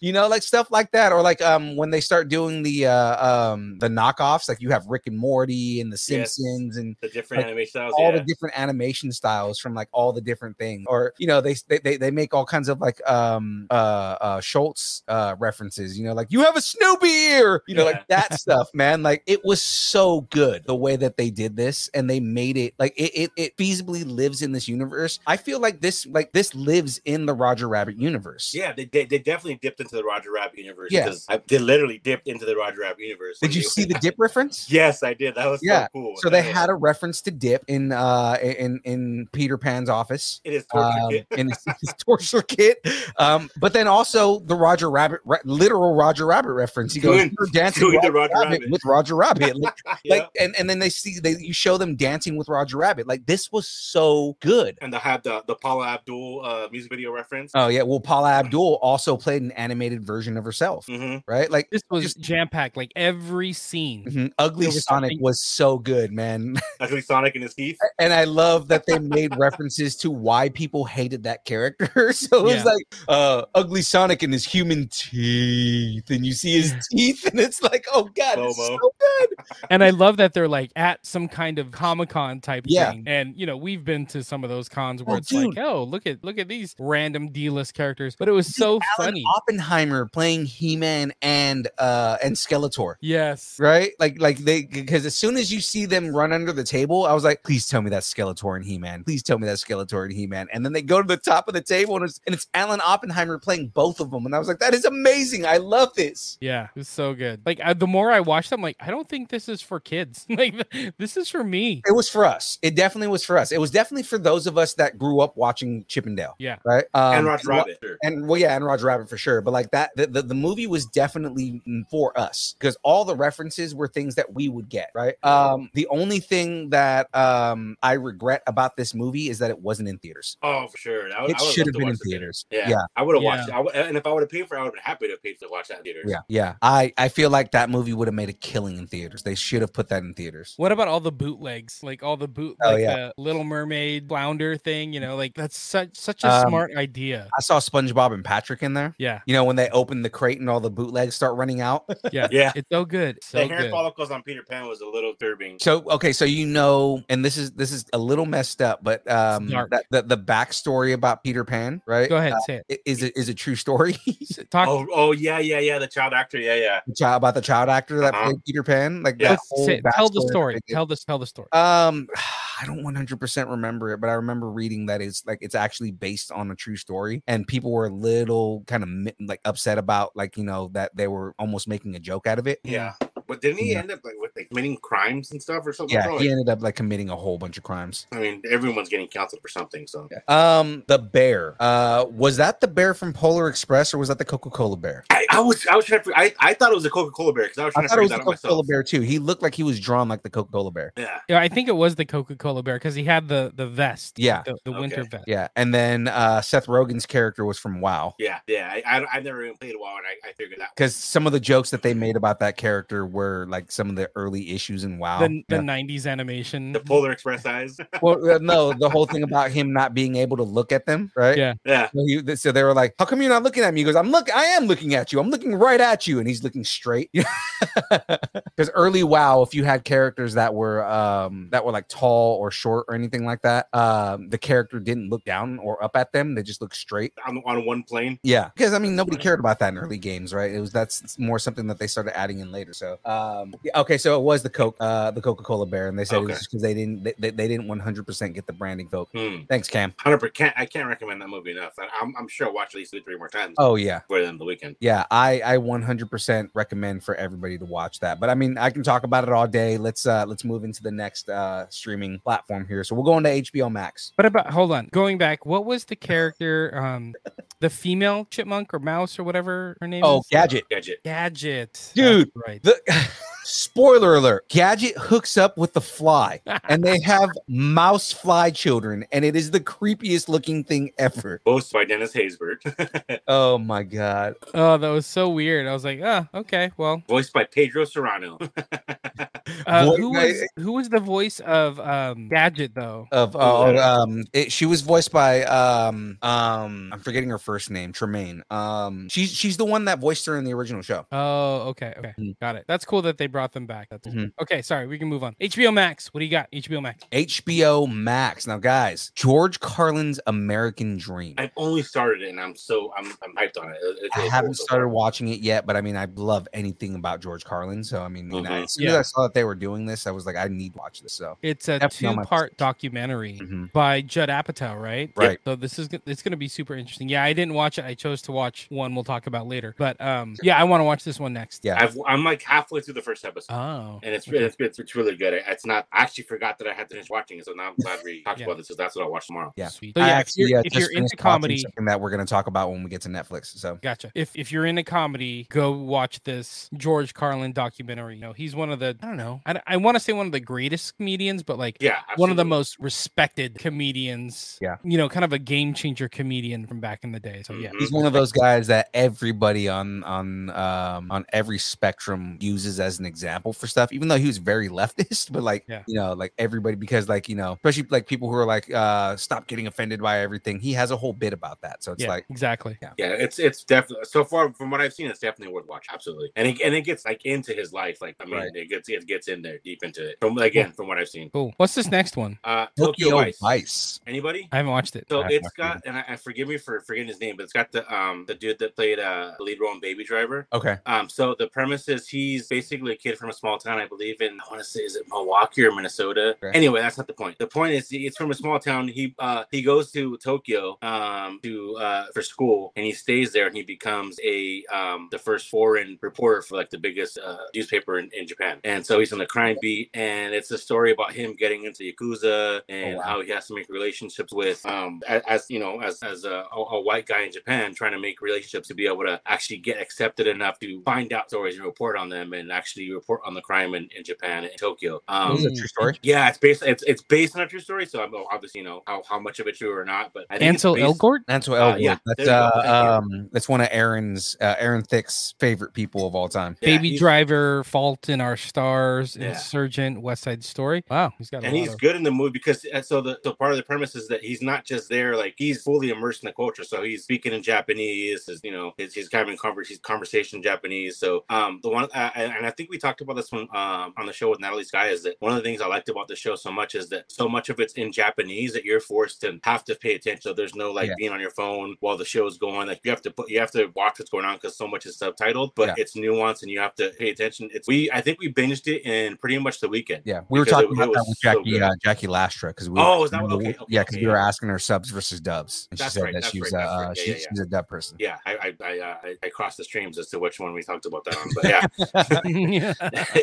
you know like stuff like that or like um when they start doing the uh um the knockoffs like you have rick and morty and the
Yes.
simpsons and
The different
Like,
animation styles.
all
yeah.
the different animation styles from like all the different things or you know they they- they, they make all kinds of like um uh uh schultz uh references you know like you have a snoopy ear you know like that stuff man like it was so good the way that they did this and they made it like it, it it feasibly lives in this universe i feel like this like this lives in the roger rabbit universe
yeah, they, they they definitely dipped into the Roger Rabbit universe.
Yeah.
because I, they literally dipped into the Roger Rabbit universe.
did
when
you
they-
see the dip reference
Yes, I did. That was
Yeah,
so cool.
so they
Yeah.
had a reference to dip in uh in in peter pan's office
it is torture
um,
kit.
in his, his torture kit. Um, but then also the Roger Rabbit, re- literal Roger Rabbit reference. He goes,
Doing-
"You're dancing
doing the
Roger
Roger
Rabbit
Rabbit."
with Roger Rabbit. Like,
Yeah.
like, and, and then they see they you show them dancing with Roger Rabbit. Like this was so good.
and they had the the Paula Abdul uh, music video reference.
Oh yeah. Well, Paula Abdul also played an animated version of herself,
Mhm.
right? Like
This was
just-
jam packed, like every scene.
mhm, Ugly
There was
Sonic
something-
was so good, man.
Actually, Sonic and his teeth.
and I love that they made references to why people hated that character. So it
Yeah.
was like uh ugly Sonic and his human teeth, and you see his teeth, and it's like, oh god, it's
Slow-mo.
so good.
And I love that they're like at some kind of Comic Con type
Yeah.
thing. And you know, we've been to some of those cons where
Oh,
it's
dude.
like, oh, look at look at these random D list characters. But it was so
Alan
funny.
Oppenheimer playing He-Man and uh and Skeletor.
Yes.
Right, like, like they, because as soon as you see them run under the table, I was like, "Please tell me that's Skeletor and He Man. Please tell me that's Skeletor and He Man." And then they go to the top of the table, and it's and it's Alan Oppenheimer playing both of them, and I was like, "That is amazing! I love this."
Yeah, it was so good. Like I, the more I watched, I'm like, I don't think this is for kids. like this is for me.
It was for us. It definitely was for us. It was definitely for those of us that grew up watching Chippendale.
Yeah.
Right. Um,
and Roger Rabbit. sure.
and well, yeah, and Roger Rabbit for sure. But like that, the, the, the movie was definitely for us because all the references were things that we would get, right? Um, the only thing that um I regret about this movie is that it wasn't in theaters.
Oh, for sure. I, would-
It
I would
should have
love to
been in
watch this
theaters.
Yeah,
Yeah.
I would have
Yeah.
watched. It. I would, and if I would have paid for it, I would have been happy to have paid to watch that in theaters.
Yeah, yeah. I I feel like that movie would have made a killing in theaters. They should have put that in theaters.
What about all the bootlegs? Like all the boot,
Oh,
like
yeah.
the Little Mermaid flounder thing. You know, like that's such such a
Um,
smart idea.
I saw SpongeBob and Patrick in there.
Yeah,
You know when they open the crate and all the bootlegs start running out.
yeah,
Yeah.
It's so good,
The
so
hair
good.
follicles on Peter Pan was a little disturbing.
So okay, so you know, and this is this is a little messed up, but um,
dark.
that, the the backstory about Peter Pan, right?
Go ahead,
Uh,
say it.
i- is it is a true story?
S- Talk.
Oh, oh yeah, yeah, yeah. The child actor, yeah, yeah.
The child about the child actor that
Uh-huh.
played Peter Pan, like
Yeah.
that
let's
whole
say- tell the
backstory
story.
thing.
Tell this. Tell the story.
Um, I don't one hundred percent remember it, but I remember reading that it's like it's actually based on a true story, and people were a little kind of mi- like upset about like you know that they were almost making a joke out of it.
Yeah. But didn't he
Mm. Yeah.
end up like with like committing crimes and stuff or something?
Yeah,
bro?
he ended up like committing a whole bunch of crimes.
I mean, everyone's getting counseled for something. So
Um, the bear. Uh, was that the bear from Polar Express or was that the Coca Cola bear?
I, I was, I was trying to. fig- I, I thought it was a Coca Cola bear because I was
I
trying to
thought it
figure
was
that
the
out
Coca Cola
myself.
bear too. He looked like he was drawn like the Coca Cola bear.
Yeah.
Yeah, I think it was the Coca Cola bear because he had the the vest.
Yeah.
the, the winter
Okay.
vest.
Yeah, and then uh, Seth Rogen's character was from Wow.
Yeah, yeah. I, I, I never even played WoW, and I, I figured that.
Because some of the jokes that they made about that character were like some of the early issues in WoW.
The, the
Yeah.
90s animation.
The Polar Express eyes.
well, uh, no, the whole thing about him not being able to look at them, right?
Yeah.
yeah.
So, he, th- so they were like, "How come you're not looking at me?" He goes, "I'm look. I am looking at you. I'm looking right at you." And he's looking straight. Because early WoW, if you had characters that were um that were like tall or short or anything like that, um the character didn't look down or up at them. They just looked straight.
On, on one plane.
Yeah, because I mean nobody cared about that in early games, right? It was that's more something that they started adding in later. So, um, yeah, okay, so it was the Coke, uh, the Coca Cola bear, and they said it
Okay.
was because they didn't they, they, they didn't one hundred percent get the branding vote.
Hmm.
Thanks, Cam.
Hundred percent. I can't recommend that movie enough. I, I'm, I'm sure I'll watch at least two, three more times
Oh yeah,
before the end of the weekend.
yeah i i 100% recommend for everybody to watch that but i mean i can talk about it all day let's uh let's move into the next uh streaming platform here so we'll go into hbo max
What about hold on, going back, what was the character, um, the female chipmunk or mouse or whatever her name
oh
is?
gadget
Gadget.
Gadget. That's
Dude.
right.
the spoiler alert gadget hooks up with the fly and they have mouse fly children and it is the creepiest looking thing ever
Both by Dennis Haysbert.
oh my god
Oh, that was so weird. I was like, oh, okay, well.
Voiced by Pedro Serrano.
Uh,
Voi-
who
I-
was who was the voice of um Gadget though?
of oh, um it, she was voiced by um um i'm forgetting her first name tremaine um she's she's the one that voiced her in the original show
Oh, okay, okay,
Mhm.
got it. That's cool that they brought them back. That's
Mhm.
okay. Sorry, we can move on. HBO Max, what do you got? HBO Max.
HBO Max. Now, guys, George Carlin's American Dream. I,
I've only started it, and I'm so I'm, I'm hyped on it. It- it's really cool
haven't
so
started
far.
watching it yet, but I mean, I love anything about George Carlin. So, I mean, you know,
Mhm.
as soon as I saw that they were doing this, I was like, I need to watch this. So,
It's a
Definitely on my
two-part documentary
Mhm.
by Judd Apatow, right?
Right.
So this is go- it's going to be super interesting. Yeah, I didn't watch it. I chose to watch one we'll talk about later. But um, yeah, I want to watch this one next.
yeah.
I've, I'm like halfway through the first episode.
Oh.
and it's, it's it's it's really good. It's not. I actually forgot that I had to finish watching it, so now I'm glad we talked
Yeah.
about this. So that's what I'll watch tomorrow.
yeah.
Sweet.
I
So yeah, if
actually,
you're,
uh,
if
just
you're into
finished watching
comedy,
something that we're going to talk about when we get to Netflix. So,
Gotcha. If if you're into comedy, go watch this George Carlin documentary. You know, he's one of the I don't know. I, I want to say one of the greatest comedians, but like
Yeah,
one of the
absolutely.
most respected comedians.
Yeah.
You know, kind of a game changer comedian from back in the day. So yeah.
Mhm.
he's one of those guys that everybody on on um on every spectrum uses as an example for stuff even though he was very leftist but like
Yeah.
you know like everybody because like you know especially like people who are like uh stop getting offended by everything he has a whole bit about that so it's
yeah,
like
exactly.
Yeah, it's it's definitely so far from what I've seen, it's definitely worth watching. Absolutely, and it, and it gets like into his life. Like I mean,
Right.
it gets it gets in there deep into it. From again, from what I've seen,
Cool. What's this next one?
uh,
Tokyo, Vice.
Anybody?
I haven't watched it.
So
I-
it's
I-
got, and I, I forgive me for forgetting his name, but it's got the um the dude that played uh the lead role in Baby Driver.
okay
Um, so the premise is he's basically a kid from a small town, I believe, in I want to say is it Milwaukee or Minnesota.
Okay.
Anyway, that's not the point. The point is he- it's from a small town. He uh he goes to Tokyo um to uh for school and he stays there and he becomes a um the first foreign reporter for like the biggest uh, newspaper in, in Japan. And so he's an a crime beat, and it's a story about him getting into yakuza and
Oh, wow.
how he has to make relationships with, um, as, as you know, as as a, a a white guy in Japan trying to make relationships to be able to actually get accepted enough to find out stories and report on them, and actually report on the crime in, in Japan and Tokyo. Um,
This is a true story.
yeah, it's based. It's it's based on a true story, so I'm obviously you know how, how much of it true or not. But I think it's
Ansel
based-
Elgort?
That's what
Uh,
Elwood.
yeah,
that's
there you go.
uh, um, that's one of Aaron's uh, Aaron Thick's favorite people of all time.
Yeah,
Baby
he's-
Driver, Fault in Our Stars,
Yeah.
Insurgent, West Side Story. Wow, he's got a
and
lot
he's
of-
good in the movie because uh, so the so part of the premise is that he's not just there like he's fully immersed in the culture so he's speaking in japanese is you know he's, he's having conver- he's conversation in japanese so um the one uh, and and i think we talked about this one um on the show with natalie sky is that one of the things i liked about the show so much is that so much of it's in japanese that you're forced to have to pay attention so there's no like
Yeah.
being on your phone while the show's going like you have to put you have to watch what's going on because so much is subtitled but
Yeah.
it's nuanced and you have to pay attention it's we i think we binged it in pretty much the weekend
Yeah, we were
Because
talking
it-
about
it
that
was
with
so
Jackie
good.
uh, Jackie Lastra because we
Oh,
were,
is that what-
we were-
okay, okay,
yeah because
okay,
we were
yeah.
asking her subs versus dubs and she
That's
said
right,
that
that's
she was
right,
uh,
that's
uh,
right. Yeah,
she,
yeah, yeah.
she's a dub person.
yeah, I I I, uh, I I crossed the streams as to which one we talked about that on, but yeah,
yeah.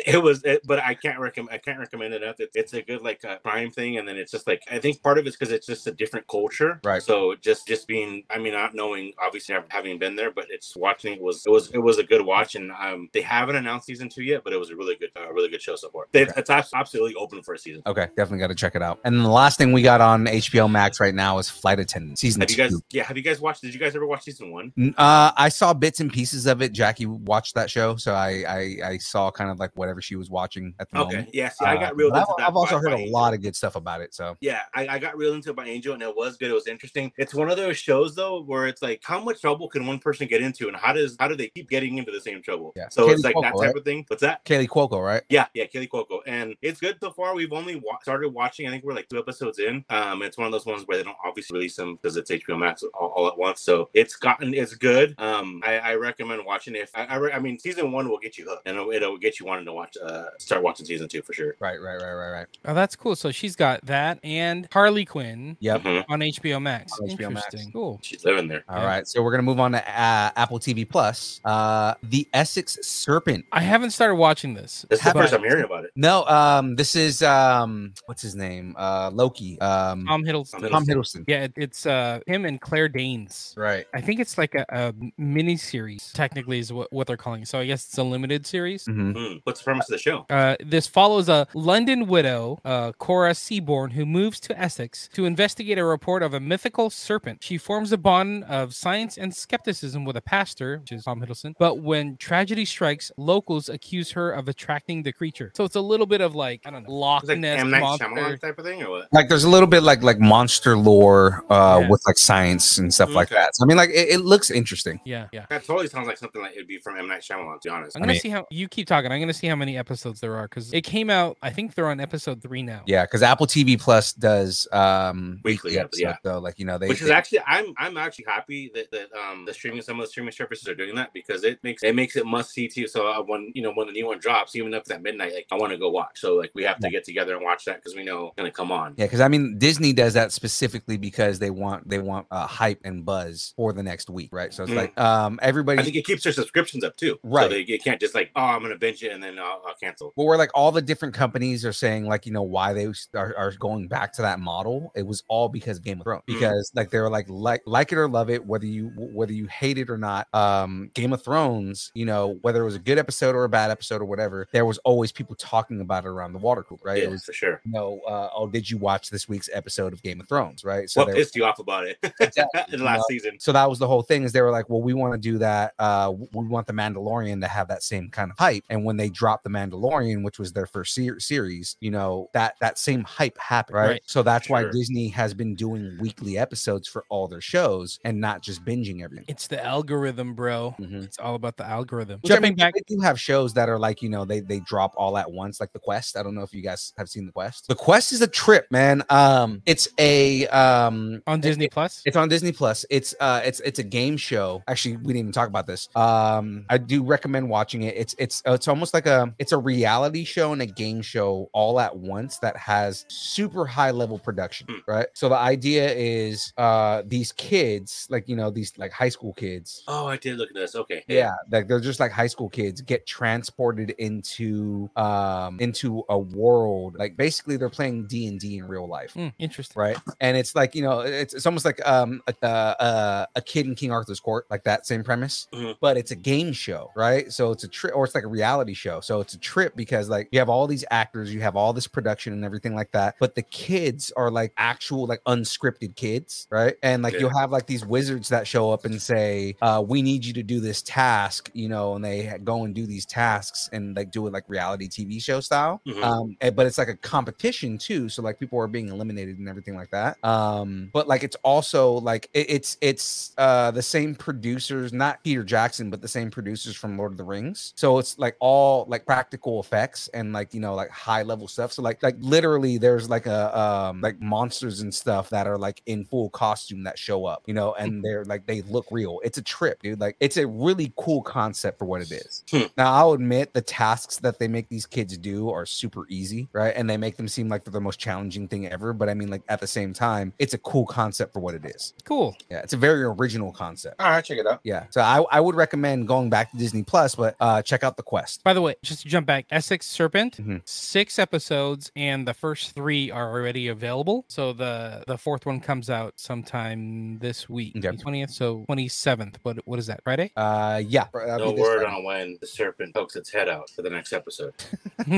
it was. It, but I can't recommend I can't recommend it enough. It, it's a good like uh, crime thing, and then it's just like I think part of it's because it's just a different culture,
Right.
So just just being, I mean, not knowing obviously not having been there, but it's watching it was it was it was a good watch, and um, they haven't announced season two yet, but it was a really good uh, really good show so far. They,
Okay.
It's abs- absolutely open for a season.
Okay, definitely got to check it out. And then the last thing we got on HBO Max right now is Flight Attendant season
Have
two.
you guys? Yeah, have you guys watched? Did you guys ever watch season one?
N- Uh, I saw bits and pieces of it. Jackie watched that show, so I I, I saw kind of like whatever she was watching at the
Okay,
moment.
yeah. See, I
Uh,
got real.
but I've,
into that
I've also
by-
heard
by
a lot of good stuff about it. So
Yeah, I, I got real into it by Angel, and it was good. It was interesting. It's one of those shows though where it's like, how much trouble can one person get into, and how does how do they keep getting into the same trouble?
Yeah.
So
Kaylee
it's like that
Cuoco,
type
right?
of thing. What's that?
Kaylee Cuoco, right?
Yeah, yeah, Kaylee Cuoco, and it's good so far. We've only wa- started watching. I think we're like two episodes in. Um, it's one of those ones where they don't obviously release them because it's HBO Max all, all at once. So it's gotten it's good. Um, I, I recommend watching it. If I, I, re- I mean, season one will get you hooked, and it'll, it'll get you wanting to watch uh start watching season two for sure.
Right, right, right, right, right.
Oh, that's cool. So she's got that and Harley Quinn
Yep.
Mhm.
on HBO Max.
On HBO Max.
Interesting. Cool.
She's living there.
All
Yeah.
right, so we're gonna move on to uh, Apple TV Plus. Uh, the Essex Serpent.
I haven't started watching this.
This is the
but
first I'm hearing about it.
No, um, this is um, what's his name? Uh, Loki. Um,
Tom Hiddleston.
Tom
Tom Hiddleston.
Yeah, it, it's uh him and Claire Danes.
Right.
I think it's like a, a mini series, technically, is what, what they're calling. it. So I guess it's a limited series.
Mhm.
Hmm, What's the premise of the show?
Uh, this follows a London widow, uh, Cora Seaborn, who moves to Essex to investigate a report of a mythical serpent. She forms a bond of science and skepticism with a pastor, which is Tom Hiddleston. But when tragedy strikes, locals accuse her of attracting the creature. So it's a little bit of like I don't know, Loch
It's like
Ness
M Night Shyamalan
monster.
type of thing, or what?
Like there's a little bit like like monster lore uh
Yeah.
with like science and stuff like
Okay.
that. So, I mean like it, it looks interesting.
Yeah, yeah.
That totally sounds like something like it'd be from M Night Shyamalan. To be honest,
I'm
I
gonna
mean-
see how you keep talking. I'm gonna see how many episodes there are because it came out. I think they're on episode three now.
Yeah, because Apple TV Plus does um
Weekly,
episodes,
yeah.
So like you know they
which is
they-
actually I'm I'm actually happy that, that um the streaming some of the streaming services are doing that because it makes it makes it must see too. So uh, when you know when the new one drops, even if it's at midnight, like I want to go watch. So like we have to get together and watch that because we know it's gonna come on.
yeah, because I mean Disney does that specifically because they want they want uh, hype and buzz for the next week, right? So it's
Mm.
like um everybody.
I think it keeps their subscriptions up too,
Right.
So they you can't just like oh I'm gonna binge it and then I'll, I'll cancel.
But where like all the different companies are saying like you know why they s- are, are going back to that model it was all because of game of thrones
Mhm.
because like they were like like like it or love it whether you whether you hate it or not um game of thrones you know whether it was a good episode or a bad episode or whatever there was always people talking about it around the water cooler right
Yeah,
it was
for sure.
you know uh, oh did you watch this week's episode of game of thrones right so
What
there-
pissed you off about it
Exactly,
in
you
the last
know.
season?
so that was the whole thing is they were like well we want to do that uh w- we want the mandalorian to have that same kind of hype and when they dropped the mandalorian which was their first ser- series you know that that same hype happened right,
Right.
so that's why
Sure.
disney has been doing weekly episodes for all their shows and not just binging everything
It's the algorithm, bro.
Mhm.
It's all about the algorithm.
Which, I
Jumping
mean,
back,
they do have shows that are like you know they they drop all at once, like The Quest. I don't know if you guys have seen The Quest. The Quest is a trip, man. Um, it's a um
on
it-
Disney Plus.
It's on Disney Plus. It's uh it's it's a game show. Actually, we didn't even talk about this. Um I do recommend watching it. It's it's uh, it's almost like a it's a reality show and a game show all at once that has super high level production,
Hmm.
right? So the idea is uh these kids, like you know, these like high school kids.
Oh, I did look at this. Okay,
Yeah, like they're just like high school kids get transported into um into a world like basically they're playing D and D in real life.
Hmm, interesting.
Right, and it's like you know, it's, it's almost like um a, uh, uh, a kid in King Arthur's court, like that same premise,
Mhm.
but it's a game show, right? So it's a trip, or it's like a reality show. So it's a trip because like you have all these actors, you have all this production and everything like that, but the kids are like actual like unscripted kids, right? And like
Yeah.
you'll have like these wizards that show up and say, uh, "We need you to do this task," you know, and they ha- go and do these tasks and like do it like reality TV show style.
Mhm.
Um, and- but it's like a competition too, so like people are being eliminated and everything like that. Um, but like it's also like it- it's it's uh the same producers, not Peter Jackson, but the same producers from Lord of the Rings. So it's like all like practical effects and like you know like high level stuff. So like like literally there's like a um like monsters and stuff that are like in full costume that show up, you know, and they're like they look real. It's a trip, dude. Like it's a really cool concept for what it is. Now, I'll admit the tasks that they make these kids do are super easy, right? And they make them seem like they're the most challenging thing ever. But I mean, like at the same time, it's a cool concept for what it is.
Cool.
Yeah, it's a very original concept.
All right, check it out.
Yeah, so I, I would recommend going back to Disney Plus, but uh, check out the Quest.
By the way, just to jump back, Essex Serpent,
Mhm.
six episodes, and the first three are already available. So the the fourth one comes out sometime this week,
Okay.
twentieth. So twenty seventh. What what is that? Friday?
Uh, yeah, that'll
No
be this
word
Friday.
on when the serpent pokes its head out for the next episode.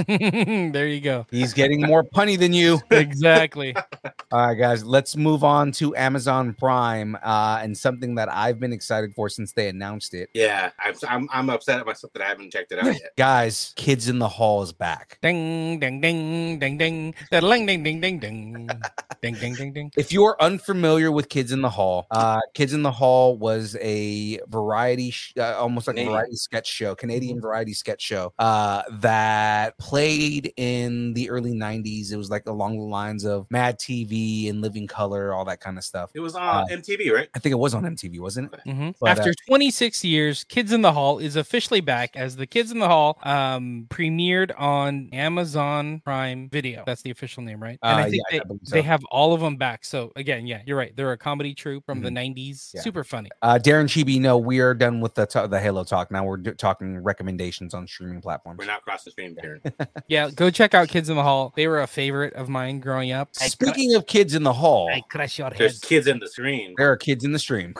there you go.
He's getting more punny than you.
Exactly.
All right, guys, let's move on to Amazon Prime uh, and something that I've been excited for since they announced it.
Yeah, I'm I'm, I'm upset at myself that I haven't checked it out yet.
Guys, Kids in the Hall is back.
ding ding ding ding ding. That ding ding ding ding ding. Ding ding ding ding.
If you are unfamiliar with Kids in the Hall, uh, Kids in the Hall was a variety, sh- uh, almost like
Canadian.
a variety sketch show, Canadian variety sketch show uh, that played in the early '90s. It was like along the lines of Mad TV and Living Color, all that kind of stuff.
It was on
Uh,
MTV, right?
I think it was on MTV, wasn't it?
hmm
But, uh,
After 26 years, Kids in the Hall is officially back as the Kids in the Hall um, premiered on Amazon Prime Video. That's the official name, right? And
Uh,
I think
yeah, I
they,
believe
they
so.
have all of them back. So again, yeah, you're right. They're a comedy troupe from the 90s.
Mm-hmm. Yeah.
Super funny.
Uh, Darren Chibi, no, we are done with the t- the Halo talk. Now we're d- talking recommendations on streaming platforms.
We're not crossing stream, Karen.
Yeah, go check out Kids in the Hall. They were a favorite of mine growing up. I cru-
Speaking of Kids in the Hall,
I crush your head.
There's kids in the screen.
there are kids in the stream.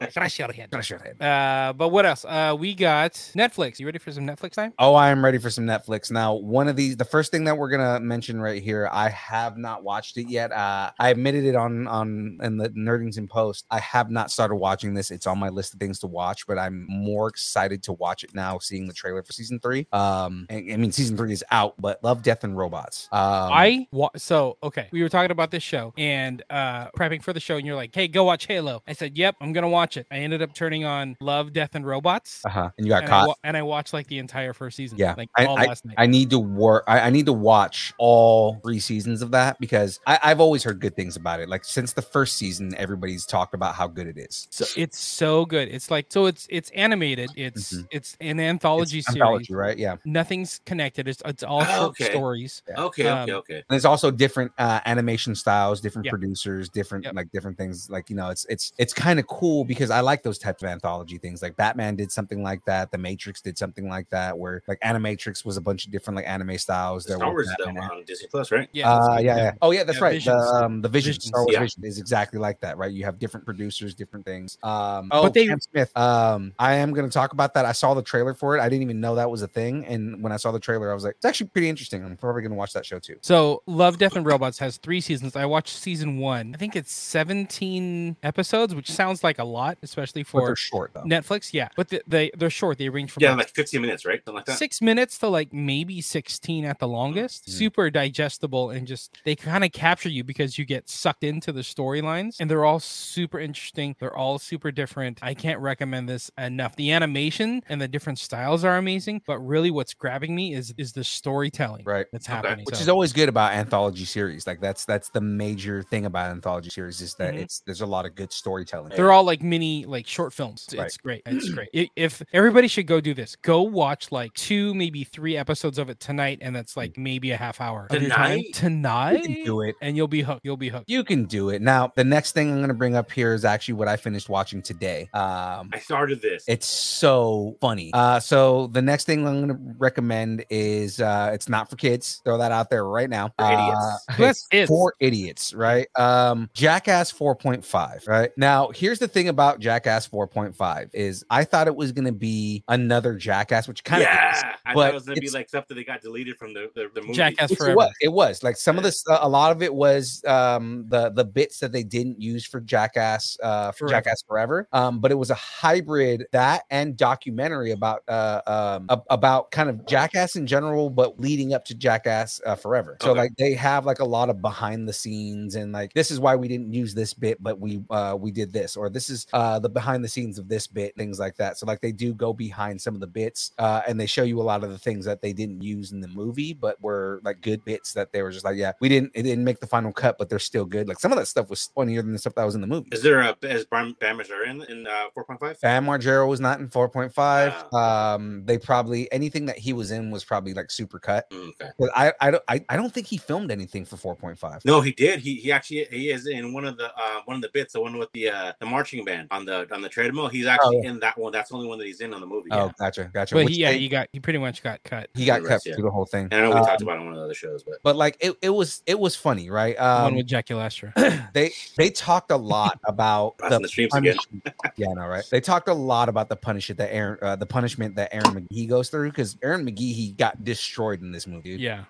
I crush your head.
Crush your head.
Uh, but what else? Uh, we got Netflix. You ready for some Netflix time?
Oh, I am ready for some Netflix. Now, one of these, the first thing that we're gonna mention right here, I have not watched it yet. Uh, I admitted it on on in the Nerdington Post. I have not started watching this. It's on my list of things to watch, but I'm more excited to watch it now, seeing the trailer for season three. Um, and, I mean, season three is out, but Love, Death, and Robots. Um,
I wa- so okay. We were talking about this show and uh prepping for the show, and you're like, "Hey, go watch Halo." I said, "Yep, I'm gonna watch it." I ended up turning on Love, Death, and Robots,
uh huh, and you got
and, I
caught.
wa- and I watched like the entire first season.
Yeah,
like
I-
all last night.
I need to work. I, I need to watch all three seasons of that because I, I've always heard good things about it. Like since the first season, everybody's talked about how good it is.
so it's so good. It's like so. It's it's animated. It's
Mhm.
it's an anthology
It's
series.
anthology, right? Yeah.
Nothing's connected. It's it's all
Oh,
short
okay.
stories.
Okay,
Um,
okay, okay.
And there's also different uh, animation styles, different
Yeah.
producers, different
Yep.
like different things. Like you know, it's it's it's kind of cool because I like those types of anthology things. Like Batman did something like that. The Matrix did something like that. Where like Animatrix was a bunch of different like anime styles.
Star
were
Wars is
Batman-
on Disney Plus, right?
Yeah,
uh,
it's-
yeah, yeah. Oh, yeah, that's
Yeah,
right.
Visions.
The, um, the Vision, Star
Visions,
Wars
yeah.
Vision is exactly like that, right? You have different producers, different things. Um,
But
oh,
they-
Sam Smith. Um, I am going to talk about that. I saw the trailer for it. I didn't even know that was a thing. And when I saw the trailer, I was like, it's actually pretty interesting. I'm probably going to watch that show too.
So, Love, Death, and Robots has three seasons. I watched season one. I think it's 17 episodes, which sounds like a lot, especially
But they're
for
short, though.
Netflix. Yeah, but they, they they're short. They range from
Yeah,
like
like 15 minutes, right? Something like that.
six minutes to like maybe 16 at the longest.
Mhm.
Super digestible and just they kind of capture you because you get sucked into the storylines and they're all super interesting. They're all super different. I can't recommend this enough. The animation and the different styles are amazing, but really what's grabbing me is is the storytelling
Right.
that's
Okay.
happening.
Which
So-
is always good about anthology series. Like that's that's the major thing about anthology series is that
Mhm.
it's there's a lot of good storytelling.
They're all like mini, like short films. It's
Right.
great. It's great. I- If everybody should go do this, go watch like two, maybe three episodes of it tonight, and that's like maybe a half hour of your time
Tonight?
tonight,
You can do it.
and you'll be hooked. You'll be hooked.
You can do it. Now, the next thing I'm going to bring up here is actually what I finished watching today. Um,
I started this.
It's so funny. Uh, so the next thing I'm going to recommend is uh, it's not for kids. Throw that out there right now.
For idiots.
Uh,
That's it.
for idiots, right? Um, Jackass 4.5, right? Now, here's the thing about Jackass 4.5 is I thought it was gonna be another Jackass, which kind of
yeah, I thought
but
it was gonna be
it's-
like stuff that they got deleted from the the, the movie.
Jackass
It's-
forever.
It was, it was like some of this. uh, a lot of it was um, the the bits that they didn't use for Jackass uh, for
Forever.
Jackass Forever. Um, but it was a hybrid that and documentary about uh, um, ab- about kind of Jackass in general, but leading up to Jackass uh, Forever. So
Okay.
like they have like a lot of behind the scenes and like this is why we didn't use this bit, but we uh, we did this or this is uh, the behind the scenes of this bit, things like that. So like they do go behind some of the bits uh, and they show you a lot of the things that they didn't use in the movie, but were like good bits that they were just like, yeah, we didn't it didn't make the final cut, but they're still good. Like some of that stuff was funnier than the stuff that was in the movie.
Is there a is Bam Bam Margera in in uh, 4.5?
Bam Margera was not in 4.5. Um, they probably anything that he was in was probably like super cut.
Mm, okay.
But I I don't I, I don't think he filmed anything for 4.5.
No, he did. He he actually he is in one of the uh, one of the bits, the one with the uh, the marching band on the on the treadmill. He's actually in that one. That's the only one that he's in on the movie.
Oh,
yeah.
gotcha, gotcha.
But
Which
he, yeah,
they-
he got he pretty much got cut.
he got
Right,
cut
yeah.
through the whole thing.
and I know we
Uh,
talked about it on one of the other shows, but
but like it, it was it was funny, right?
The one
Um,
with Jackie Lester.
they they talked a lot about
Us in the streams again.
punishment- yeah, no, right? They talked a lot about the punishment that Aaron uh, the punishment that Aaron McGee goes through because Aaron McGee he got destroyed in this movie.
Yeah,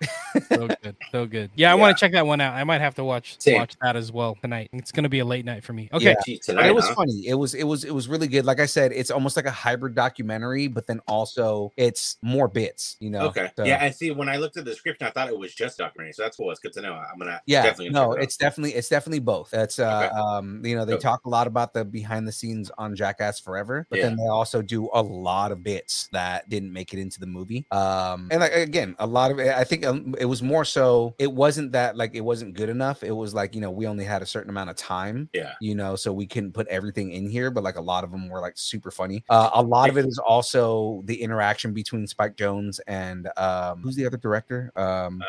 so good, so good. Yeah, I want to check that one out. I might have to watch
Same.
watch that as well tonight. It's gonna be a late night for me. Okay,
Gee,
But
tonight,
it was
huh?
funny. It was it was it was really good. Like I said, it's almost like a hybrid documentary, but then also it's more bits. You know.
Okay.
So-
Yeah, I see. When I looked at the description, I thought it was just documentary, so that's cool. It's good to know. I'm gonna
yeah
definitely gonna
no
check it out.
it's definitely it's definitely both it's uh
Okay.
um you know they
Cool.
talk a lot about the behind the scenes on jackass forever but then they also do a lot of bits that didn't make it into the movie um and like again a lot of it i think um, it was more so it wasn't that like it wasn't good enough it was like you know we only had a certain amount of time
yeah.
you know, so we couldn't put everything in here, but like a lot of them were like super funny. Uh, a lot of it is also the interaction between Spike Jones and um, who's the other director? Um,
Uh,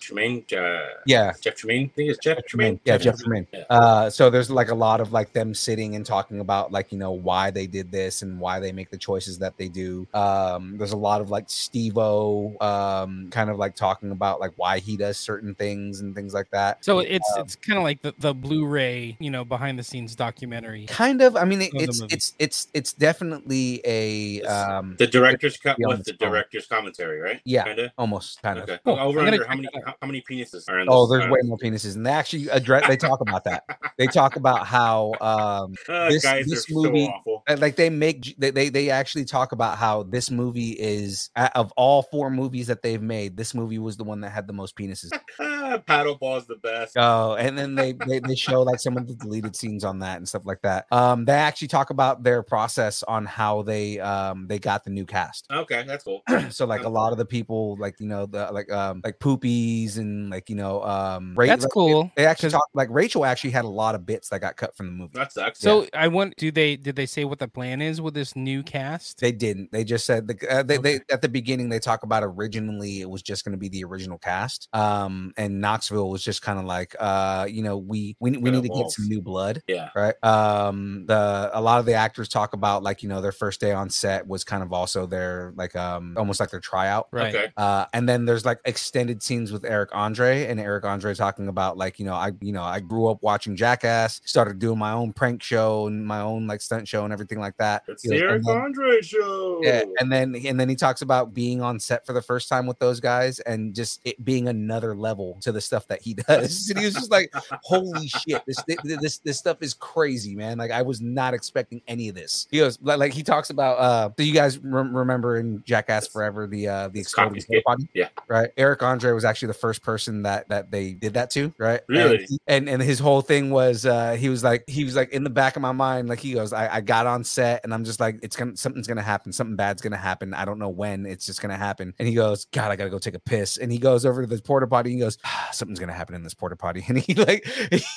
Tremaine. Uh,
yeah,
Jeff Tremaine. I think it's Jeff Tremaine.
Tremaine. Yeah, Jeff Tremaine.
Yeah.
Uh, so there's like a lot of like them sitting and talking about like you know why they did this and why they make the choices that they do. Um, there's a lot of like Steve-O um, kind of like talking about like why he does certain things and things like that.
so it's
um,
it's kind of like the the Blu-ray, you know, behind the scenes documentary.
Kind of, I mean, it,
Of Oh, the
it's
movie.
it's it's it's definitely a
It's-
um,
The director's cut
Yeah,
with
it's
the
fun.
director's commentary, right?
Yeah.
Kinda.
almost kind
Okay.
of.
Cool.
Over
I'm gonna
under how
check
many
that
how, how many penises are in
Oh,
this?
there's
uh,
way more penises, and they actually address. They talk about that. They talk about how um,
Uh,
This-
guys
this
are
movie-
so awful.
Uh, like they make j- they, they they actually talk about how this movie is uh, of all four movies that they've made this movie was the one that had the most penises
Ah, paddle ball's the best.
oh and then they, they they show like some of the deleted scenes on that and stuff like that um they actually talk about their process on how they um they got the new cast
Okay, that's cool.
so like a
Um,
lot of the people like you know the like um like poopies and like you know um Ra-
That's
like,
cool.
they actually
'cause-
talk like rachel actually had a lot of bits that got cut from the movie
That sucks.
So I want. Do they did they say what the plan is with this new cast?
They didn't. They just said the, uh, they, they at the beginning they talk about originally it was just going to be the original cast. Um, and Knoxville was just kind of like, uh, you know, we we, we
Gotta
need to get some
evolve.
new blood.
Yeah.
Right. Um, the a lot of the actors talk about like you know their first day on set was kind of also their like um almost like their tryout.
Right.
Okay.
Uh, and then there's like extended scenes with Eric Andre and Eric Andre talking about like you know I you know I grew up watching Jackass, started doing my own prank show and my own like stunt show and everything like that.
It's
You
the
know, and
Eric
then-
Andre show.
yeah, and then and then he talks about being on set for the first time with those guys and just it being another level to the stuff that he does. and he was just like, "Holy shit, this thi- this this stuff is crazy, man! Like I was not expecting any of this." He goes like, like he talks about. uh Do you guys rem- remember in Jackass Forever the uh the
It's
exploding
confiscated.
body?
Yeah.
right. Eric Andre was actually the first person that that they did that to, right? And
Really?
he- and and his whole thing was uh he was like he was like in the back of my mind like he goes I, I got on set and I'm just like it's gonna something's gonna happen something bad's gonna happen I don't know when it's just gonna happen and he goes God I gotta go take a piss and he goes over to the porta potty and he goes "Ah, something's gonna happen in this porta potty and he like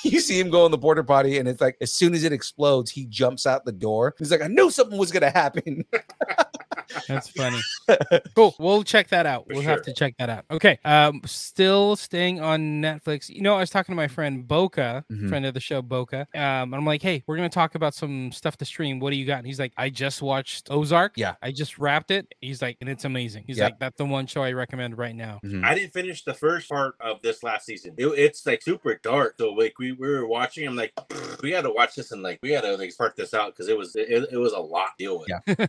you see him go in the porta potty and it's like as soon as it explodes he jumps out the door he's like I knew something was gonna happen
That's funny. cool. We'll check that out.
For
we'll have
sure.
to check that out. Okay. Um, still staying on Netflix. You know, I was talking to my friend Boca,
Mm-hmm.
Mhm.
friend of the show Boca. Um, and I'm like, hey, we're gonna talk about some stuff to stream. What do you got? And he's like, I just watched Ozark.
Yeah.
I just wrapped it. He's like, and it's amazing. He's
Yeah.
like, that's the one show I recommend right now.
I didn't finish the first part of this last season. It- it's like super dark. So like we, we were watching, I'm like, we got to watch this and like we got to like part this out because it was it, it was a lot to deal with.
Yeah.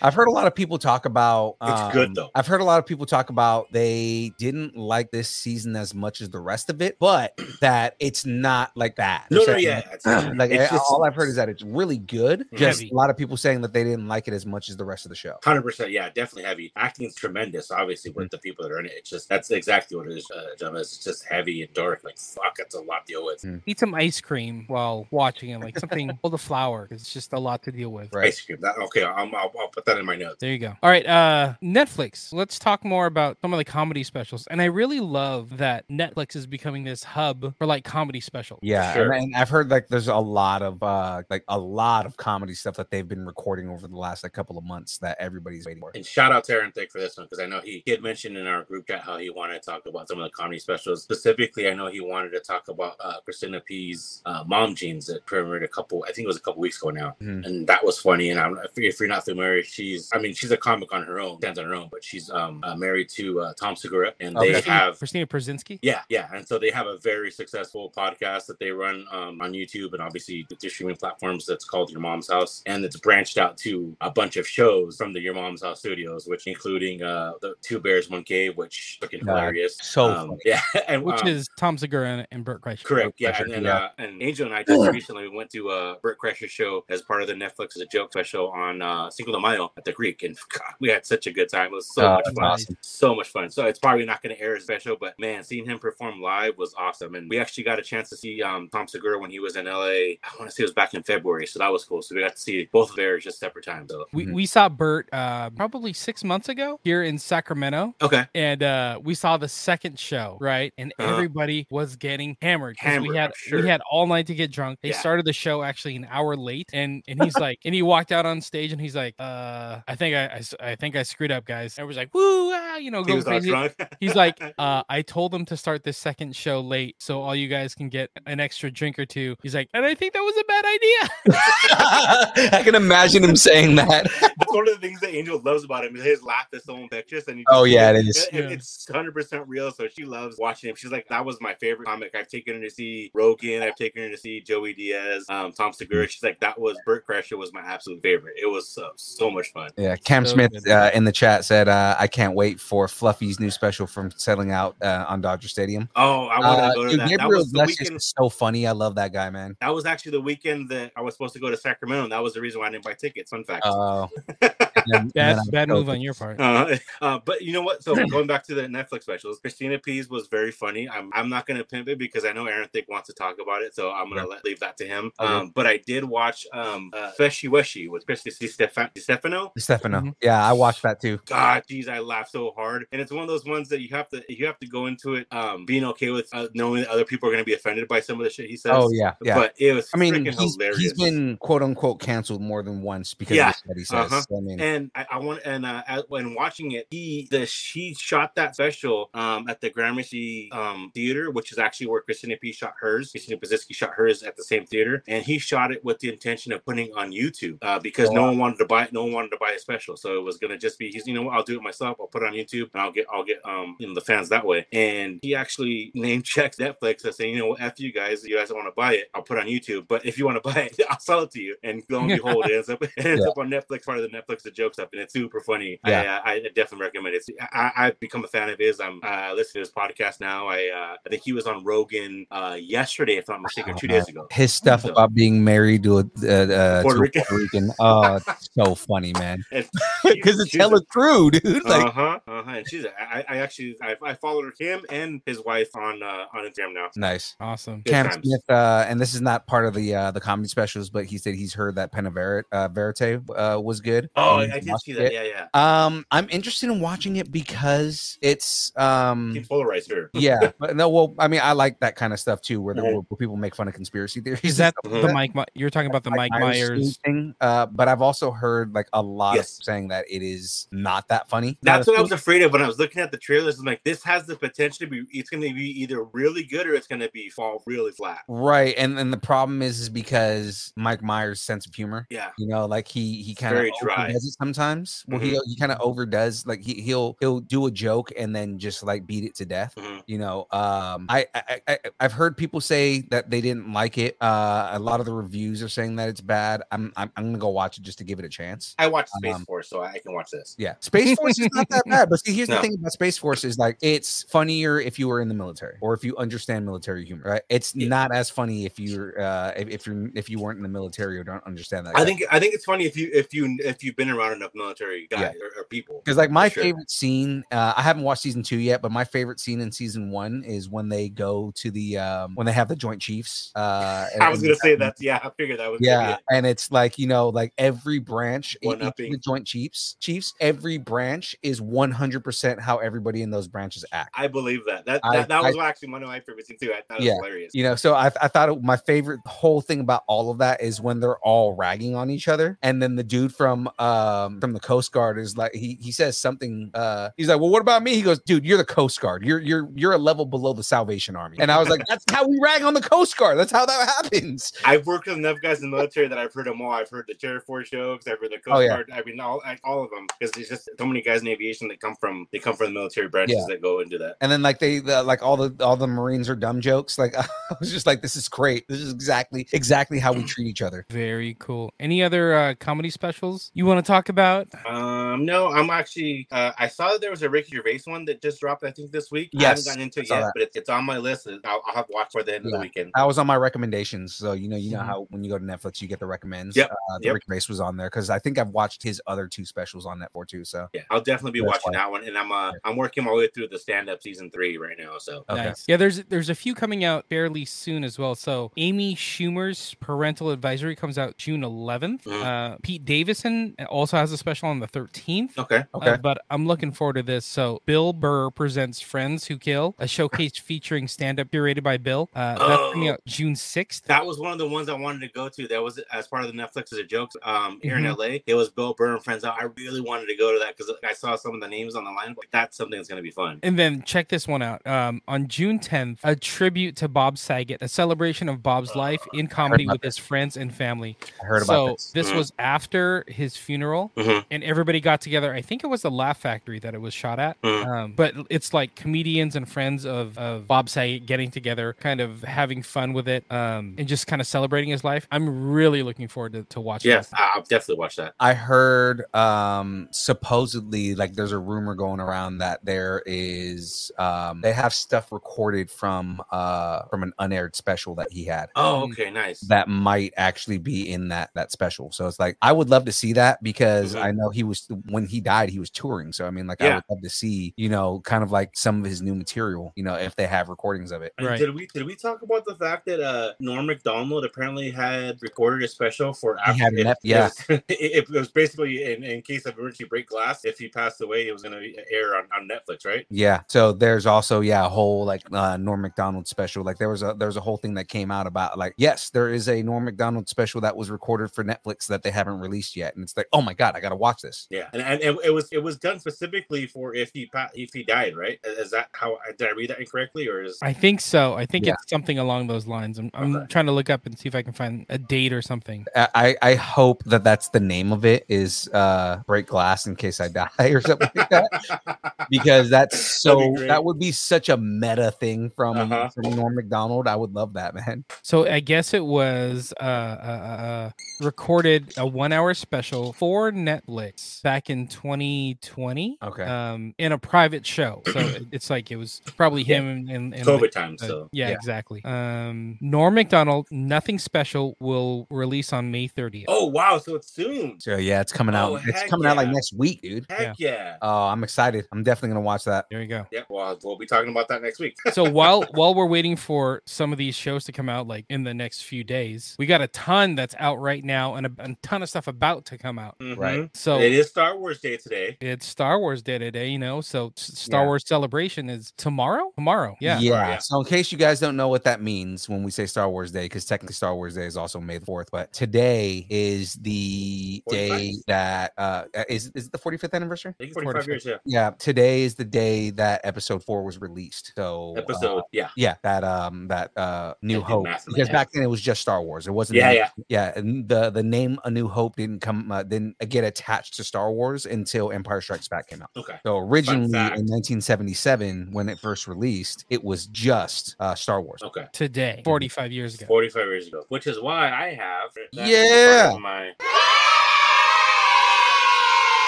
I've heard a lot of people talk about. um,
It's good, though.
I've heard a lot of people talk about they didn't like this season as much as the rest of it, but that it's not like that.
No, no,
Saying-
yeah. it's-
Like eh,
it's just-
all I've heard is that it's really good. Just
Heavy.
a lot of people saying that they didn't like it as much as the rest of the show.
Hundred percent, yeah, definitely heavy. Acting's tremendous, obviously,
Mm-hmm.
with the people that are in it. It's just that's exactly what it is. Uh, Gemma. it's just heavy and dark. Like fuck, it's a lot to deal with.
Eat some ice cream while watching it, like something full of flour. It's just a lot to deal with.
Right.
Ice cream. That, okay, I'm, I'll, I'll put that in my notes.
There you go. All right, uh Netflix. Let's talk more about some of the comedy specials. And I really love that Netflix is becoming this hub for like comedy specials.
Yeah,
Sure.
and, and I've heard like there's a lot of uh like a lot of comedy stuff that they've been recording over the last like couple of months that everybody's waiting for.
And shout out to Aaron Thick for this one because I know he, he had mentioned in our group chat how he wanted to talk about some of the comedy specials. Specifically, I know he wanted to talk about uh, Christina P's uh, Mom Jeans that premiered a couple, I think it was a couple weeks ago now.
Mhm.
And that was funny. And I'm, if, if you're not familiar, she's, I mean, she's a comic on her own, stands on her own, but she's um, uh, married to uh, Tom Segura. And they
Okay.
have
Christina Brzezinski.
Yeah, yeah, and so they have a very successful podcast that they run um, on YouTube and obviously the streaming platforms. That's called Your Mom's House, and it's branched out to a bunch of shows from the Your Mom's House studios, which including uh, the Two Bears One Cave, which fucking
Yeah,
hilarious.
so
Um,
funny.
yeah, and,
Which
um,
is Tom Segura and, and Burt Kreischer.
Correct. Yeah,
Kreischer,
and then
yeah.
Uh, and Angel and I just recently went to uh, Burt Kreischer's show as part of the Netflix as a joke special on uh, Cinco de Mayo at the Greek, and God, we had such a good time. It was so
Oh,
much
that's
fun,
awesome.
so much fun. So it's probably not going to air as special, but man, seeing him perform live was awesome, and we actually got a chance to see um, Tom Segura when he was in LA. I want to say it was back in February, so that was cool. So we got to see both of theirs just separate times. So
We,
Mhm.
we saw Burt uh, probably six months ago here in Sacramento,
okay,
and uh, we saw the second show, right? And
Uh-huh.
everybody was getting hammered 'cause
Hammered,
we had
I'm sure.
we had all night to get drunk. They
Yeah.
started the show actually an hour late, and and he's like, and he walked out on stage and he's like, uh, I think I, I s- I think I screwed up, guys. Everyone's like, woo, ah, you know,
he
go
was all
crazy.
drunk.
He's like, uh, I told them to start this second show late so all you guys can get an extra drink or two. He's like, and I think that was a bad idea.
I can imagine him saying that.
That's one of the things that Angel loves about him. is His laugh is so infectious, and he
Oh, yeah, it is.
and
Yeah.
It's hundred percent real. So she loves watching him. She's like, that was my favorite comic. I've taken her to see Rogan. I've taken her to see Joey Diaz, um, Tom Segura. She's like, that was Burt Kreischer was my absolute favorite. It was so so much fun.
Yeah, Cam
So
Smith
good.
uh, in the chat said, uh, "I can't wait for Fluffy's new special from selling out uh, on Dodger Stadium."
Oh, I wanted
Uh,
to go to
dude,
that. That
Gabriel
was the
Iglesias
weekend.
is so funny. I love that guy, man.
That was actually the weekend that I was supposed to go to Sacramento. And that was the reason why I didn't buy tickets. Fun fact.
Oh,
Bad, bad move on your part.
Uh, uh, but you know what? So going back to the Netflix specials, Christina Pease was very funny. I'm, I'm not going to pimp it because I know Aaron Thick wants to talk about it, so I'm going to let leave that to him.
Okay.
Um, but I did watch um, uh, Feshy Weshy with Chris Stefano. Stefano.
Stefano.
Mhm.
Yeah, I watched that too.
God, geez, I laughed so hard, and it's one of those ones that you have to you have to go into it um, being okay with uh, knowing that other people are going to be offended by some of the shit he says.
Oh yeah, yeah.
but it was
I mean,
freaking
he's,
hilarious.
he's been quote unquote canceled more than once because
Yeah,
of what he says.
uh-huh.
So, I mean,
and I, I want and uh, at, when watching it, he the she shot that special um at the Gramercy um theater, which is actually where Christina P shot hers. Christina Pazinski shot hers at the same theater, and he shot it with the intention of putting on YouTube uh, because no
Wow.
one wanted to buy it. No one wanted to buy a special, so it was gonna just be he's you know what I'll do it myself. I'll put it on YouTube and I'll get I'll get um you know the fans that way. And he actually name checks Netflix and saying you know what f you guys you guys don't want to buy it. I'll put it on YouTube, but if you want to buy it, I'll sell it to you. And lo and behold, it ends up it ends
Yeah.
up on Netflix part of the Netflix the joke stuff, and it's super funny. I,
Yeah.
uh, I definitely recommend it. It's- I, I- I've become a fan of his. I'm uh, listening to his podcast now. I uh, I think he was on Rogan uh, yesterday, if I'm not mistaken, or two days ago.
his stuff
So-
about being married to a, uh, uh,
Puerto
to a
Rican.
Puerto Rican. Oh, it's so funny, man.
And-
Because it's hella true, dude. Like,
uh-huh, uh-huh. Hi, and she's I, I actually I, I followed him and his wife on uh, on Instagram now.
Nice.
Awesome.
Good
Cam
times.
Smith, uh, and this is not part of the uh, the comedy specials, but he said he's heard that Pena Ver- uh, Verite uh, was good.
Oh, I,
And
I did
watched
see that.
it.
Yeah, yeah.
Um, I'm interested in watching it because it's um,
He polarized her.
yeah, but no, well, I mean, I like that kind of stuff too, where, the,
Mhm.
where people make fun of conspiracy theories.
Is
and
that
stuff like
the Mike? My- You're talking about the Mike Myers.
thing? Uh, but I've also heard like a lot
Yes.
of saying that it is not that funny. Not
That's
as
what I was
funny.
afraid of when I was looking at the trailers. I'm like, this has the potential to be. It's going to be either really good or it's going to be fall really flat.
Right, and and the problem is, is because Mike Myers' sense of humor
Yeah.
you know like he he kind
very
of
dry. Mm-hmm.
overdoes it sometimes well he he kind of overdoes like he, he'll he'll do a joke and then just like beat it to death
Mhm.
you know um I, I i I- i've heard people say that they didn't like it uh a lot of the reviews are saying that it's bad i'm i'm, I'm gonna go watch it just to give it a chance
I watched Space
Um,
Force, so I can watch this.
yeah space force is not that bad but see here's
No.
the thing about space force is like it's funnier if you were in the military or if you understand military humor right it's
Yeah.
not as funny if you're uh if, if you're if you weren't in the military or don't understand that
I
kind
think I think it's funny if you if you if you've been around enough military guys or, or people.
Because like my
Sure.
favorite scene, uh, I haven't watched season two yet, but my favorite scene in season one is when they go to the um, when they have the Joint Chiefs. Uh,
I was
and-
gonna say that. Yeah, I figured that was. gonna be
Yeah,
it.
and it's like you know, like every branch, e- each of
One-upping.
the Joint Chiefs, Chiefs, every branch is one hundred percent how everybody in those branches act.
I believe that. That that,
I-
that was actually one of my favorite scenes too. I thought it was
Yeah.
hilarious.
You know, so I, I thought it, my favorite whole thing about all of that is when they're all ragging on each other, and then the dude from um from the Coast Guard is like he he says something. uh He's like, "Well, what about me?" He goes, "Dude, you're the Coast Guard. You're you're you're a level below the Salvation Army." And I was like, "That's how we rag on the Coast Guard. That's how that happens."
I've worked with enough guys in the military that I've heard them all. I've heard the Air Force jokes. I've heard the Coast
Oh, yeah.
Guard. I mean, all I- all of them because there's just so many guys in aviation that come from they come from the military branches
Yeah.
that go into that.
And then like they the, like all the all the Marines are dumb jokes. Like I was just like, "This is great. This is exactly exactly how we treat each other."
Very cool. Any other uh, comedy specials you want to talk about?
Um, no, I'm actually. Uh, I saw that there was a Ricky Gervais one that just dropped. I think this week. I haven't
Yes,
gotten into
I
it
saw
yet,
that.
but it's, it's on my list. and I'll, I'll have watched by the end of
Yeah.
the weekend.
I was on my recommendations. So you know, you know
Mhm.
how when you go to Netflix, you get the recommends.
Yep,
Uh, the
yep.
Rick Base was on there because I think I've watched his other two specials on Netflix too. So
Yeah, I'll definitely be
That's fine.
watching that one, and I'm uh, I'm working my way through the stand up season three right now. So
okay.
Nice. Yeah, there's there's a few coming out fairly soon as well. So Amy Schumer's Parental Advisory comes out June 11th.
Mhm.
Uh, Pete Davison also has a special on the 13th.
Oh, okay,
Uh,
Okay.
but I'm looking forward to this. So Bill Burr presents Friends Who Kill, a showcase featuring stand-up curated by Bill. Uh, that's coming
Oh.
out June 6th.
that was one of the ones I wanted to go to. That was as part of the Netflix as a joke. Um, here
Mm-hmm.
Mhm.
in LA, it was Bill Burr and friends out. I really wanted to go to that because I saw some of the names on the line. Like that's something that's gonna be fun.
And then check this one out. Um, on June 10th, a tribute to Bob Saget, a celebration of Bob's life in comedy
Uh, about
with his friends and family.
I heard
so
about this. Mm-hmm.
Mhm.
was after his funeral,
Mhm.
and everybody got together. I think it was the Laugh Factory that it was shot at.
Mhm.
Mm-hmm.
Um, but it's like comedians and friends of, of Bob Saget getting together, kind of having fun with it, um, and just kind of celebrating his life. I'm really looking forward to, to watching.
Yes,
this.
I- I'll definitely watch that.
I heard um supposedly like there's a rumor going around that there is um they have stuff recorded from uh from an unaired special that he had
Oh,
Mm.
okay, nice.
Mm-hmm. that might actually be in that that special. So it's like I would love to see that because
Mhm.
I know he was when he died he was touring. So I mean like I
Yeah.
would love to see, you know, kind of like some of his new material, you know, if they have recordings of it.
And
Right.
Did we did we talk about the fact that uh Norm Macdonald apparently had recorded a special for
He had an ep- yeah.
it, it was basically in, in case of emergency break glass. If he passed away, it was gonna air on, on Netflix, right?
Yeah. So there's also yeah a whole like uh, Norm Macdonald special. Like there was a there's a whole thing that came out about like yes there is a Norm Macdonald special that was recorded for Netflix that they haven't released yet, and it's like oh my god I gotta watch this.
Yeah, and, and it, it was it was done specifically for if he pa- if he died, right? Is is that how did I read that incorrectly, or is
I think so. I think
Yeah.
it's something along those lines. I'm, I'm
Okay.
trying to look up and see if I can find a date or something.
I I I hope that that's the name of it is uh break glass in case I die or something like that. because that's
That'd be
so
great.
that would be such a meta thing from,
Uh-huh.
from Norm Macdonald. I would love that, man.
So I guess it was uh, uh, uh, uh, recorded a one-hour special for Netflix back in 2020.
Oh,
Okay.
Uh,
Um, in a private show, so it- it's like it was probably
Yeah.
him and, and, and like,
COVID time?
Uh,
So
yeah,
yeah.
exactly. Um, Norm Macdonald, Nothing Special will release on May 30th.
oh wow, so it's soon.
So yeah, it's coming out.
Oh,
it's
heck
coming out like
yeah.
next week, dude.
Heck yeah.
Oh, I'm I'm excited. I'm definitely gonna watch that.
There you go.
Yeah, well, we'll be talking about that next week.
so while while we're waiting for some of these shows to come out like in the next few days we got a ton that's out right now and a, a ton of stuff about to come out
Right.
so
Mm-hmm. Mm. it is Star Wars Day today.
it's star wars day today you know so S- star
Yeah.
wars celebration is tomorrow tomorrow yeah
yeah.
Yeah.
So in case you guys don't know what that means when we say Star Wars Day, because technically Star Wars Day is also May the Fourth, but today is the
45th?
day that uh is is it the 45th anniversary?
I think it's 45 years, yeah.
Yeah, today is the day that episode four was released. So uh,
Episode, yeah.
yeah, that um that uh New
It did
Hope
massively,
because
yeah.
back then it was just Star Wars. It wasn't
Yeah,
any-
yeah.
yeah. And the the name A New Hope didn't come uh, didn't get attached to Star Wars until Empire Strikes Back came out.
Okay.
So originally in
fact.
1977, when it first released, it was just uh, Star Wars.
Okay.
today 45 years ago
45 years ago, which is why I have. that
Yeah.
part of My...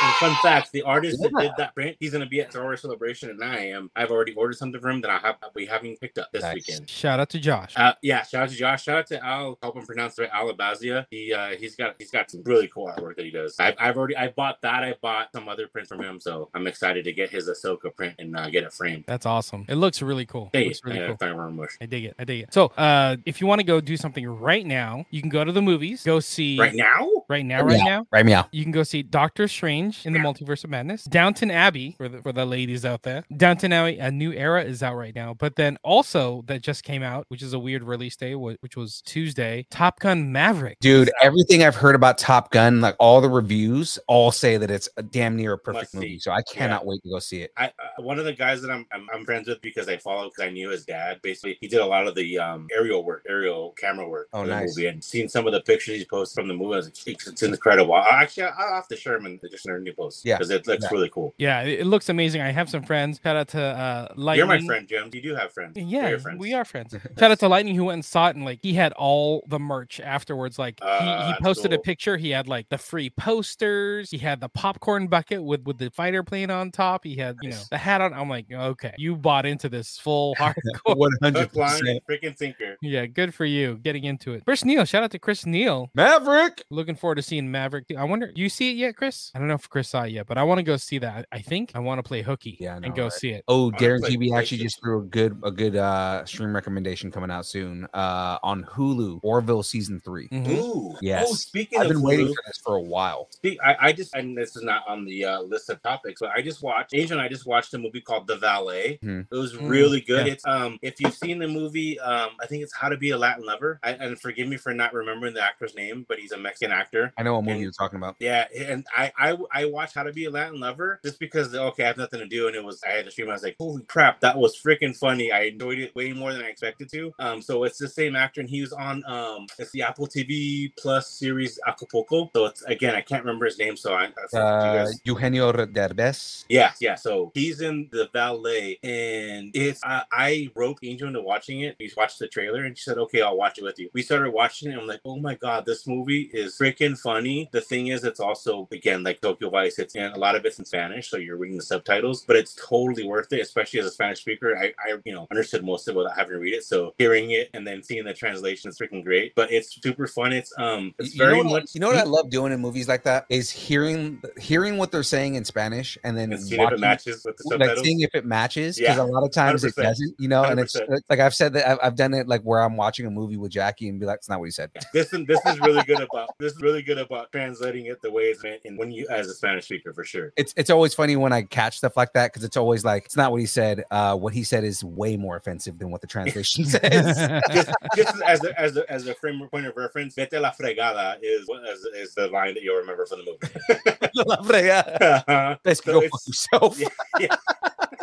And fun facts: the artist that did that print, he's gonna be at Star Wars Celebration, and I am. I've already ordered something from him that I have. We haven't picked up this
Nice.
weekend.
shout out to josh
Uh, yeah, shout out to Josh. Shout out to Al. Help him pronounce the right Alabazia. He uh, he's got he's got some really cool artwork that he does. I've, I've already I bought that. I bought some other print from him, so I'm excited to get his Ahsoka print and uh, get it framed.
that's awesome it looks really cool
Hey,
looks really
uh,
cool
Thymer Mush.
I dig it. I dig it. So, uh, if you want to go do something right now, you can go to the movies, go see
Right now, Oh,
right now, right now.
Right, meow.
You can go see Doctor Strange in the Multiverse of Madness, Downton Abbey for the, for the ladies out there. Downton Abbey, a new era is out right now. But then also that just came out, which is a weird release day, wh- which was Tuesday. Top Gun Maverick.
Dude, everything I've heard about Top Gun, like all the reviews, all say that it's a damn near a perfect
Must
movie.
see.
So I cannot wait to go see it.
I, uh, one of the guys that I'm, I'm I'm friends with because I follow because I knew his dad. Basically, he did a lot of the um, aerial work, aerial camera work
Oh,
for the
nice.
movie, and seen some of the pictures he's posted from the movie. I was like, "Jeez, it's incredible. I, actually, I, I'll have to share him in the just in our new post.
Yeah.
because it looks
Yeah.
really cool.
Yeah, it, it looks amazing. I have some friends. Shout out to uh, Lightning.
You're my friend, Jim. You do have friends. We're
Yeah,
your friends.
we are friends. Shout out to Lightning who went and saw it and like he had all the merch afterwards. Like he,
Ah,
he posted a
cool.
picture. He had like the free posters. He had the popcorn bucket with with the fighter plane on top. He had you know
Nice.
the hat on. I'm like, okay, you bought into this full hardcore.
One
Hook,
hundred
line,
percent.
freaking sinker.
yeah, good for you getting into it. Chris Neal, shout out to Chris Neal.
Maverick.
Looking forward to seeing Maverick. I wonder, you see it yet, Chris? I don't know if Chris saw it yet, but I want to go see that. I think I want to play hooky
Yeah, I know,
and go
right?
see it.
Oh,
I
Darren
played
GB actually
PlayStation.
just threw a good a good uh stream recommendation coming out soon uh on Hulu, Orville season three.
Ooh,
Mhm.
Oh,
Yes.
speaking
I've
of
been waiting
Hulu,
for this for a while.
Speak, I, I just, and this is not on the uh, list of topics, but I just watched Angel and I just watched a movie called The Valet.
Hmm.
It was
Mm,
really good.
yeah.
It's um, if you've seen the movie, um, I think it's How to Be a Latin Lover. I, and forgive me for not remembering the actor's name, but he's a Mexican actor.
I know what movie
And-
you're talking about.
Yeah, and I, I I watched How to Be a Latin Lover just because okay, I have nothing to do, and it was I had to stream. I was like, holy crap, that was freaking funny. I enjoyed it way more than I expected to. Um, so it's the same actor, and he was on um, it's the Apple TV Plus series Acapulco. So it's again, I can't remember his name, so I. I
Uh, Eugenio Derbez.
yeah, yeah. So he's in the valet, and it's I, I roped Angel into watching it. We watched the trailer, and she said, "Okay, I'll watch it with you." We started watching it. And I'm like, "Oh my god, this movie is freaking funny." The thing is, it's also again like Tokyo Vice. It's in a lot of it's in Spanish, so you're reading the subtitles, but it's totally worth it, especially as a Spanish speaker. I, I you know understood most of it without having to read it, so hearing it and then seeing the translation is freaking great. But it's super fun. It's um, it's
You know
very
what I-
much
You know what I love doing in movies like that is hearing hearing what they're saying in Spanish and then
and seeing if it
watching-
matches with the
like
subtitles.
seeing if it matches because
Yeah,
a lot of times it
100%,
doesn't, you know. And it's
100%.
like I've said that I've, I've done it like where I'm watching a movie with Jackie and be like, "That's not what he said."
this is this is really good about this is really good about translating it the way it's meant and when you as a Spanish speaker for sure.
It's it's always funny when I catch stuff like that because it's always like it's not what he said. Uh, what he said is way more offensive than what the translation says.
Just, just as a, as a, as a frame point of reference, "Vete la fregada" is what- is, is the line that you'll remember from the movie.
Let's
Uh-huh. So
go fuck
it's-
yourself.
yeah.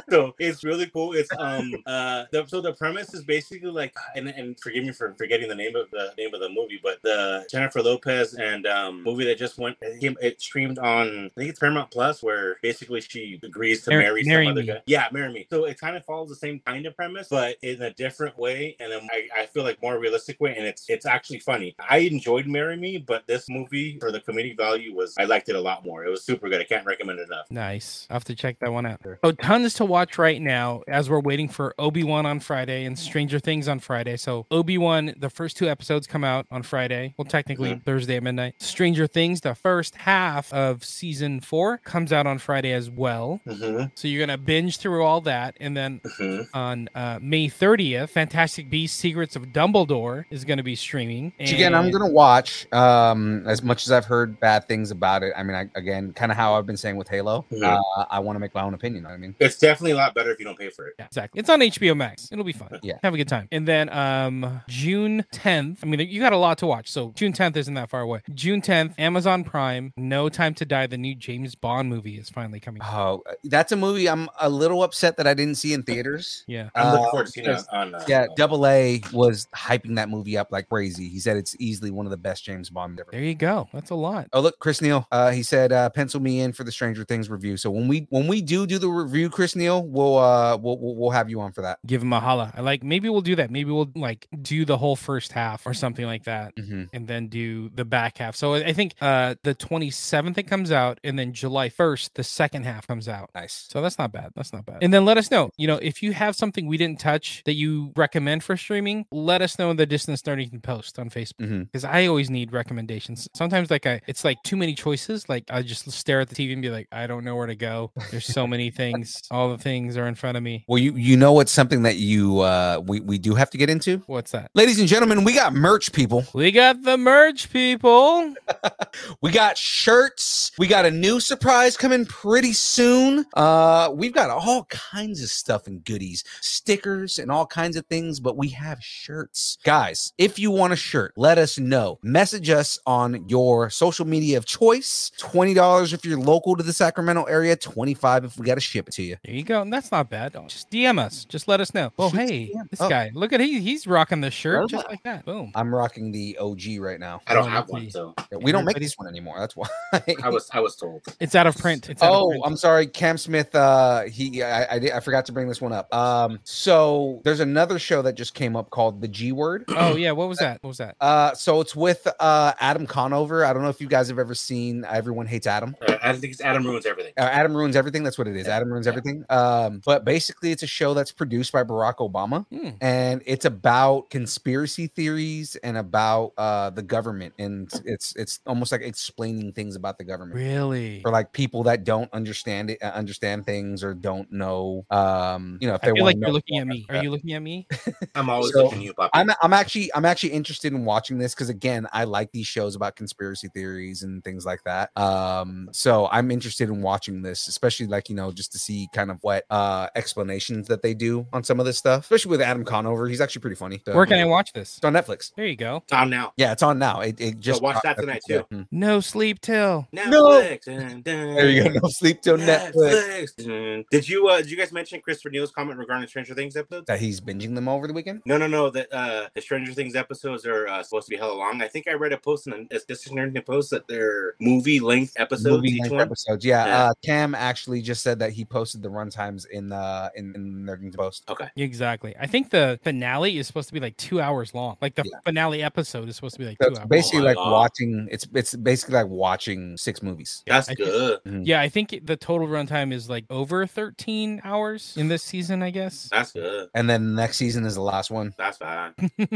so it's really cool. It's um uh the, so the premise is basically like and, and forgive me for forgetting the name of the name of the movie, but the Jennifer Lopez and um movie that just went it, came- it streamed on I think it's Paramount Plus where basically she agrees to
Mar-
marry,
marry
some other
me.
guy. Yeah, marry me. So it kind of follows the same kind of premise, but in a different way, and then I, I feel like more realistic way, and it's it's actually funny. I enjoyed Marry Me, but this movie for the comedic value was I liked it a lot more. It was super good. I can't recommend it enough.
Nice. I'll have to check that one out. Oh, tons to watch watch right now as we're waiting for Obi Wan on Friday and Stranger Things on Friday. So Obi Wan, the first two episodes come out on Friday. Well, technically
Mm-hmm.
Thursday at midnight. Stranger Things, the first half of season four, comes out on Friday as well.
Mm-hmm.
So you're gonna binge through all that, and then
hmm
on uh, May 30th, Fantastic Beasts: Secrets of Dumbledore is gonna be streaming.
Which again, I'm
and-
gonna watch. Um, as much as I've heard bad things about it, I mean, I, again, kind of how I've been saying with Halo,
Mhm.
uh, I want to make my own opinion. you know what I mean,
It's definitely a lot better if you don't pay for it.
Yeah, exactly. It's on HBO Max. It'll be fun.
Yeah.
Have a good time. And then um June 10th. I mean, you got a lot to watch. So June 10th isn't that far away. June 10th, Amazon Prime, No Time to Die, the new James Bond movie is finally coming. out.
oh, that's a movie I'm a little upset that I didn't see in theaters.
Yeah.
I'm
Uh,
looking forward to seeing it
because-
on. Uh,
Yeah, Double A was hyping that movie up like crazy. He said it's easily one of the best James Bond ever.
There you go. That's a lot.
Oh look, Chris Neal. Uh, he said, uh, "Pencil me in for the Stranger Things review." So when we when we do do the review, Chris Neal, we'll uh we'll we'll, we'll have you on for that.
Give him a holla. I like maybe we'll do that. Maybe we'll like do the whole first half or something like that.
Mm-hmm.
and then do the back half. So I I think uh the 27th it comes out and then July 1st the second half comes out.
Nice.
So that's not bad. That's not bad. And then let us know, you know, if you have something we didn't touch that you recommend for streaming, let us know in the distance learning post on Facebook
Mhm.
because I always need recommendations. Sometimes like I it's like too many choices. Like I just stare at the TV and be like, I don't know where to go. There's so many things. All the things are in front of me.
Well, you you know what's something that you uh we we do have to get into,
What's that?
ladies and gentlemen. We got merch, people.
We got the merge people.
We got shirts. We got a new surprise coming pretty soon. Uh, we've got all kinds of stuff and goodies, stickers and all kinds of things, but we have shirts. Guys, if you want a shirt, let us know. Message us on your social media of choice. $20 if you're local to the Sacramento area, 25 if we got to ship it to you.
There you go. And that's not bad. Just DM us. Just let us know. Oh, Uh,
Shoot,
hey,
DM.
this
Oh.
guy. Look at he he's rocking the shirt
Love
just
that.
like that. Boom.
I'm rocking the OG right now.
I don't
Oh,
have
let's see.
one, so
We don't make
Everybody's-
this one anymore. That's why.
I was I was told.
It's out of print. It's out of
Oh,
print.
I'm sorry, Cam Smith. Uh, he, I, I, did- I forgot to bring this one up. Um, so there's another show that just came up called The G Word.
Oh yeah, what was that? What was that?
Uh, so it's with uh Adam Conover. I don't know if you guys have ever seen Everyone Hates Adam.
Uh, I think it's Adam ruins everything.
Uh, Adam ruins everything. That's what it is. Adam ruins everything. Um, but basically, it's a show that's produced by Barack Obama,
Hmm.
and it's about conspiracy theories and about uh the government, and it's it's almost like explaining things about the government
Really?
for like people that don't understand it, uh, understand things, or don't know. Um, you know, if
I
they
feel
want
like
to
you're
know.
looking at me. Are
Yeah.
you looking at me?
I'm always
So,
looking at you, Poppy.
I'm I'm actually I'm actually interested in watching this because again, I like these shows about conspiracy theories and things like that. Um, so I'm interested in watching this, especially like you know just to see kind of what uh explanations that they do on some of this stuff, especially with Adam Conover. He's actually pretty funny. So,
Where can I watch this?
It's on Netflix.
There you go.
Tom now.
Yeah, it's on now. It, it just
watch that tonight, too.
Mm.
No sleep till.
Netflix. Dun, dun.
There you go. No sleep till Netflix.
Netflix. Did you uh did you guys mention Christopher Neal's comment regarding Stranger Things episodes?
That he's binging them over the weekend.
No, no, no. That uh, the Stranger Things episodes are uh, supposed to be hella long. I think I read a post in a dictionary post that they're movie length episodes.
movie
each
length
one.
episodes. Yeah,
Yeah.
Uh, Cam actually just said that he posted the run times in the in, in Nerdington Post.
Okay.
Exactly. I think the finale is supposed to be like two hours long. Like the
Yeah.
finale episode is supposed to be like
So
two
it's
hours.
basically
Oh my
like
God.
watching. It's it's basically like watching six movies.
That's
I think-
good.
Yeah, I think it- the total runtime is like over 13 hours in this season, I guess.
That's good.
And then the next season is the last one.
That's fine.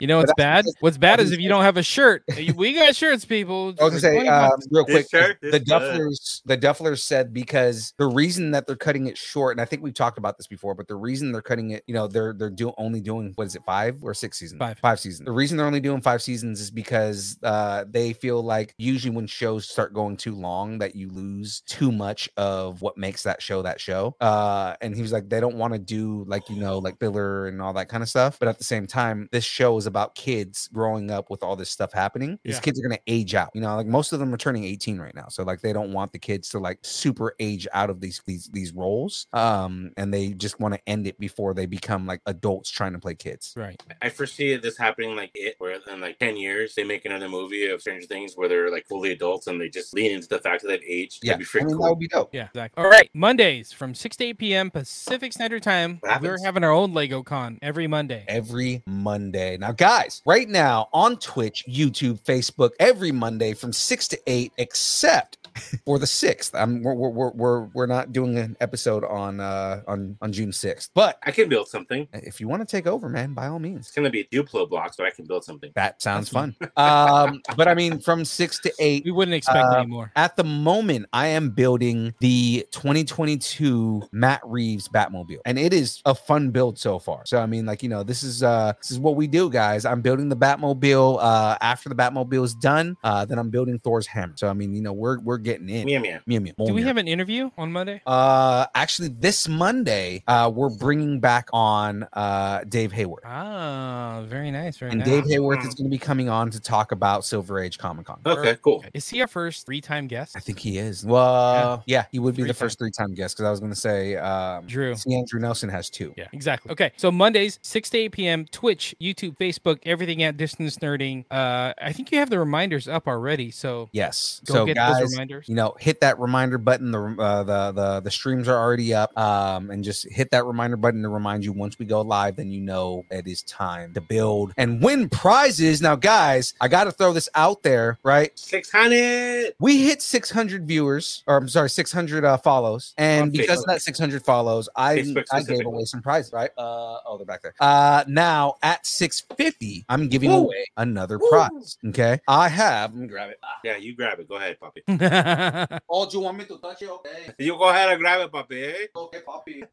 You know what's
But that's
bad?
because-
What's bad is if you don't have a shirt. You- We got shirts, people.
I was gonna
for
say
20
um,
bucks.
real quick.
This shirt
The
is
the
good.
Dufflers, the Dufflers said because the reason that they're cutting it short, and I think we've talked about this before, but the reason they're cutting it, you know, they're they're do only doing what is it five or six seasons?
Five.
five seasons. The reason they're only doing five seasons is because uh, they feel like usually when shows start going too long, that you lose too much of what makes that show that show. Uh, and he was like, they don't want to do like you know like filler and all that kind of stuff. But at the same time, this show is about kids growing up with all this stuff happening. These
Yeah.
kids are gonna age out. You know, like most of them are turning 18 right now, so like they don't want the kids to like super age out of these these these roles. Um, and they just want to end it before they become like adults trying to play kids.
Right.
I foresee this happening like it, where in like 10 years, they make another movie of Stranger Things where they're like fully adults and they just lean into the fact that they've aged.
Yeah,
That'd be
I
freaking
mean, that
cool.
would be dope.
Yeah. Exactly. All right. Mondays from 6 to 8 p.m. Pacific Standard Time.
What
We're
happens?
having our own Lego con every Monday.
every Monday. Now, guys, right now on Twitch, YouTube, Facebook, every Monday from 6 to 8, except for the sixth. I'm we're we're, we're we're we're not doing an episode on uh on on June sixth. But
I can build something.
if you want to take over, man, by all means.
It's gonna be Duplo blocks, but I can build something.
That sounds fun. um, but I mean, from six to eight,
We wouldn't expect
Uh,
any more.
at the moment, I am building the 2022 Matt Reeves Batmobile, and it is a fun build so far. So I mean, like you know, this is uh this is what we do, guys. I'm building the Batmobile. Uh, after the Batmobile is done, uh, then I'm building Thor's hammer. So I mean, you know, we're we're getting in.
Meow meow.
Meow, meow,
Do we
meow.
have an interview on Monday?
Uh, actually, this Monday, uh, we're bringing back on uh Dave Hayward.
Ah, very nice. Very
And
nice.
Dave Hayworth
Hmm.
is going to be coming on to talk about Silver Age Comic Con.
Okay, cool.
Is he our first three-time guest?
I think he is. Well, yeah, he would be the
Three-time.
first three time guest because I was going to say um,
Drew.
C. Andrew Nelson has two.
Yeah, exactly. Okay, so Mondays, 6 to 8 p.m., Twitch, YouTube, Facebook, everything at Distance Nerding. Uh, I think you have the reminders up already, so
Yes.
go
so
get those
guys,
reminders.
you know, hit that reminder button. The rem- uh, the the the streams are already up. Um, and just hit that reminder button to remind you once we go live, then you know it is time to build and win prizes. Now, guys, I got to throw this out there, right?
Six hundred.
we hit 600 viewers or i'm sorry 600 uh, follows and
On
because of
Facebook.
that 600 follows i
Facebook
i
specifically.
gave away some prizes right uh oh they're back there uh now at 650 i'm giving
Woo.
away another
Woo.
prize okay i have let me grab it
Yeah, you grab it. Go ahead, Poppy.
oh do you want me to touch it okay
You go ahead and grab it, Poppy. eh?
okay poppy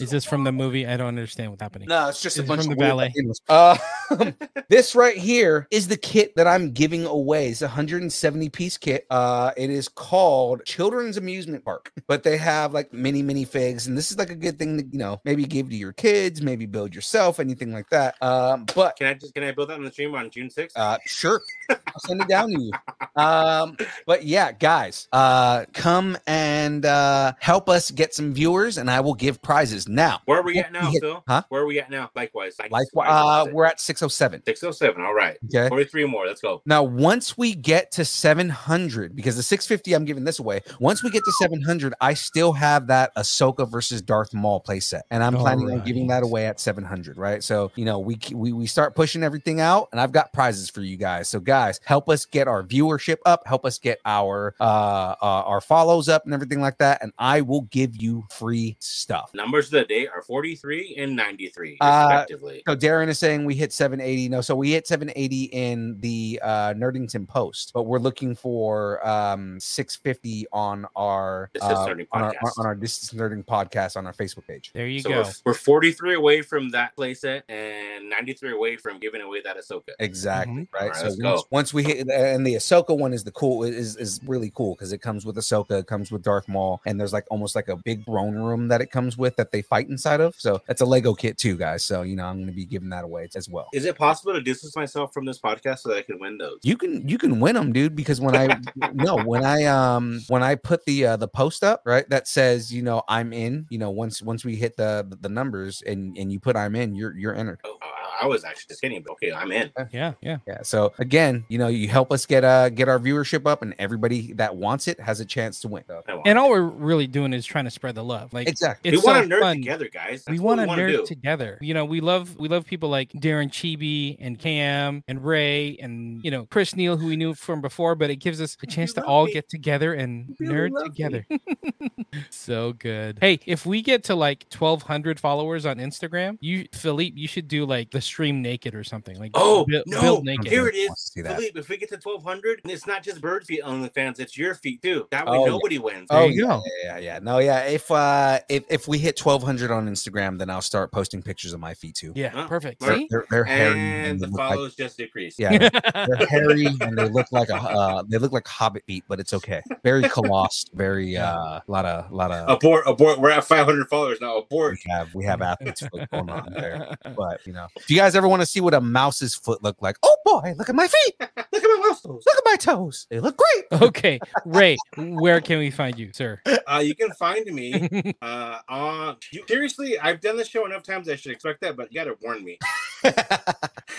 Is this from the movie? I don't understand what's happening.
No, it's just a
Is it
bunch
from
of
the
weird
valet?
Latinos. Uh, this right here is the kit that I'm giving away. It's a 170 piece kit. Uh, it is called Children's Amusement Park, but they have like mini mini figs, and this is like a good thing to you know maybe give to your kids, maybe build yourself, anything like that. Um, but
Can I just can I build that on the stream on June sixth?
uh, sure, I'll send it down to you. Um, but yeah, guys, uh, come and uh, help us get some viewers, and I will give prizes now.
Where are we at
we
now,
hit-
Phil?
huh?
Where are we at now? Likewise. Like,
Like, uh, we're at 607.
six oh seven. All right.
Okay.
Forty three more. Let's go.
Now, once we get to 700, because the 650 I'm giving this away, once we get to 700, I still have that Ahsoka versus Darth Maul playset, and I'm planning on giving that
Alright.
away at 700. Right, so you know we ke- we we start pushing everything out, and I've got prizes for you guys. So guys, help us get our viewership up, help us get our uh, uh our follows up, and everything like that, and I will give you free stuff.
Numbers of the day are 43 and 93,
Uh,
respectively.
So Darren is saying we hit 780. No, so we hit 780 in the uh Nerdington Post, but we're looking for um 650 on our
This is
uh,
Nerding
on our
Podcast.
on our This is Nerding podcast on our Facebook page.
There you
so
go.
We're, we're 43 away from that playset and 93 away from giving away that Ahsoka.
Mm-hmm.
Exactly. Right.
Alright,
so
Mm-hmm. let's
once,
go.
once we hit and the Ahsoka one is the cool is is really cool because it comes with Ahsoka, it comes with Darth Maul, and there's like almost like a big throne room that it comes with that they fight inside of. So that's a Lego kit too, guys. So you know I'm gonna be giving that away as well.
Is it possible to distance myself from this podcast so that I can win those?
You can you can win them, dude. Because when I no when I um when I put the uh, the post up right that says you know I'm in you know once once we hit the the numbers and and you put I'm in you're you're entered.
Oh, I- I was actually just kidding, but okay, I'm in.
yeah, yeah.
Yeah. So again, you know, you help us get uh get our viewership up, and everybody that wants it has a chance to win. So,
I want
And
it.
all we're really doing is trying to spread the love. Like
exactly.
it's
Oh, we want
so
to nerd
fun.
together, guys.
we
That's
want
what
to
wanna
nerd
do.
together. You know, we love we love people like Darren Chibi and Cam and Ray and you know Chris Neal, who we knew from before, but it gives us a chance to
love
all
me.
get together and
You really
nerd
love me.
together. so good. Hey, if we get to like twelve hundred followers on Instagram, you Philippe, you should do like the stream naked or something. Like
Oh,
bu-
no,
build
I'm
naked.
here
gonna
it is.
want to see that.
Philippe, if we get to 1200, and it's not just bird feet on the fans, it's your feet too. That way
Oh, yeah.
nobody wins.
There
Oh
you
yeah,
go.
yeah, yeah, yeah. No, yeah. If uh if if we hit twelve hundred on Instagram, then I'll start posting pictures of my feet too.
Yeah,
Huh?
perfect.
They're,
See?
they're, they're hairy
And
they
the
look like-
follows just decreased.
yeah, they're hairy and they look like a uh, they look like hobbit feet, but it's okay. Very colossed, very uh, lot of lot of
Abort, abort. We're at 500 followers now. Abort.
we have we have athlete's foot going on there. But you know, if you guys ever want to see what a mouse's foot look like, oh boy, look at my feet, look at my muscles, look at my toes, they look great.
okay, Ray, where can we find you, sir?
uh, you can find me uh, on. You, seriously, I've done this show enough times. I should expect that, but you got to warn me.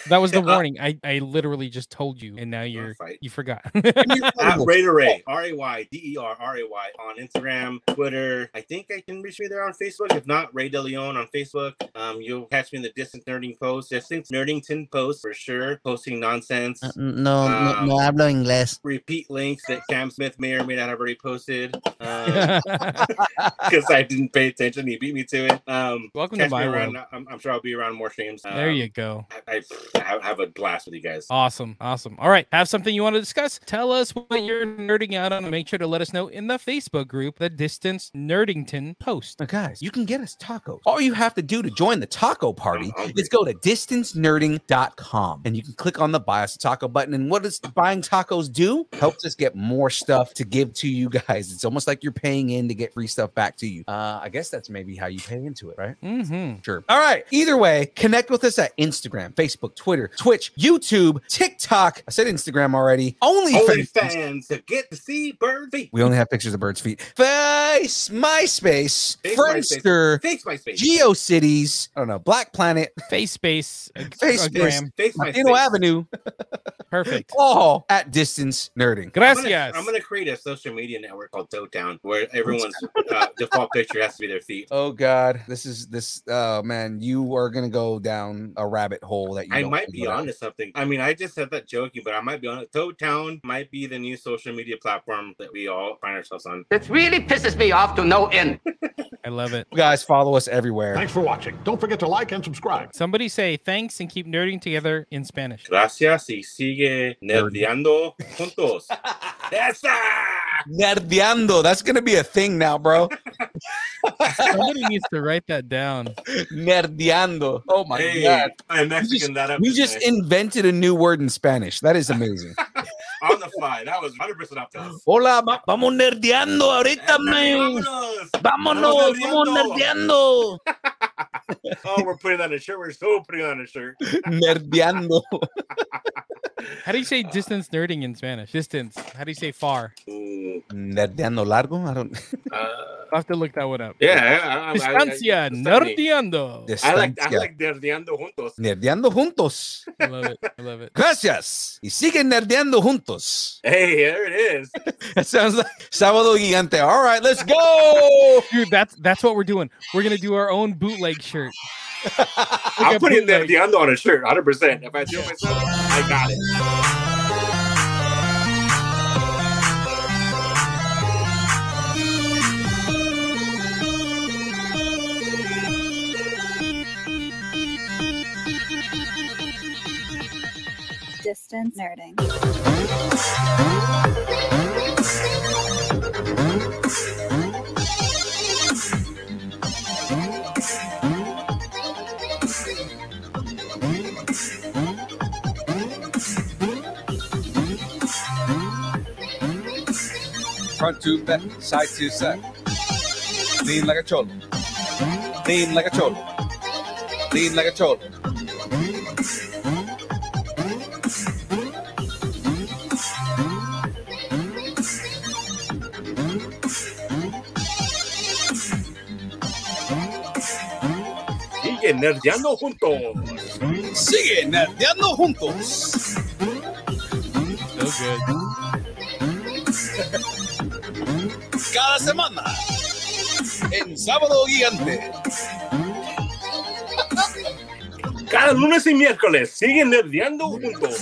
That was the
Yeah, uh,
warning. I, I literally just told you, and now you're
fight.
you forgot.
At Raider Ray, R A Y D E R R A Y on Instagram, Twitter. I think I can reach me there on Facebook. If not, Ray DeLeon on Facebook. Um, you'll catch me in the Distant Nerding post, Distant Nerdington post for sure, posting nonsense.
Uh, No,
no- no
hablo inglés.
Repeat links that Cam Smith may or may not have already posted Um, because I didn't pay attention. He beat me to it. Um,
Welcome to
catch me
my
around.
world.
I'm, I'm sure I'll be around more streams.
There
Um,
you Oh, go.
I, I, I have a blast with you guys.
Awesome. Awesome. All right. Have something you want to discuss? Tell us what you're nerding out on. and Make sure to let us know in the Facebook group, the Distance Nerdington Post.
But guys,
You can get us tacos. All you have to do to join the taco party
I'm hungry.
is go to distancenerding.com and you can click on the buy us a taco button. And what does buying tacos do? Helps us get more stuff to give to you guys. It's almost like you're paying in to get free stuff back to you. Uh, I guess that's maybe how you pay into it, right?
Mm-hmm.
Sure. All right. Either way, connect with us at Instagram, Facebook, Twitter, Twitch, YouTube, TikTok. I said Instagram already. Only,
Only
fans.
fans to get to see bird feet.
We only have pictures of birds' feet. Face, MySpace,
Face
Friendster,
Face my face.
GeoCities. I don't know. Black Planet.
Face space. ag-
Face
agram.
space.
Face my
Latino
face.
Avenue,
Perfect.
all at distance nerding.
I'm
Gracias.
gonna, I'm gonna create a social media network called Dotown where everyone's uh, default picture has to be their feet.
Oh God, this is this. Oh man, you are gonna go down a rabbit hole that you.
I
don't
might
wanna
be
go down.
onto something. I mean, I just said that joking, but I might be on it. Toadtown might be the new social media platform that we all find ourselves on.
It really pisses me off to no end.
I love it.
Guys, follow us everywhere.
for watching. Don't forget to like and subscribe.
Somebody say thanks and keep nerding together in Spanish.
Gracias y sigue nerdeando juntos. ¡Esa!
Nerdeando, that's gonna be a thing now, bro.
Somebody needs to write that down.
Nerdeando. Oh my
Hey,
God,
I'm
We just-
Mexican that up.
we
today.
just invented a new word in Spanish. That is amazing.
on the fly. That was 100% off the
Hola, va- vamos nerdeando ahorita, man. Vámonos, vamos nerdeando.
Oh, we're putting on a shirt. We're so putting on a shirt.
Nerdeando.
How do you say distance nerding in Spanish? Distance. How do you say far?
Mm,
Ooh,
Nerdeando largo. I don't.
uh,
I'll have to look that one up.
yeah, I- I- I- I-
Distancia
it's funny.
nerdeando.
I like I
Distancia.
like derdeando juntos.
Nerdeando juntos.
I love it. I love it.
Gracias. Y siguen nerdeando juntos.
Hey, there it is.
That sounds like Sábado Gigante. All right, let's go.
Dude, that's that's what we're doing. We're gonna do our own bootleg shirt.
I'm
a
putting
bootleg.
derdeando on a shirt, 100. percent If I do it myself, I got it.
Distance nerding.
Front two, back, side to side. Lean like a cholo. Lean like a cholo. Lean like a cholo.
Sigue nerdeando juntos.
Sigue nerdeando juntos.
So good.
Cada semana. En Sábado Gigante.
Cada lunes y miércoles sigue nerdeando juntos.